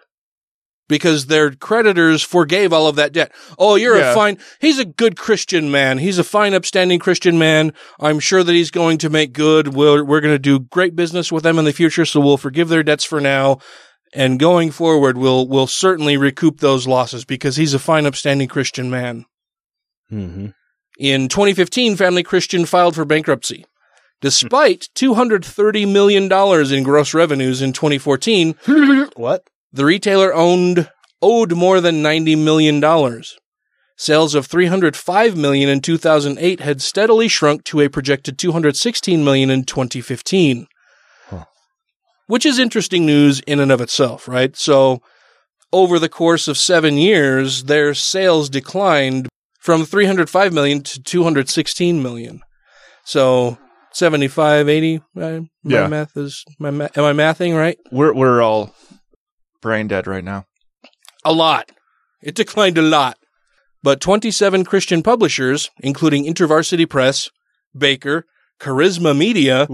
[SPEAKER 3] because their creditors forgave all of that debt. Oh, you're a
[SPEAKER 1] Yeah.
[SPEAKER 3] fine. He's a good Christian man. He's a fine, upstanding Christian man. I'm sure that he's going to make good. We're we're going to do great business with them in the future. So we'll forgive their debts for now. And going forward, we'll we'll certainly recoup those losses because he's a fine, upstanding Christian man.
[SPEAKER 2] Mm-hmm.
[SPEAKER 3] In 2015, Family Christian filed for bankruptcy. Despite $230 million in gross revenues in 2014,
[SPEAKER 2] what?
[SPEAKER 3] The retailer owned owed more than $90 million. Sales of 305 million in 2008 had steadily shrunk to a projected 216 million in 2015. Which is interesting news in and of itself, right? So over the course of 7 years, their sales declined from 305 million to 216 million. So 75 80 my, my
[SPEAKER 1] Yeah.
[SPEAKER 3] math is my ma- am I mathing right?
[SPEAKER 1] We're we're all brain dead right now.
[SPEAKER 3] A lot. It declined a lot. But 27 Christian publishers, including InterVarsity Press, Baker, Charisma Media,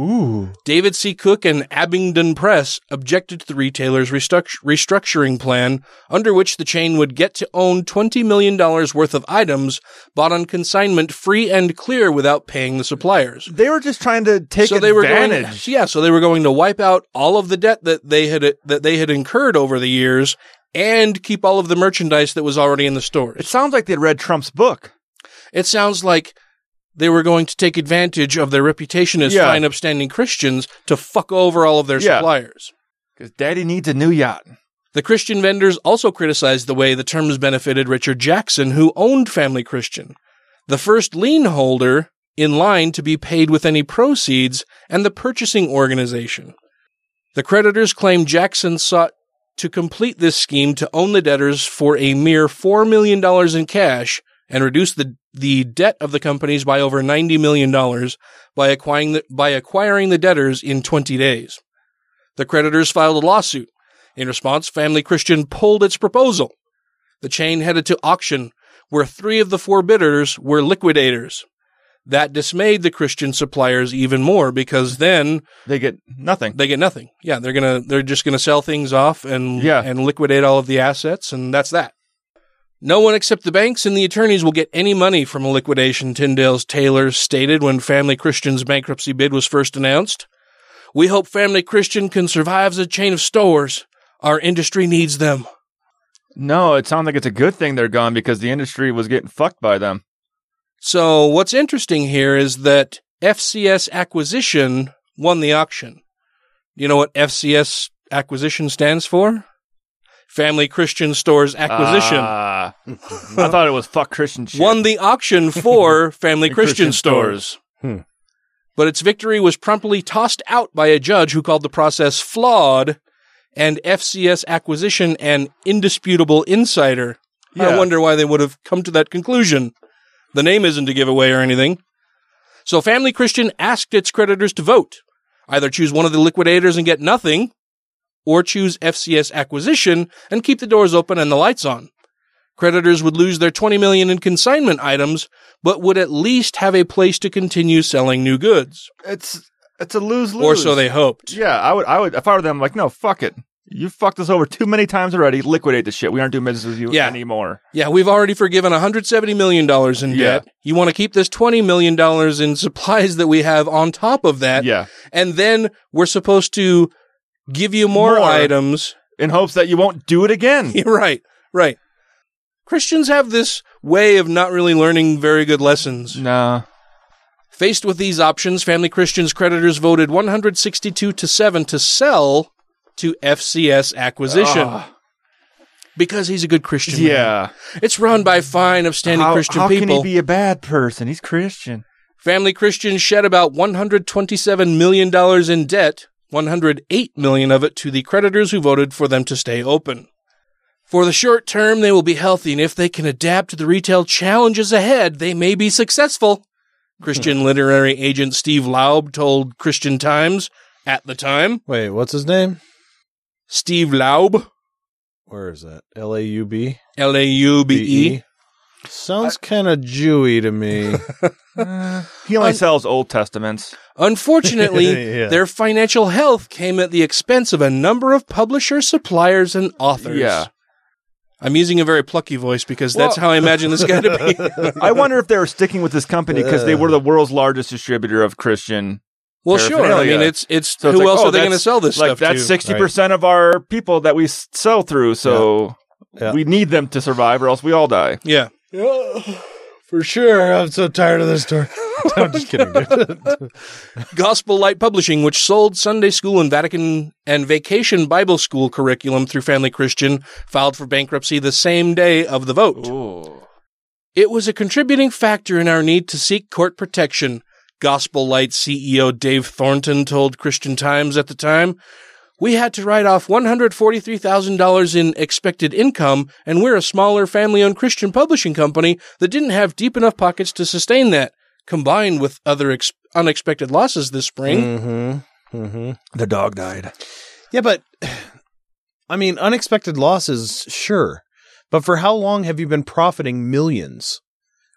[SPEAKER 3] David C. Cook, and Abingdon Press, objected to the retailer's restruct- restructuring plan, under which the chain would get to own $20 million worth of items bought on consignment free and clear without paying the suppliers
[SPEAKER 1] They were just trying to take
[SPEAKER 3] so they were
[SPEAKER 1] advantage.
[SPEAKER 3] going, yeah, so they were going to wipe out all of the debt that they had that they had incurred over the years and keep all of the merchandise that was already in the stores. It
[SPEAKER 1] sounds like they read Trump's book.
[SPEAKER 3] It sounds like they were going to take advantage of their reputation as
[SPEAKER 1] Yeah.
[SPEAKER 3] fine, upstanding Christians to fuck over all of their
[SPEAKER 1] Yeah.
[SPEAKER 3] suppliers.
[SPEAKER 1] Because Daddy needs a new yacht.
[SPEAKER 3] The Christian vendors also criticized the way the terms benefited Richard Jackson, who owned Family Christian, the first lien holder in line to be paid with any proceeds, and the purchasing organization. The creditors claim Jackson sought to complete this scheme to own the debtors for a mere $4 million in cash and reduced the, the debt of the companies by over $90 million by acquiring, the, by acquiring the debtors in 20 days. The creditors filed a lawsuit. In response, Family Christian pulled its proposal. The chain headed to auction, where three of the four bidders were liquidators. That dismayed the Christian suppliers even more because then
[SPEAKER 1] they get nothing.
[SPEAKER 3] They get nothing. Yeah, they're gonna they're just gonna sell things off and
[SPEAKER 1] Yeah.
[SPEAKER 3] and liquidate all of the assets, and that's that. No one except the banks and the attorneys will get any money from a liquidation, Tyndale's Taylor stated when Family Christian's bankruptcy bid was first announced. We hope Family Christian can survive as a chain of stores. Our industry needs them.
[SPEAKER 1] No, it sounds like it's a good thing they're gone because the industry was getting fucked by them.
[SPEAKER 3] So what's interesting here is that FCS Acquisition won the auction. You know what FCS Acquisition stands for? Family Christian Stores Acquisition.
[SPEAKER 1] Ah. I thought it was fuck Christian shit.
[SPEAKER 3] Won the auction for Family
[SPEAKER 1] The
[SPEAKER 3] Christian,
[SPEAKER 1] Christian
[SPEAKER 3] Stores.
[SPEAKER 1] stores. Hmm.
[SPEAKER 3] But its victory was promptly tossed out by a judge who called the process flawed and FCS Acquisition an indisputable insider. I
[SPEAKER 1] Yeah.
[SPEAKER 3] wonder why they would have come to that conclusion. The name isn't a giveaway or anything. So Family Christian asked its creditors to vote. Either choose one of the liquidators and get nothing, or choose FCS acquisition and keep the doors open and the lights on. Creditors would lose their 20 million in consignment items, but would at least have a place to continue selling new goods.
[SPEAKER 1] It's it's a lose lose.
[SPEAKER 3] Or so they hoped.
[SPEAKER 1] Yeah, I would. I would. If I were them, like, no, fuck it. You fucked us over too many times already. Liquidate the shit. We aren't doing business with you
[SPEAKER 3] Yeah.
[SPEAKER 1] anymore.
[SPEAKER 3] Yeah, we've already forgiven 170 million dollars in
[SPEAKER 1] Yeah.
[SPEAKER 3] debt. You want to keep this 20 million dollars in supplies that we have on top of that.
[SPEAKER 1] Yeah.
[SPEAKER 3] And then we're supposed to give you more,
[SPEAKER 1] More.
[SPEAKER 3] items
[SPEAKER 1] in hopes that you won't do it again.
[SPEAKER 3] right. Right. Christians have this way of not really learning very good lessons.
[SPEAKER 1] No.
[SPEAKER 3] Faced with these options, Family Christians creditors voted 162 to 7 to sell to FCS acquisition.
[SPEAKER 1] Ah.
[SPEAKER 3] Because he's a good Christian. man.
[SPEAKER 1] Yeah.
[SPEAKER 3] It's run by fine, upstanding
[SPEAKER 1] how
[SPEAKER 3] Christian
[SPEAKER 1] how
[SPEAKER 3] people.
[SPEAKER 1] can he be a bad person? He's Christian.
[SPEAKER 3] Family Christians shed about $127 million in debt, $108 million of it to the creditors who voted for them to stay open. For the short term, they will be healthy, and if they can adapt to the retail challenges ahead, they may be successful. Christian literary agent Steve Laub told Christian Times at the time.
[SPEAKER 2] Wait, what's his name?
[SPEAKER 3] Steve Laub,
[SPEAKER 2] Where is that? L A U B.
[SPEAKER 3] L A U B E.
[SPEAKER 2] Sounds kind of Jewy to me.
[SPEAKER 1] He only sells Old Testaments.
[SPEAKER 3] Unfortunately,
[SPEAKER 1] Yeah.
[SPEAKER 3] their financial health came at the expense of a number of publishers, suppliers, and authors.
[SPEAKER 1] Yeah.
[SPEAKER 3] I'm using a very plucky voice because that's
[SPEAKER 1] Well-
[SPEAKER 3] how I imagine this guy to be.
[SPEAKER 1] I wonder if they were sticking with this company because they
[SPEAKER 3] Uh.
[SPEAKER 1] were the world's largest distributor of Christian.
[SPEAKER 3] Well, sure. I
[SPEAKER 1] paraphernalia.
[SPEAKER 3] mean, it's- it's- oh, who else are they
[SPEAKER 1] oh,
[SPEAKER 3] gonna
[SPEAKER 1] that's-
[SPEAKER 3] sell this
[SPEAKER 1] like,
[SPEAKER 3] stuff
[SPEAKER 1] That's
[SPEAKER 3] to?
[SPEAKER 1] sixty percent of our people that we s- sell through. So we need them to survive, or else we all die.
[SPEAKER 3] Yeah.
[SPEAKER 2] For sure. I'm so tired of this story. I'm just kidding.
[SPEAKER 3] Gospel Light Publishing, which sold Sunday school and Vatican and Vacation Bible School curriculum through Family Christian, filed for bankruptcy the same day of the vote. It was a contributing factor in our need to seek court protection, Gospel Light CEO Dave Thornton told Christian Times at the time. We had to write off $143,000 in expected income, and we're a smaller family owned Christian publishing company that didn't have deep enough pockets to sustain that, combined with other ex- unexpected losses this spring.
[SPEAKER 2] Mm-hmm. Mm-hmm.
[SPEAKER 1] The dog died.
[SPEAKER 2] Yeah, but I mean, unexpected losses, sure. But for how long have you been profiting millions?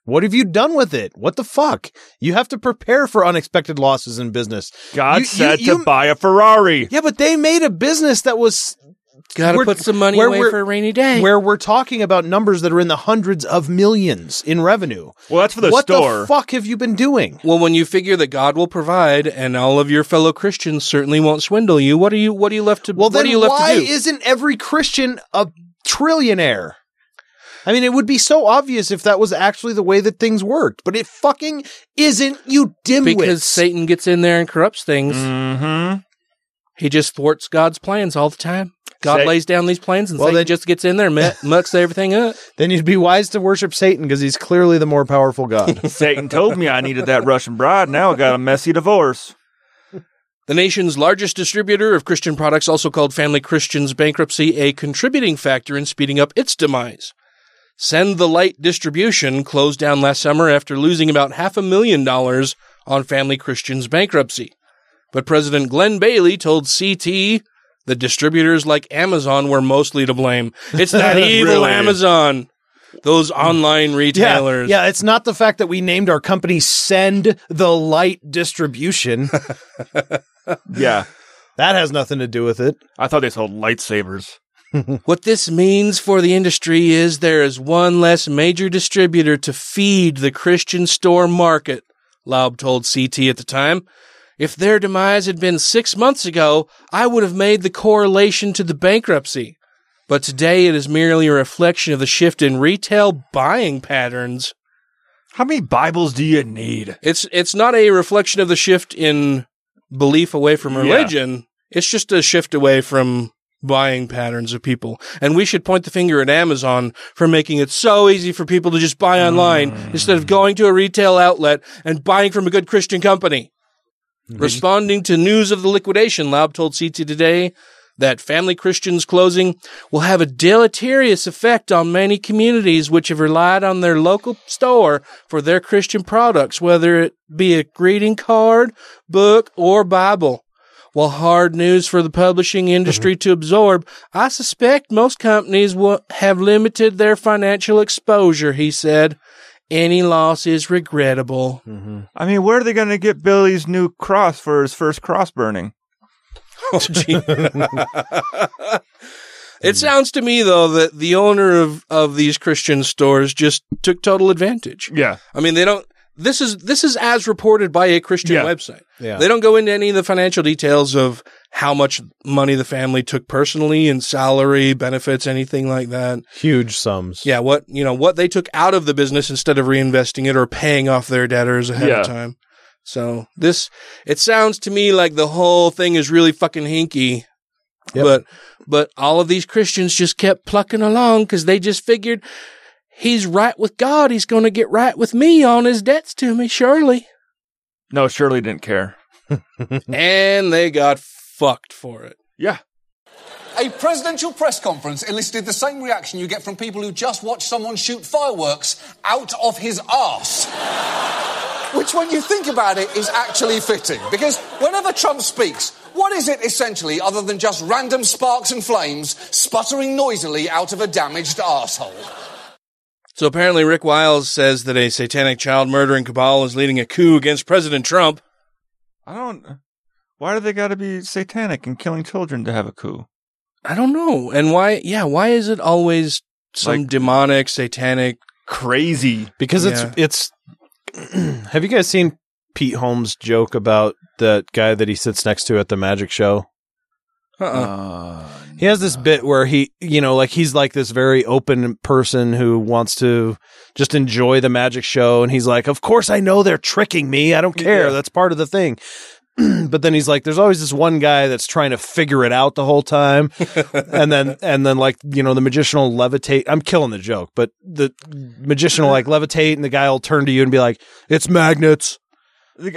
[SPEAKER 2] What have you done with it? What the fuck? You have to prepare for unexpected losses in business.
[SPEAKER 1] God
[SPEAKER 2] You- you-
[SPEAKER 1] said
[SPEAKER 2] you-
[SPEAKER 1] to buy a Ferrari.
[SPEAKER 2] Yeah, but they made a business that was
[SPEAKER 3] Gotta
[SPEAKER 2] we're-
[SPEAKER 3] put some money
[SPEAKER 2] where
[SPEAKER 3] away
[SPEAKER 2] we're-
[SPEAKER 3] for a rainy day.
[SPEAKER 2] Where we're talking about numbers that are in the hundreds of millions in revenue.
[SPEAKER 1] Well, that's for the
[SPEAKER 2] what
[SPEAKER 1] store.
[SPEAKER 2] the fuck have you been doing?
[SPEAKER 3] Well, when you figure that God will provide and all of your fellow Christians certainly won't swindle you, what are you what are you left to
[SPEAKER 2] Well,
[SPEAKER 3] what
[SPEAKER 2] then
[SPEAKER 3] are you left
[SPEAKER 2] why
[SPEAKER 3] to do?
[SPEAKER 2] isn't every Christian a trillionaire? I mean, it would be so obvious if that was actually the way that things worked, but it fucking isn't. You dimwits.
[SPEAKER 3] because Satan gets in there and corrupts things.
[SPEAKER 1] Mm-hmm.
[SPEAKER 3] He just thwarts God's plans all the time. God
[SPEAKER 2] Sa-
[SPEAKER 3] lays down these plans and
[SPEAKER 2] Well,
[SPEAKER 3] Satan
[SPEAKER 2] then-
[SPEAKER 3] just gets in there and mu- mucks everything up.
[SPEAKER 2] then you'd be wise to worship Satan because he's clearly the more powerful god.
[SPEAKER 1] Satan told me I needed that Russian bride. Now I got a messy divorce.
[SPEAKER 3] The nation's largest distributor of Christian products also called Family Christian's bankruptcy a contributing factor in speeding up its demise. Send the Light Distribution closed down last summer after losing about half a million dollars on Family Christian's bankruptcy. But President Glenn Bailey told CT the distributors like Amazon were mostly to blame. It's that evil
[SPEAKER 2] Really?
[SPEAKER 3] Amazon, those online retailers.
[SPEAKER 2] Yeah, yeah, it's not the fact that we named our company Send the Light Distribution.
[SPEAKER 1] yeah.
[SPEAKER 2] That has nothing to do with it.
[SPEAKER 1] I thought they sold lightsabers.
[SPEAKER 3] what this means for the industry is there is one less major distributor to feed the Christian store market, Laub told CT at the time. If their demise had been six months ago, I would have made the correlation to the bankruptcy. But today it is merely a reflection of the shift in retail buying patterns.
[SPEAKER 1] How many Bibles do you need?
[SPEAKER 3] It's it's not a reflection of the shift in belief away from
[SPEAKER 1] Yeah.
[SPEAKER 3] religion. It's just a shift away from buying patterns of people. And we should point the finger at Amazon for making it so easy for people to just buy online instead of going to a retail outlet and buying from a good Christian company. Responding to news of the liquidation, Laub told CT today that Family Christian's closing will have a deleterious effect on many communities which have relied on their local store for their Christian products, whether it be a greeting card, book, or Bible. While hard news for the publishing industry to absorb, I suspect most companies will have limited their financial exposure, he said. Any loss is regrettable.
[SPEAKER 1] I mean, where are they going to get Billy's new cross for his first cross burning?
[SPEAKER 3] Oh, gee. it sounds to me though that the owner of of these Christian stores just took total advantage.
[SPEAKER 1] Yeah.
[SPEAKER 3] I mean, they don't. This is this is as reported by a Christian
[SPEAKER 1] Yeah.
[SPEAKER 3] website.
[SPEAKER 1] Yeah.
[SPEAKER 3] They don't go into any of the financial details of how much money the family took personally in salary, benefits, anything like that.
[SPEAKER 2] Huge sums.
[SPEAKER 3] Yeah, what you know, what they took out of the business instead of reinvesting it or paying off their debtors ahead
[SPEAKER 1] Yeah.
[SPEAKER 3] of time. So this it sounds to me like the whole thing is really fucking hinky. But but all of these Christians just kept plucking along because they just figured he's right with God. He's going to get right with me on his debts to me, surely.
[SPEAKER 1] No, Shirley didn't care.
[SPEAKER 3] and they got fucked for it.
[SPEAKER 1] Yeah.
[SPEAKER 19] A presidential press conference elicited the same reaction you get from people who just watch someone shoot fireworks out of his arse. Which, when you think about it, is actually fitting. Because whenever Trump speaks, what is it essentially other than just random sparks and flames sputtering noisily out of a damaged arsehole?
[SPEAKER 3] So apparently, Rick Wiles says that a satanic child murdering cabal is leading a coup against President Trump.
[SPEAKER 1] I don't. Why do they got to be satanic and killing children to have a coup?
[SPEAKER 3] I don't know. And why, yeah, why is it always some demonic, satanic,
[SPEAKER 1] crazy?
[SPEAKER 2] Because it's it's. have you guys seen Pete Holmes' joke about that guy that he sits next to at the magic show?
[SPEAKER 1] Uh,
[SPEAKER 2] He has this bit where he, you know, like he's like this very open person who wants to just enjoy the magic show. And he's like, Of course, I know they're tricking me. I don't care. That's part of the thing. but then he's like, There's always this one guy that's trying to figure it out the whole time. and then, and then like, you know, the magician will levitate. I'm killing the joke, but the magician will like levitate and the guy will turn to you and be like, It's magnets.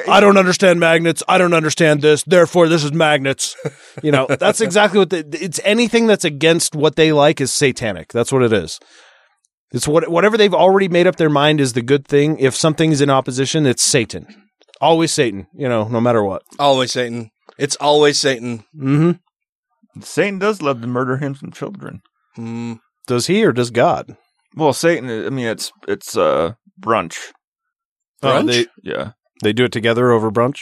[SPEAKER 2] I don't understand magnets. I don't understand this. Therefore, this is magnets. You know, that's exactly what the, it's anything that's against what they like is satanic. That's what it is. It's what whatever they've already made up their mind is the good thing. If something's in opposition, it's Satan. Always Satan, you know, no matter what.
[SPEAKER 3] always Satan? It's always Satan.
[SPEAKER 2] Mm-hmm.
[SPEAKER 1] Satan does love to murder him some children.
[SPEAKER 2] Does he or does God?
[SPEAKER 1] Well, Satan. I mean, it's it's uh brunch.
[SPEAKER 2] Oh, they-
[SPEAKER 1] yeah.
[SPEAKER 2] They do it together over brunch.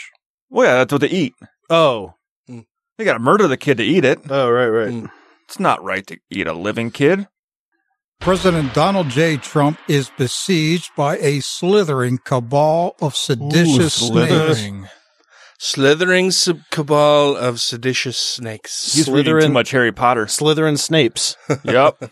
[SPEAKER 1] Well, yeah, that's what they eat.
[SPEAKER 2] Oh,
[SPEAKER 1] they got to murder the kid to eat it.
[SPEAKER 2] Oh, right, right.
[SPEAKER 1] It's not right to eat a living kid.
[SPEAKER 20] President Donald J. Trump is besieged by a slithering cabal of seditious snakes.
[SPEAKER 3] Slithering sub- cabal of seditious snakes.
[SPEAKER 20] He's reading too Slytherin- much
[SPEAKER 1] Harry Potter.
[SPEAKER 2] Slytherin Snapes.
[SPEAKER 1] yep.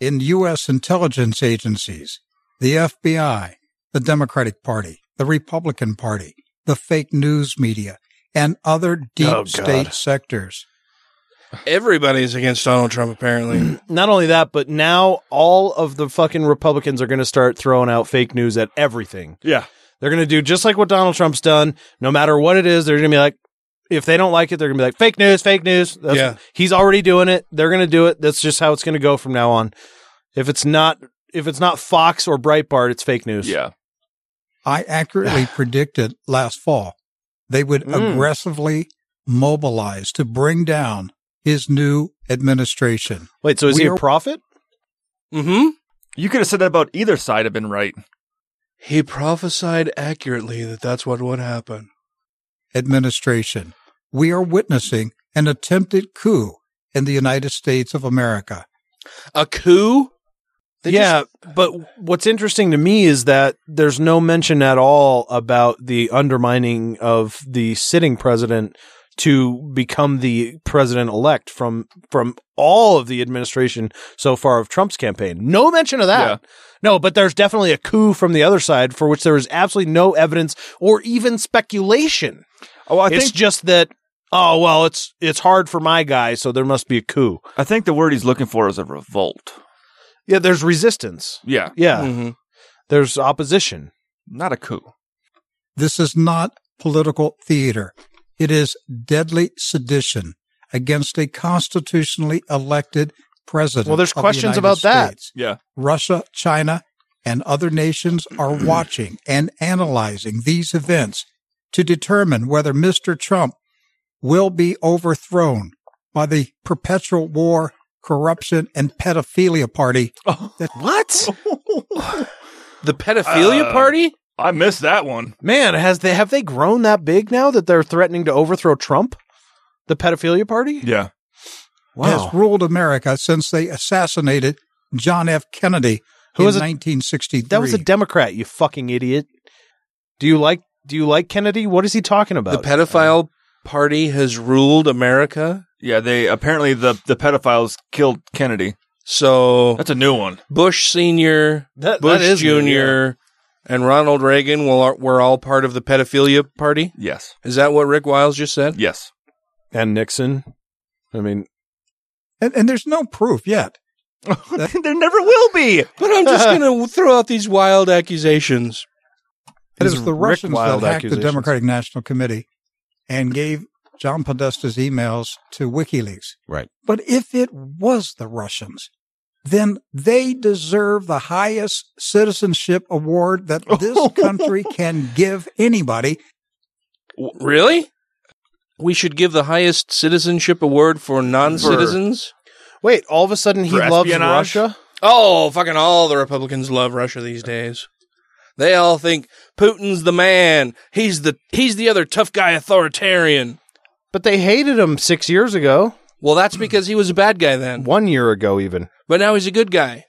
[SPEAKER 20] In U.S. intelligence agencies, the FBI, the Democratic Party, the Republican Party, the fake news media, and other deep
[SPEAKER 3] Oh, God.
[SPEAKER 20] state sectors.
[SPEAKER 3] Everybody's against Donald Trump, apparently.
[SPEAKER 2] Not only that, but now all of the fucking Republicans are going to start throwing out fake news at everything.
[SPEAKER 1] Yeah.
[SPEAKER 2] They're going to do just like what Donald Trump's done. No matter what it is, they're going to be like, if they don't like it, they're going to be like, fake news, fake news. That's-
[SPEAKER 3] Yeah.
[SPEAKER 2] He's already doing it. They're going to do it. That's just how it's going to go from now on. If it's not if it's not Fox or Breitbart, it's fake news.
[SPEAKER 1] Yeah.
[SPEAKER 20] I accurately predicted last fall they would
[SPEAKER 2] Mm.
[SPEAKER 20] aggressively mobilize to bring down his new administration.
[SPEAKER 2] Wait, so is
[SPEAKER 20] We
[SPEAKER 2] he a
[SPEAKER 20] are-
[SPEAKER 2] prophet?
[SPEAKER 3] Mm-hmm.
[SPEAKER 1] You could have said that about either side have been right.
[SPEAKER 3] He prophesied accurately that that's what would happen.
[SPEAKER 20] administration. We are witnessing an attempted coup in the United States of America.
[SPEAKER 3] A coup?
[SPEAKER 2] yeah, but what's interesting to me is that there's no mention at all about the undermining of the sitting president to become the president elect from from all of the administration so far of Trump's campaign. No mention of that. No, but there's definitely a coup from the other side for which there is absolutely no evidence or even speculation.
[SPEAKER 1] Oh, I
[SPEAKER 2] it's
[SPEAKER 1] think-
[SPEAKER 2] just that oh well, it's it's hard for my guy, so there must be a coup.
[SPEAKER 1] I think the word he's looking for is a revolt.
[SPEAKER 2] Yeah, there's resistance.
[SPEAKER 1] Yeah.
[SPEAKER 2] Yeah. There's opposition.
[SPEAKER 1] Not a coup.
[SPEAKER 20] This is not political theater. It is deadly sedition against a constitutionally elected president.
[SPEAKER 2] Well, there's
[SPEAKER 20] of the
[SPEAKER 2] questions
[SPEAKER 20] United
[SPEAKER 2] about that.
[SPEAKER 20] States.
[SPEAKER 1] Yeah.
[SPEAKER 20] Russia, China, and other nations are watching and analyzing these events to determine whether Mr. Trump will be overthrown by the perpetual war, corruption, and pedophilia party. that-
[SPEAKER 2] what?
[SPEAKER 3] The pedophilia
[SPEAKER 2] Uh,
[SPEAKER 3] party?
[SPEAKER 1] I missed that one.
[SPEAKER 2] Man, has they have they grown that big now that they're threatening to overthrow Trump? The pedophilia party?
[SPEAKER 1] Yeah.
[SPEAKER 2] Wow.
[SPEAKER 20] has ruled America since they assassinated John F. Kennedy
[SPEAKER 2] Who
[SPEAKER 20] in
[SPEAKER 2] was a-
[SPEAKER 20] 1963.
[SPEAKER 2] That was a Democrat, you fucking idiot. Do you like do you like Kennedy? What is he talking
[SPEAKER 3] The
[SPEAKER 2] about? uh,
[SPEAKER 3] pedophile party has ruled America.
[SPEAKER 1] Yeah, they apparently the the pedophiles killed Kennedy.
[SPEAKER 3] So
[SPEAKER 1] that's a new one.
[SPEAKER 3] Bush Senior,
[SPEAKER 2] That- that
[SPEAKER 3] Bush
[SPEAKER 2] is
[SPEAKER 3] Junior,
[SPEAKER 2] new, yeah.
[SPEAKER 3] and Ronald Reagan will were all part of the pedophilia party.
[SPEAKER 1] Yes.
[SPEAKER 3] Is that what Rick Wiles just said?
[SPEAKER 1] Yes.
[SPEAKER 2] and Nixon. I mean
[SPEAKER 20] and, and there's no proof yet.
[SPEAKER 1] there never will be.
[SPEAKER 3] But I'm just going to throw out these wild accusations.
[SPEAKER 20] It
[SPEAKER 3] These
[SPEAKER 20] was the
[SPEAKER 3] Rick
[SPEAKER 20] Russians that
[SPEAKER 3] Wild
[SPEAKER 20] hacked the
[SPEAKER 3] accusations.
[SPEAKER 20] Democratic National Committee and gave John Podesta's emails to WikiLeaks.
[SPEAKER 21] Right.
[SPEAKER 20] But if it was the Russians, then they deserve the highest citizenship award that this country can give anybody.
[SPEAKER 3] Really? We should give the highest citizenship award for non-citizens.
[SPEAKER 2] Wait, all of a sudden he
[SPEAKER 3] For
[SPEAKER 2] loves
[SPEAKER 3] espionage?
[SPEAKER 2] Russia?
[SPEAKER 3] Oh, fucking all the Republicans love Russia these days. They all think Putin's the man. He's the he's the other tough guy authoritarian.
[SPEAKER 2] But they hated him six years ago.
[SPEAKER 3] Well, that's because he was a bad guy then.
[SPEAKER 2] One year ago even.
[SPEAKER 3] But now he's a good guy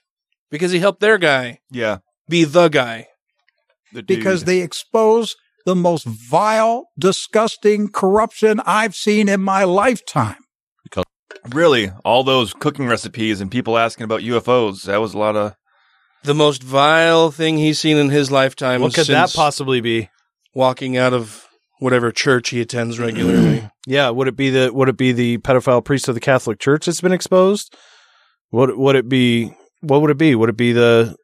[SPEAKER 3] because he helped their guy
[SPEAKER 1] Yeah.
[SPEAKER 3] be the guy.
[SPEAKER 20] because they expose the most vile, disgusting corruption I've seen in my lifetime.
[SPEAKER 1] Really, all those cooking recipes and people asking about UFOs, that was a lot of
[SPEAKER 3] the most vile thing he's seen in his lifetime.
[SPEAKER 2] What could
[SPEAKER 3] since
[SPEAKER 2] that possibly be?
[SPEAKER 3] Walking out of whatever church he attends regularly.
[SPEAKER 2] Yeah, would it be the would it be the pedophile priest of the Catholic Church that's been exposed? What would it be? What would it be? Would it be the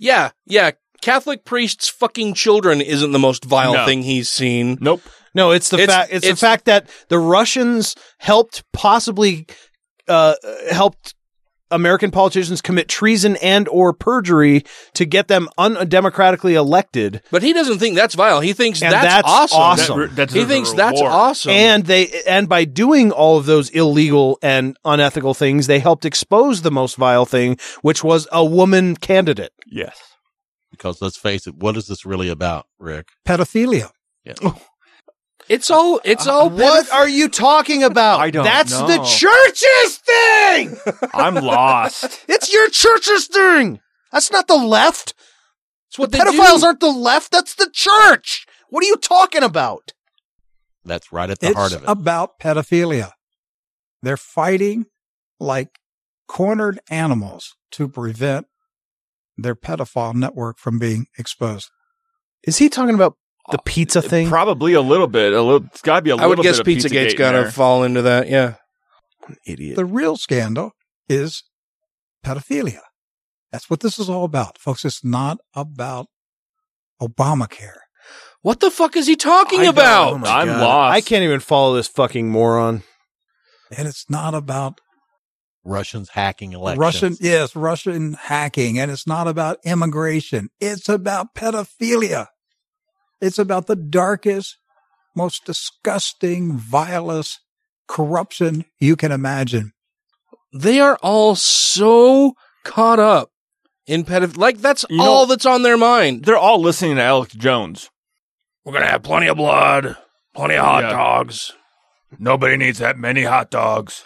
[SPEAKER 3] yeah, yeah. Catholic priests fucking children isn't the most vile
[SPEAKER 2] No.
[SPEAKER 3] thing he's seen.
[SPEAKER 1] Nope.
[SPEAKER 2] no? It's the
[SPEAKER 3] It's-
[SPEAKER 2] fact. It's,
[SPEAKER 3] it's-
[SPEAKER 2] the fact that the Russians helped possibly uh, helped American politicians commit treason and or perjury to get them undemocratically elected.
[SPEAKER 3] But he doesn't think that's vile. He thinks
[SPEAKER 2] And
[SPEAKER 3] that's,
[SPEAKER 2] that's
[SPEAKER 3] awesome.
[SPEAKER 2] awesome. That- that
[SPEAKER 3] he
[SPEAKER 2] deserves a
[SPEAKER 3] thinks that's
[SPEAKER 2] reward.
[SPEAKER 3] awesome.
[SPEAKER 2] And they and by doing all of those illegal and unethical things, they helped expose the most vile thing, which was a woman candidate.
[SPEAKER 1] Yes.
[SPEAKER 21] Because let's face it, what is this really about, Rick?
[SPEAKER 20] Pedophilia.
[SPEAKER 21] Yeah.
[SPEAKER 3] it's all it's
[SPEAKER 2] Uh,
[SPEAKER 3] all
[SPEAKER 2] What are you talking about? I
[SPEAKER 21] don't
[SPEAKER 2] That's
[SPEAKER 21] know.
[SPEAKER 2] the church's thing.
[SPEAKER 1] I'm lost.
[SPEAKER 2] It's your church's thing. That's not the left. That's
[SPEAKER 3] what
[SPEAKER 2] the
[SPEAKER 3] they
[SPEAKER 2] pedophiles
[SPEAKER 3] do.
[SPEAKER 2] aren't the left. That's the church. What are you talking about?
[SPEAKER 21] That's right at the
[SPEAKER 20] It's
[SPEAKER 21] heart of it.
[SPEAKER 20] about pedophilia. They're fighting like cornered animals to prevent their pedophile network from being exposed.
[SPEAKER 2] Is he talking about the
[SPEAKER 21] Uh,
[SPEAKER 2] pizza thing?
[SPEAKER 1] Probably a little bit. A little. It's got to be a
[SPEAKER 3] I
[SPEAKER 1] little.
[SPEAKER 3] would guess
[SPEAKER 1] bit of
[SPEAKER 3] Pizzagate's
[SPEAKER 1] Pizzagate
[SPEAKER 3] got
[SPEAKER 1] in
[SPEAKER 3] to
[SPEAKER 1] there.
[SPEAKER 3] fall into that. Yeah.
[SPEAKER 2] Idiot.
[SPEAKER 20] The real scandal is pedophilia. That's what this is all about, folks. It's not about Obamacare.
[SPEAKER 3] What the fuck is he talking
[SPEAKER 2] Oh
[SPEAKER 3] about?
[SPEAKER 1] I'm lost.
[SPEAKER 2] I can't even follow this fucking moron.
[SPEAKER 20] And it's not about
[SPEAKER 21] Russians hacking elections.
[SPEAKER 20] Russian, yes, Russian hacking. And it's not about immigration. It's about pedophilia. It's about the darkest, most disgusting, vilest corruption you can imagine.
[SPEAKER 3] They are all so caught up in pedoph Like that's
[SPEAKER 1] know-
[SPEAKER 3] all that's on their mind.
[SPEAKER 1] They're all listening to Alex Jones.
[SPEAKER 3] We're gonna have plenty of blood, plenty of hot
[SPEAKER 1] Yeah.
[SPEAKER 3] dogs.
[SPEAKER 1] Nobody needs that many hot dogs.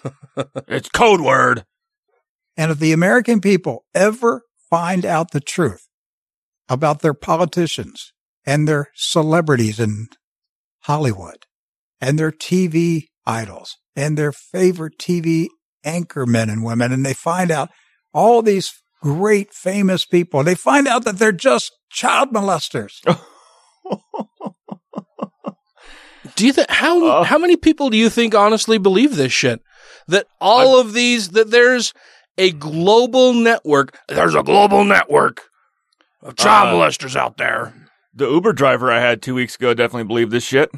[SPEAKER 1] it's code word.
[SPEAKER 20] And if the American people ever find out the truth about their politicians and their celebrities in Hollywood and their TV idols and their favorite TV anchor men and women, and they find out all these great famous people, they find out that they're just child molesters.
[SPEAKER 3] Do you think how how many people do you think honestly believe this shit? That all of these that there's a global network. There's a global network of child
[SPEAKER 1] Uh,
[SPEAKER 3] molesters out there.
[SPEAKER 1] The Uber driver I had two weeks ago definitely believed this shit.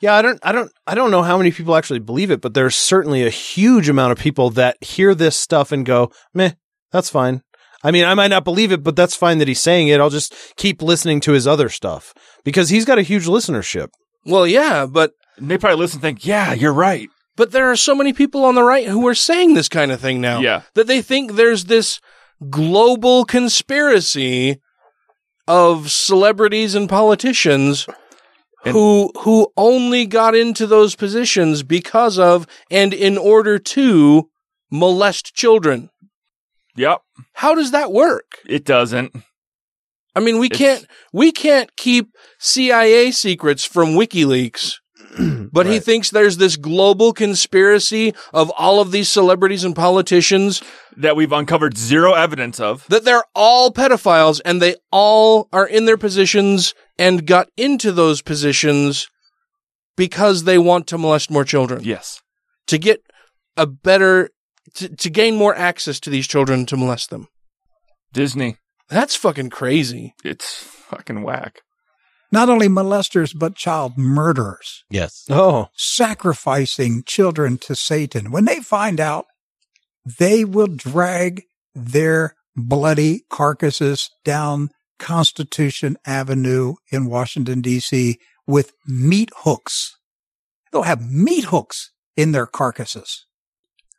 [SPEAKER 2] Yeah, I don't, I don't, I don't know how many people actually believe it, but there's certainly a huge amount of people that hear this stuff and go, "Meh, that's fine." I mean, I might not believe it, but that's fine that he's saying it. I'll just keep listening to his other stuff because he's got a huge listenership.
[SPEAKER 3] Well, yeah, but
[SPEAKER 1] they probably listen and think, "Yeah, you're right."
[SPEAKER 3] But there are so many people on the right who are saying this kind of thing now.
[SPEAKER 1] Yeah.
[SPEAKER 3] That they think there's this global conspiracy of celebrities and politicians who who only got into those positions because of and in order to molest children.
[SPEAKER 1] Yep.
[SPEAKER 3] How does that work?
[SPEAKER 1] It doesn't.
[SPEAKER 3] I mean, we can't we can't keep CIA secrets from WikiLeaks. But he thinks there's this global conspiracy of all of these celebrities and politicians
[SPEAKER 1] that we've uncovered zero evidence of.
[SPEAKER 3] That they're all pedophiles and they all are in their positions and got into those positions because they want to molest more children.
[SPEAKER 1] Yes.
[SPEAKER 3] To get a better to, to gain more access to these children to molest them.
[SPEAKER 1] Disney.
[SPEAKER 3] That's fucking crazy.
[SPEAKER 1] It's fucking whack.
[SPEAKER 20] Not only molesters, but child murderers.
[SPEAKER 21] Yes.
[SPEAKER 2] Oh.
[SPEAKER 20] Sacrificing children to Satan. When they find out, they will drag their bloody carcasses down Constitution Avenue in Washington, D.C. with meat hooks. They'll have meat hooks in their carcasses.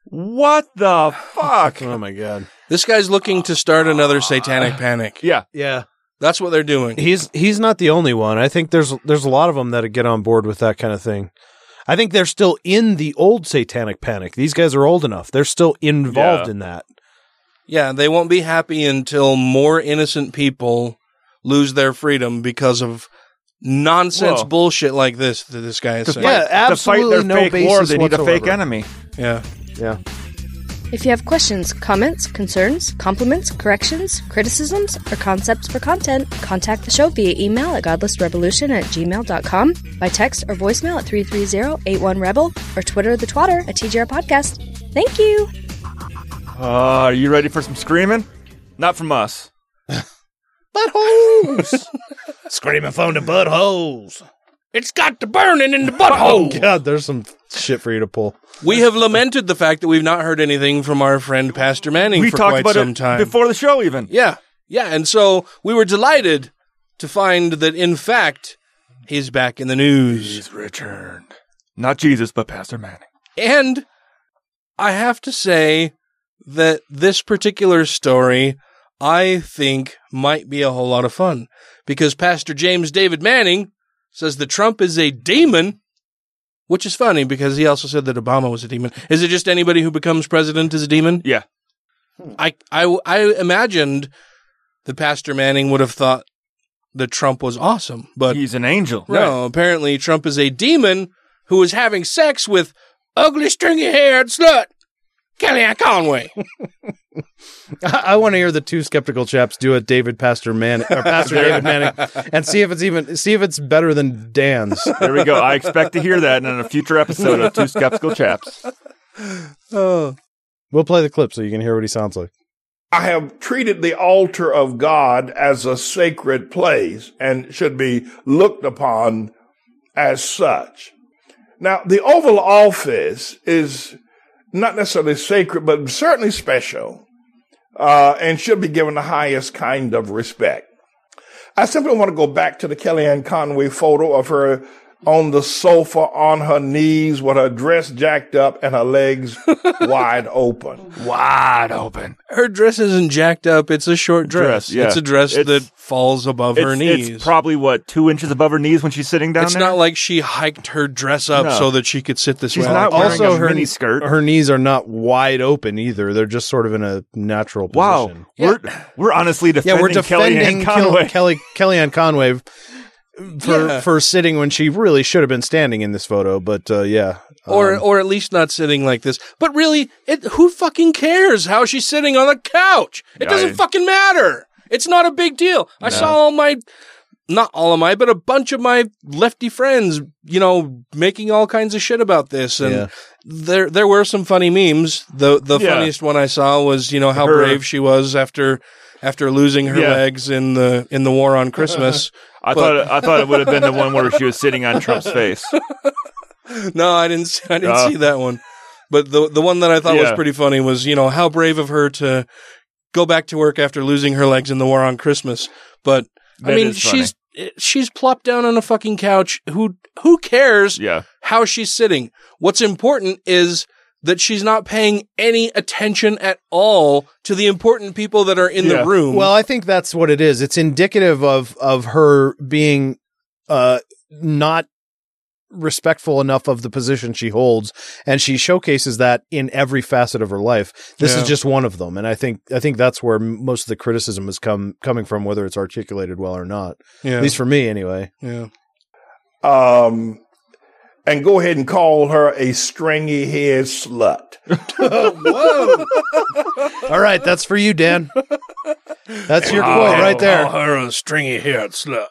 [SPEAKER 1] What the fuck?
[SPEAKER 2] oh my god.
[SPEAKER 3] This guy's looking to start another satanic panic.
[SPEAKER 1] Yeah.
[SPEAKER 2] Yeah.
[SPEAKER 3] That's what they're doing.
[SPEAKER 2] He's he's not the only one. I think there's there's a lot of them that get on board with that kind of thing. I think they're still in the old satanic panic. These guys are old enough. They're still involved
[SPEAKER 3] Yeah.
[SPEAKER 2] in that.
[SPEAKER 3] Yeah, they won't be happy until more innocent people lose their freedom because of nonsense
[SPEAKER 1] Whoa.
[SPEAKER 3] bullshit like this that this guy is
[SPEAKER 1] To
[SPEAKER 3] saying.
[SPEAKER 1] fight- Yeah, to fight their absolutely no fake war, basis they need a fake whatsoever. enemy.
[SPEAKER 3] Yeah.
[SPEAKER 2] Yeah.
[SPEAKER 22] If you have questions, comments, concerns, compliments, corrections, criticisms, or concepts for content, contact the show via email at godlessrevolution at gmail.com, by text or voicemail at 330-81-REBEL, or Twitter the twatter at TGR Podcast. Thank you!
[SPEAKER 1] Uh, are you ready for some screaming? Not from us.
[SPEAKER 2] buttholes.
[SPEAKER 15] Screaming phone to buttholes.
[SPEAKER 3] It's got the burning in the butthole.
[SPEAKER 2] Oh god, there's some shit for you to pull.
[SPEAKER 3] We have lamented the fact that we've not heard anything from our friend Pastor Manning
[SPEAKER 1] We
[SPEAKER 3] for
[SPEAKER 1] talked
[SPEAKER 3] quite
[SPEAKER 1] about
[SPEAKER 3] some
[SPEAKER 1] it
[SPEAKER 3] time.
[SPEAKER 1] before the show, even.
[SPEAKER 3] Yeah. Yeah. And so we were delighted to find that, in fact, he's back in the news. He's
[SPEAKER 1] returned. Not Jesus, but Pastor Manning.
[SPEAKER 3] And I have to say that this particular story, I think, might be a whole lot of fun because Pastor James David Manning says that Trump is a demon, which is funny because he also said that Obama was a demon. Is it just anybody who becomes president is a demon?
[SPEAKER 1] Yeah.
[SPEAKER 3] I, I, I imagined that Pastor Manning would have thought that Trump was awesome, but
[SPEAKER 1] he's an angel.
[SPEAKER 3] No, apparently Trump is a demon who is having sex with ugly, stringy-haired slut Kellyanne Conway.
[SPEAKER 2] I, want to hear the two skeptical chaps do a David Pastor Man or Pastor David Manning and see if it's even see if it's better than Dan's.
[SPEAKER 1] There we go. I expect to hear that in a future episode of Two Skeptical Chaps.
[SPEAKER 3] Oh.
[SPEAKER 2] We'll play the clip so you can hear what he sounds like.
[SPEAKER 5] I have treated the altar of God as a sacred place and should be looked upon as such. Now, the Oval Office is not necessarily sacred, but certainly special, uh, and should be given the highest kind of respect. I simply want to go back to the Kellyanne Conway photo of her on the sofa, on her knees, with her dress jacked up and her legs wide open.
[SPEAKER 1] Wide open.
[SPEAKER 3] Her dress isn't jacked up. It's a short dress.
[SPEAKER 1] Dress, yeah.
[SPEAKER 3] It's a dress
[SPEAKER 1] It's-
[SPEAKER 3] that falls above her
[SPEAKER 1] It's-
[SPEAKER 3] knees.
[SPEAKER 1] It's probably what two inches above her knees when she's sitting down
[SPEAKER 3] it's
[SPEAKER 1] there.
[SPEAKER 3] not like she hiked her dress up
[SPEAKER 1] No.
[SPEAKER 3] so that she could sit this
[SPEAKER 1] She's
[SPEAKER 3] way.
[SPEAKER 1] not wearing
[SPEAKER 3] also,
[SPEAKER 1] a
[SPEAKER 3] her
[SPEAKER 1] mini skirt.
[SPEAKER 2] Her knees are not wide open either. They're just sort of in a natural
[SPEAKER 1] Wow,
[SPEAKER 2] position.
[SPEAKER 1] we're we're honestly defending,
[SPEAKER 2] yeah, we're defending
[SPEAKER 1] Kellyanne
[SPEAKER 2] Kel-
[SPEAKER 1] Conway.
[SPEAKER 2] Kelly Kellyanne Conway for
[SPEAKER 3] Yeah.
[SPEAKER 2] for sitting when she really should have been standing in this photo. But uh, yeah,
[SPEAKER 3] or or at least not sitting like this. But really, it, who fucking cares how she's sitting on the couch? It
[SPEAKER 2] Yeah,
[SPEAKER 3] doesn't
[SPEAKER 2] I-
[SPEAKER 3] fucking matter. It's not a big deal. I
[SPEAKER 2] No.
[SPEAKER 3] saw all my not all of my, but a bunch of my lefty friends, you know, making all kinds of shit about this and
[SPEAKER 2] Yeah.
[SPEAKER 3] there there were some funny memes. The the
[SPEAKER 2] Yeah.
[SPEAKER 3] funniest one I saw was, you know, how
[SPEAKER 1] Her-
[SPEAKER 3] brave she was after after losing her
[SPEAKER 1] Yeah.
[SPEAKER 3] legs in the in the war on Christmas.
[SPEAKER 1] I
[SPEAKER 3] But-
[SPEAKER 1] thought I thought it would have been the one where she was sitting on Trump's face.
[SPEAKER 3] no, I didn't. see- I didn't
[SPEAKER 1] Uh,
[SPEAKER 3] see that one. But the the one that I thought was
[SPEAKER 1] Yeah.
[SPEAKER 3] pretty funny was you know how brave of her to go back to work after losing her legs in the war on Christmas. But I
[SPEAKER 1] That
[SPEAKER 3] mean,
[SPEAKER 1] is funny.
[SPEAKER 3] she's she's plopped down on a fucking couch. Who who cares?
[SPEAKER 1] Yeah.
[SPEAKER 3] How she's sitting. What's important is that she's not paying any attention at all to the important people that are in the room.
[SPEAKER 2] Well, I think that's what it is. It's indicative of of her being uh not respectful enough of the position she holds and she showcases that in every facet of her life. This
[SPEAKER 3] Yeah.
[SPEAKER 2] is just one of them and I think I think that's where m- most of the criticism is come coming from whether it's articulated well or not.
[SPEAKER 3] Yeah.
[SPEAKER 2] At least for me anyway.
[SPEAKER 3] Yeah.
[SPEAKER 5] Um, and go ahead and call her a stringy head slut.
[SPEAKER 2] Whoa. All right, that's for you, Dan. That's your
[SPEAKER 5] Wow.
[SPEAKER 1] Oh.
[SPEAKER 2] quote right there.
[SPEAKER 5] Wow.
[SPEAKER 3] her a stringy haired slut.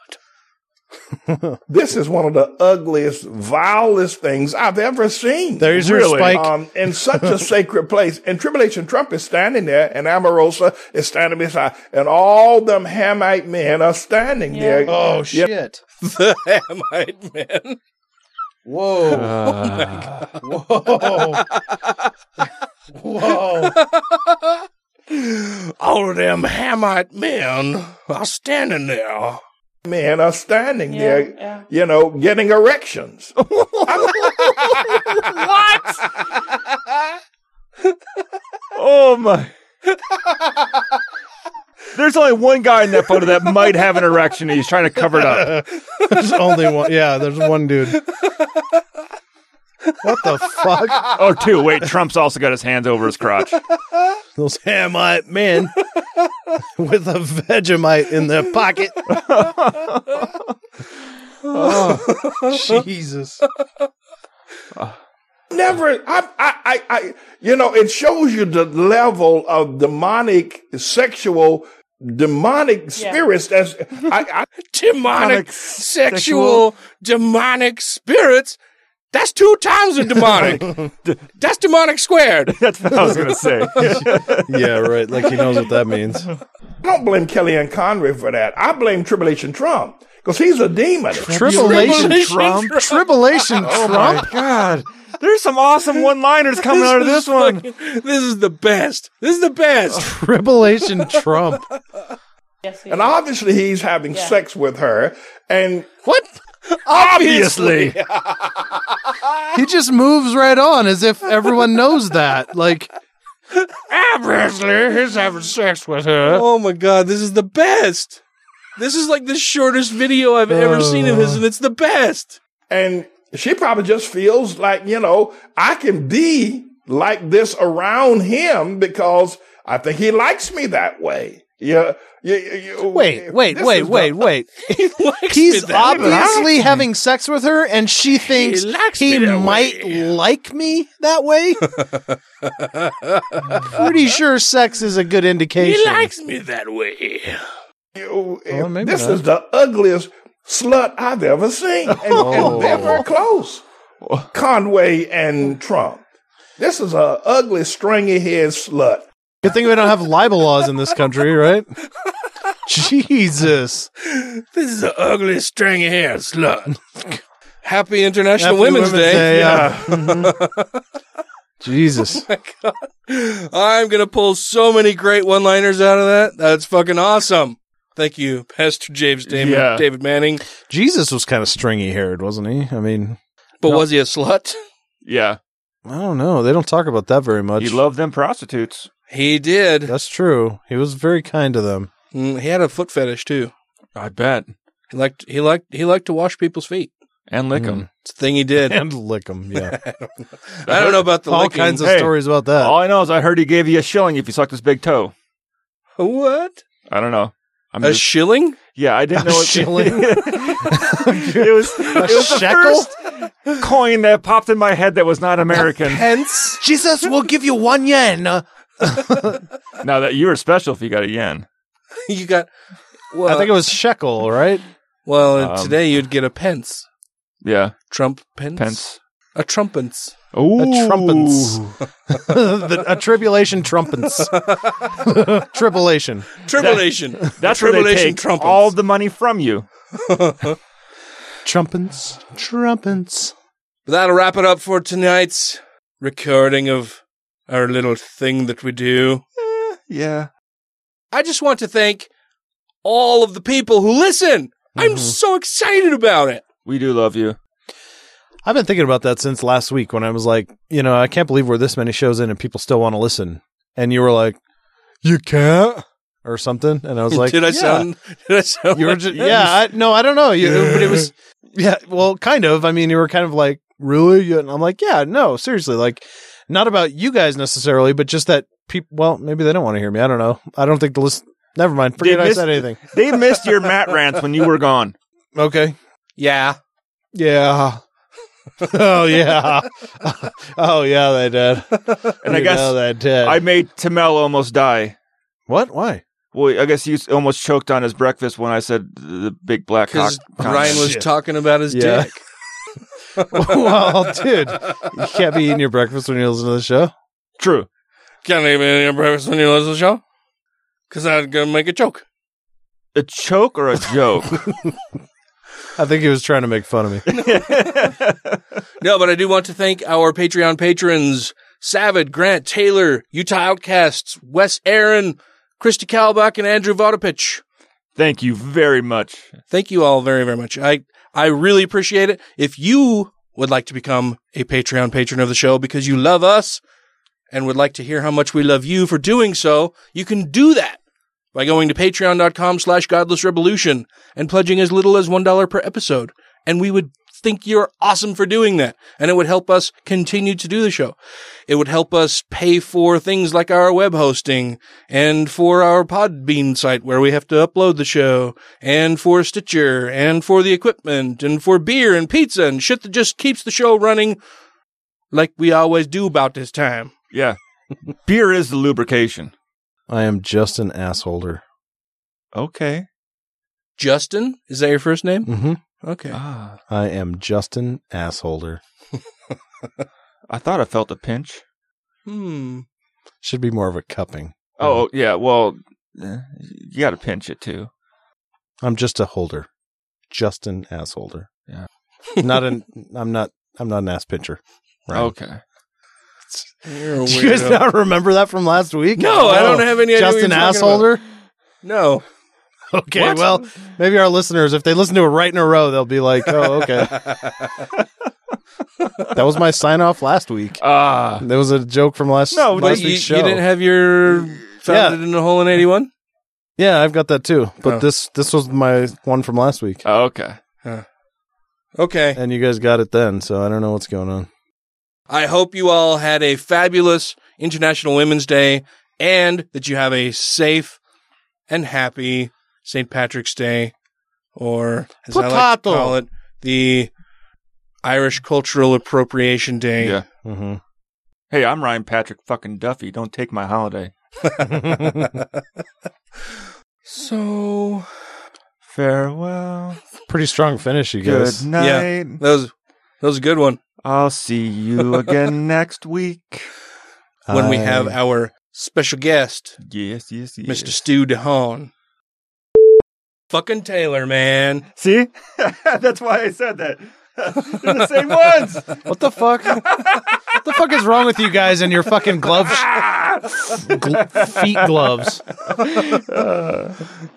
[SPEAKER 5] this is one of the ugliest, vilest things I've ever seen.
[SPEAKER 2] There's your Really? spike.
[SPEAKER 5] Um, in such a sacred place. And Tribulation Trump is standing there, and Amarosa is standing beside, and all them Hamite men are standing there.
[SPEAKER 2] Oh,
[SPEAKER 5] Yeah.
[SPEAKER 2] shit.
[SPEAKER 3] the Hamite man.
[SPEAKER 2] Whoa.
[SPEAKER 3] Oh my
[SPEAKER 2] God. Whoa. Whoa.
[SPEAKER 3] All of them Hamite men are standing there.
[SPEAKER 5] Men are standing there, you know, getting erections.
[SPEAKER 1] Oh my! There's only one guy in that photo that might have an erection. and He's trying to cover it up.
[SPEAKER 2] There's only one. Yeah, there's one dude. What the fuck?
[SPEAKER 1] Oh, two. Wait, Trump's also got his hands over his crotch.
[SPEAKER 2] Those Hamite men with a Vegemite in their pocket. Oh, Jesus.
[SPEAKER 5] Never, I, I, I, I, you know, it shows you the level of demonic, sexual, demonic spirits. That's I, I,
[SPEAKER 3] Demonic, sexual, demonic spirits. That's two times the demonic. That's demonic squared.
[SPEAKER 1] That's what I was going to say.
[SPEAKER 2] Yeah, right. Like he knows what that means.
[SPEAKER 5] I don't blame Kellyanne Conway for that. I blame Tribulation Trump because he's a demon.
[SPEAKER 2] Tribulation Trump. Tribulation
[SPEAKER 1] Oh
[SPEAKER 2] Trump.
[SPEAKER 1] my God! There's some awesome one-liners coming out of this
[SPEAKER 3] is
[SPEAKER 1] one.
[SPEAKER 3] fucking- this is the best. This is the best.
[SPEAKER 2] Tribulation Trump.
[SPEAKER 5] And obviously he's having sex with her. And
[SPEAKER 2] what?
[SPEAKER 5] Obviously.
[SPEAKER 2] He just moves right on as if everyone knows that. Like,
[SPEAKER 3] Obviously, he's having sex with her. Oh my god, this is the best. This is like the shortest video I've ever seen of his, and it's the best.
[SPEAKER 5] And she probably just feels like, you know, I can be like this around him because I think he likes me that way. Yeah. You, you, you-
[SPEAKER 2] wait, wait,
[SPEAKER 5] this
[SPEAKER 2] wait,
[SPEAKER 5] is
[SPEAKER 2] wait,
[SPEAKER 5] the-
[SPEAKER 2] wait.
[SPEAKER 5] me
[SPEAKER 2] He's
[SPEAKER 5] that way.
[SPEAKER 2] obviously having sex with her, and she thinks he,
[SPEAKER 5] likes me that
[SPEAKER 2] might like me that way. Pretty sure sex is a good indication.
[SPEAKER 3] me that way.
[SPEAKER 5] You,
[SPEAKER 2] Oh, maybe
[SPEAKER 5] this
[SPEAKER 2] not.
[SPEAKER 5] is the ugliest slut I've ever seen. And,
[SPEAKER 2] Oh.
[SPEAKER 5] and they're very close. Conway and Trump. This is a ugly, stringy head slut.
[SPEAKER 2] Good thing we don't have libel laws in this country, right? Jesus.
[SPEAKER 3] This is the ugliest string of hair, slut. Happy International
[SPEAKER 2] Happy
[SPEAKER 3] Women's,
[SPEAKER 2] Women's
[SPEAKER 3] Day.
[SPEAKER 2] Day, yeah. Mm-hmm. Jesus.
[SPEAKER 3] I'm going to pull so many great one liners out of that. That's fucking awesome. Thank you, Pastor James Damon,
[SPEAKER 2] Yeah.
[SPEAKER 3] David Manning.
[SPEAKER 2] Jesus was kind of stringy haired, wasn't he? I mean,
[SPEAKER 3] But was he a slut?
[SPEAKER 1] Yeah.
[SPEAKER 2] I don't know. They don't talk about that very much. He
[SPEAKER 1] loved them prostitutes.
[SPEAKER 3] He did.
[SPEAKER 2] That's true. He was very kind to them.
[SPEAKER 3] Mm, he had a foot fetish too.
[SPEAKER 1] I bet.
[SPEAKER 3] He liked he liked he liked to wash people's feet
[SPEAKER 1] and
[SPEAKER 2] lick 'em.
[SPEAKER 3] It's a thing he did
[SPEAKER 2] And lick 'em, yeah.
[SPEAKER 3] I don't know. I don't know about the licking.
[SPEAKER 2] about that.
[SPEAKER 1] All I know is I heard he gave you a shilling if you sucked his big toe.
[SPEAKER 3] What?
[SPEAKER 1] I don't know. I'm
[SPEAKER 3] A shilling?
[SPEAKER 1] Yeah, I didn't
[SPEAKER 3] A
[SPEAKER 1] know it-
[SPEAKER 3] shilling?
[SPEAKER 1] it was it was the
[SPEAKER 2] shekel?
[SPEAKER 1] first coin that popped in my head that was not American.
[SPEAKER 2] Hence, Jesus will give you one yen.
[SPEAKER 1] now that you were special if you got a yen.
[SPEAKER 3] you got. Well,
[SPEAKER 2] I think it was shekel, right?
[SPEAKER 3] Well,
[SPEAKER 1] Um,
[SPEAKER 3] today you'd get a pence,
[SPEAKER 1] Yeah.
[SPEAKER 3] Trump pence,
[SPEAKER 1] Pence.
[SPEAKER 3] a trumpence.
[SPEAKER 2] A trumpets. The- a tribulation trumpets. Tribulation.
[SPEAKER 3] Tribulation.
[SPEAKER 1] That- that's where they
[SPEAKER 3] Tribulation
[SPEAKER 1] take
[SPEAKER 3] trumpets.
[SPEAKER 1] all the money from you.
[SPEAKER 2] trumpets. Trumpets.
[SPEAKER 3] But That'll wrap it up for tonight's recording of our little thing that we do.
[SPEAKER 1] Eh, Yeah.
[SPEAKER 3] I just want to thank all of the people who listen.
[SPEAKER 1] Mm-hmm.
[SPEAKER 3] I'm so excited about it.
[SPEAKER 1] We do love you.
[SPEAKER 2] I've been thinking about that since last week when I was like, you know, I can't believe we're this many shows in and people still want to listen. And you were like, you can't? Or something. And I was like,
[SPEAKER 3] did I
[SPEAKER 2] yeah.
[SPEAKER 3] sound? Did I sound?
[SPEAKER 2] You were
[SPEAKER 3] like
[SPEAKER 2] just,
[SPEAKER 3] that?
[SPEAKER 2] yeah, I, no, I don't know. You, But it was, yeah, well, kind of. I mean, you were kind of like, really? You- And I'm like, yeah, no, seriously. Like, not about you guys necessarily, but just that people, well, maybe they don't want to hear me. I don't know. I don't think the list, never mind. Forget I
[SPEAKER 1] missed-
[SPEAKER 2] said anything.
[SPEAKER 1] They missed your Matt rants when you were gone.
[SPEAKER 2] Okay.
[SPEAKER 3] Yeah.
[SPEAKER 2] Yeah. oh, yeah. oh, yeah, they did.
[SPEAKER 1] And I
[SPEAKER 2] You
[SPEAKER 1] guess
[SPEAKER 2] know they did.
[SPEAKER 1] I made Tamel almost die.
[SPEAKER 2] What? Why?
[SPEAKER 1] Well, I guess you almost choked on his breakfast when I said the big black cock.
[SPEAKER 3] Because Ryan was
[SPEAKER 1] Shit.
[SPEAKER 3] talking about his
[SPEAKER 1] Yeah.
[SPEAKER 3] dick.
[SPEAKER 2] well, dude, you can't be eating your breakfast when you listen to the show.
[SPEAKER 1] True.
[SPEAKER 3] Can't even eat your breakfast when you listen to the show. Because I'm going to make a joke.
[SPEAKER 1] A choke or a joke?
[SPEAKER 2] I think he was trying to make fun of me.
[SPEAKER 3] No, but I do want to thank our Patreon patrons Savid, Grant, Taylor, Utah Outcasts, Wes Aaron, Christy Kalbach, and Andrew Vodopich.
[SPEAKER 1] Thank you very much.
[SPEAKER 3] Thank you all very, very much. I, I really appreciate it. If you would like to become a Patreon patron of the show because you love us and would like to hear how much we love you for doing so, you can do that by going to patreon.com slash godlessrevolution and pledging as little as $1 per episode. And we would think you're awesome for doing that. And it would help us continue to do the show. It would help us pay for things like our web hosting and for our Podbean site where we have to upload the show and for Stitcher and for the equipment and for beer and pizza and shit that just keeps the show running like we always do about this time.
[SPEAKER 1] Yeah. Beer is the lubrication.
[SPEAKER 2] I am just an assholder.
[SPEAKER 1] Okay.
[SPEAKER 3] Justin, is that your first name?
[SPEAKER 2] Mhm.
[SPEAKER 3] Okay.
[SPEAKER 1] Ah.
[SPEAKER 2] I am Justin Assholder.
[SPEAKER 1] I thought I felt a pinch.
[SPEAKER 3] Hmm.
[SPEAKER 2] Should be more of a cupping.
[SPEAKER 1] Oh, yeah. Well, eh, you got to pinch it too.
[SPEAKER 2] I'm just a holder. Justin Assholder.
[SPEAKER 1] Yeah.
[SPEAKER 2] Not an. I'm not. I'm not an ass pincher. Right.
[SPEAKER 1] Okay.
[SPEAKER 3] You're a
[SPEAKER 2] Do you guys
[SPEAKER 3] weirdo.
[SPEAKER 2] not remember that From last week?
[SPEAKER 3] No, I don't have any idea what
[SPEAKER 2] Justin
[SPEAKER 3] you're talking
[SPEAKER 2] Assholder.
[SPEAKER 3] No.
[SPEAKER 2] Okay, well, maybe our listeners, if they listen to it right in a row, they'll be like, "Oh, okay." that was my sign off last week.
[SPEAKER 1] Ah,
[SPEAKER 2] that was a joke from last
[SPEAKER 3] No, but
[SPEAKER 2] last
[SPEAKER 3] you,
[SPEAKER 2] week's show.
[SPEAKER 3] you didn't have your founded in a hole in 81?
[SPEAKER 2] yeah, I've got that too. But
[SPEAKER 3] Oh.
[SPEAKER 2] this this was my one from last week.
[SPEAKER 1] Oh, okay.
[SPEAKER 3] Okay.
[SPEAKER 2] And you guys got it then, so I don't know what's going on.
[SPEAKER 3] I hope you all had a fabulous International Women's Day and that you have a safe and happy St. Patrick's Day, or as I like to
[SPEAKER 2] Potato.
[SPEAKER 3] call it, the Irish Cultural Appropriation Day.
[SPEAKER 1] Yeah.
[SPEAKER 2] Mm-hmm.
[SPEAKER 1] Hey, I'm Ryan Patrick fucking Duffy. Don't take my holiday.
[SPEAKER 3] So
[SPEAKER 1] Farewell.
[SPEAKER 2] Pretty strong finish, you guys.
[SPEAKER 1] Good night.
[SPEAKER 3] Yeah, that was that was a good one.
[SPEAKER 1] I'll see you again next week.
[SPEAKER 3] When we
[SPEAKER 1] I-
[SPEAKER 3] have our special guest,
[SPEAKER 1] Yes, yes, yes.
[SPEAKER 3] Mr. Stu DeHaan. Fucking Taylor, man.
[SPEAKER 1] See? That's why I said that. They're the same ones.
[SPEAKER 2] What the fuck? the fuck is wrong with you guys and your fucking gloves? Gl- feet gloves.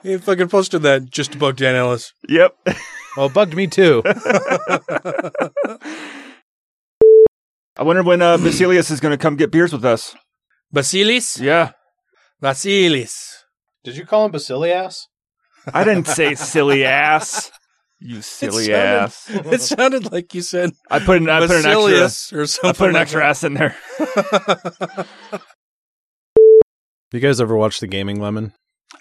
[SPEAKER 3] he fucking posted that just to bug Dan Ellis.
[SPEAKER 1] Yep.
[SPEAKER 2] Well, it Oh, bugged me too.
[SPEAKER 1] I wonder when uh, Basilius is going to come get beers with us.
[SPEAKER 3] Basilis?
[SPEAKER 1] Yeah.
[SPEAKER 3] Basilis.
[SPEAKER 2] Did you call him Basilias?
[SPEAKER 1] I didn't say silly ass. You silly ass.
[SPEAKER 3] It sounded like you said.
[SPEAKER 1] I put an I put an
[SPEAKER 3] Basilius
[SPEAKER 1] extra
[SPEAKER 3] or something
[SPEAKER 1] I put an
[SPEAKER 3] like
[SPEAKER 1] extra
[SPEAKER 3] that.
[SPEAKER 1] ass in there.
[SPEAKER 2] You guys ever watch the Gaming Lemon?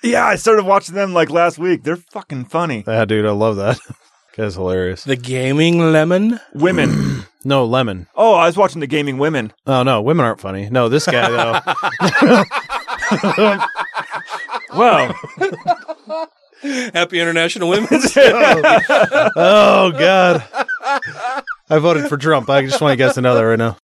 [SPEAKER 1] yeah, I started watching them like last week. They're fucking funny.
[SPEAKER 2] Yeah, dude, I love that. That's hilarious.
[SPEAKER 3] The Gaming Lemon?
[SPEAKER 1] Women.
[SPEAKER 2] no, Lemon.
[SPEAKER 1] Oh, I was watching the gaming women.
[SPEAKER 2] Oh no, women aren't funny. No, this guy though.
[SPEAKER 1] Wow.
[SPEAKER 3] Happy International Women's
[SPEAKER 2] oh god. I voted for Trump. I just want to guess another right now.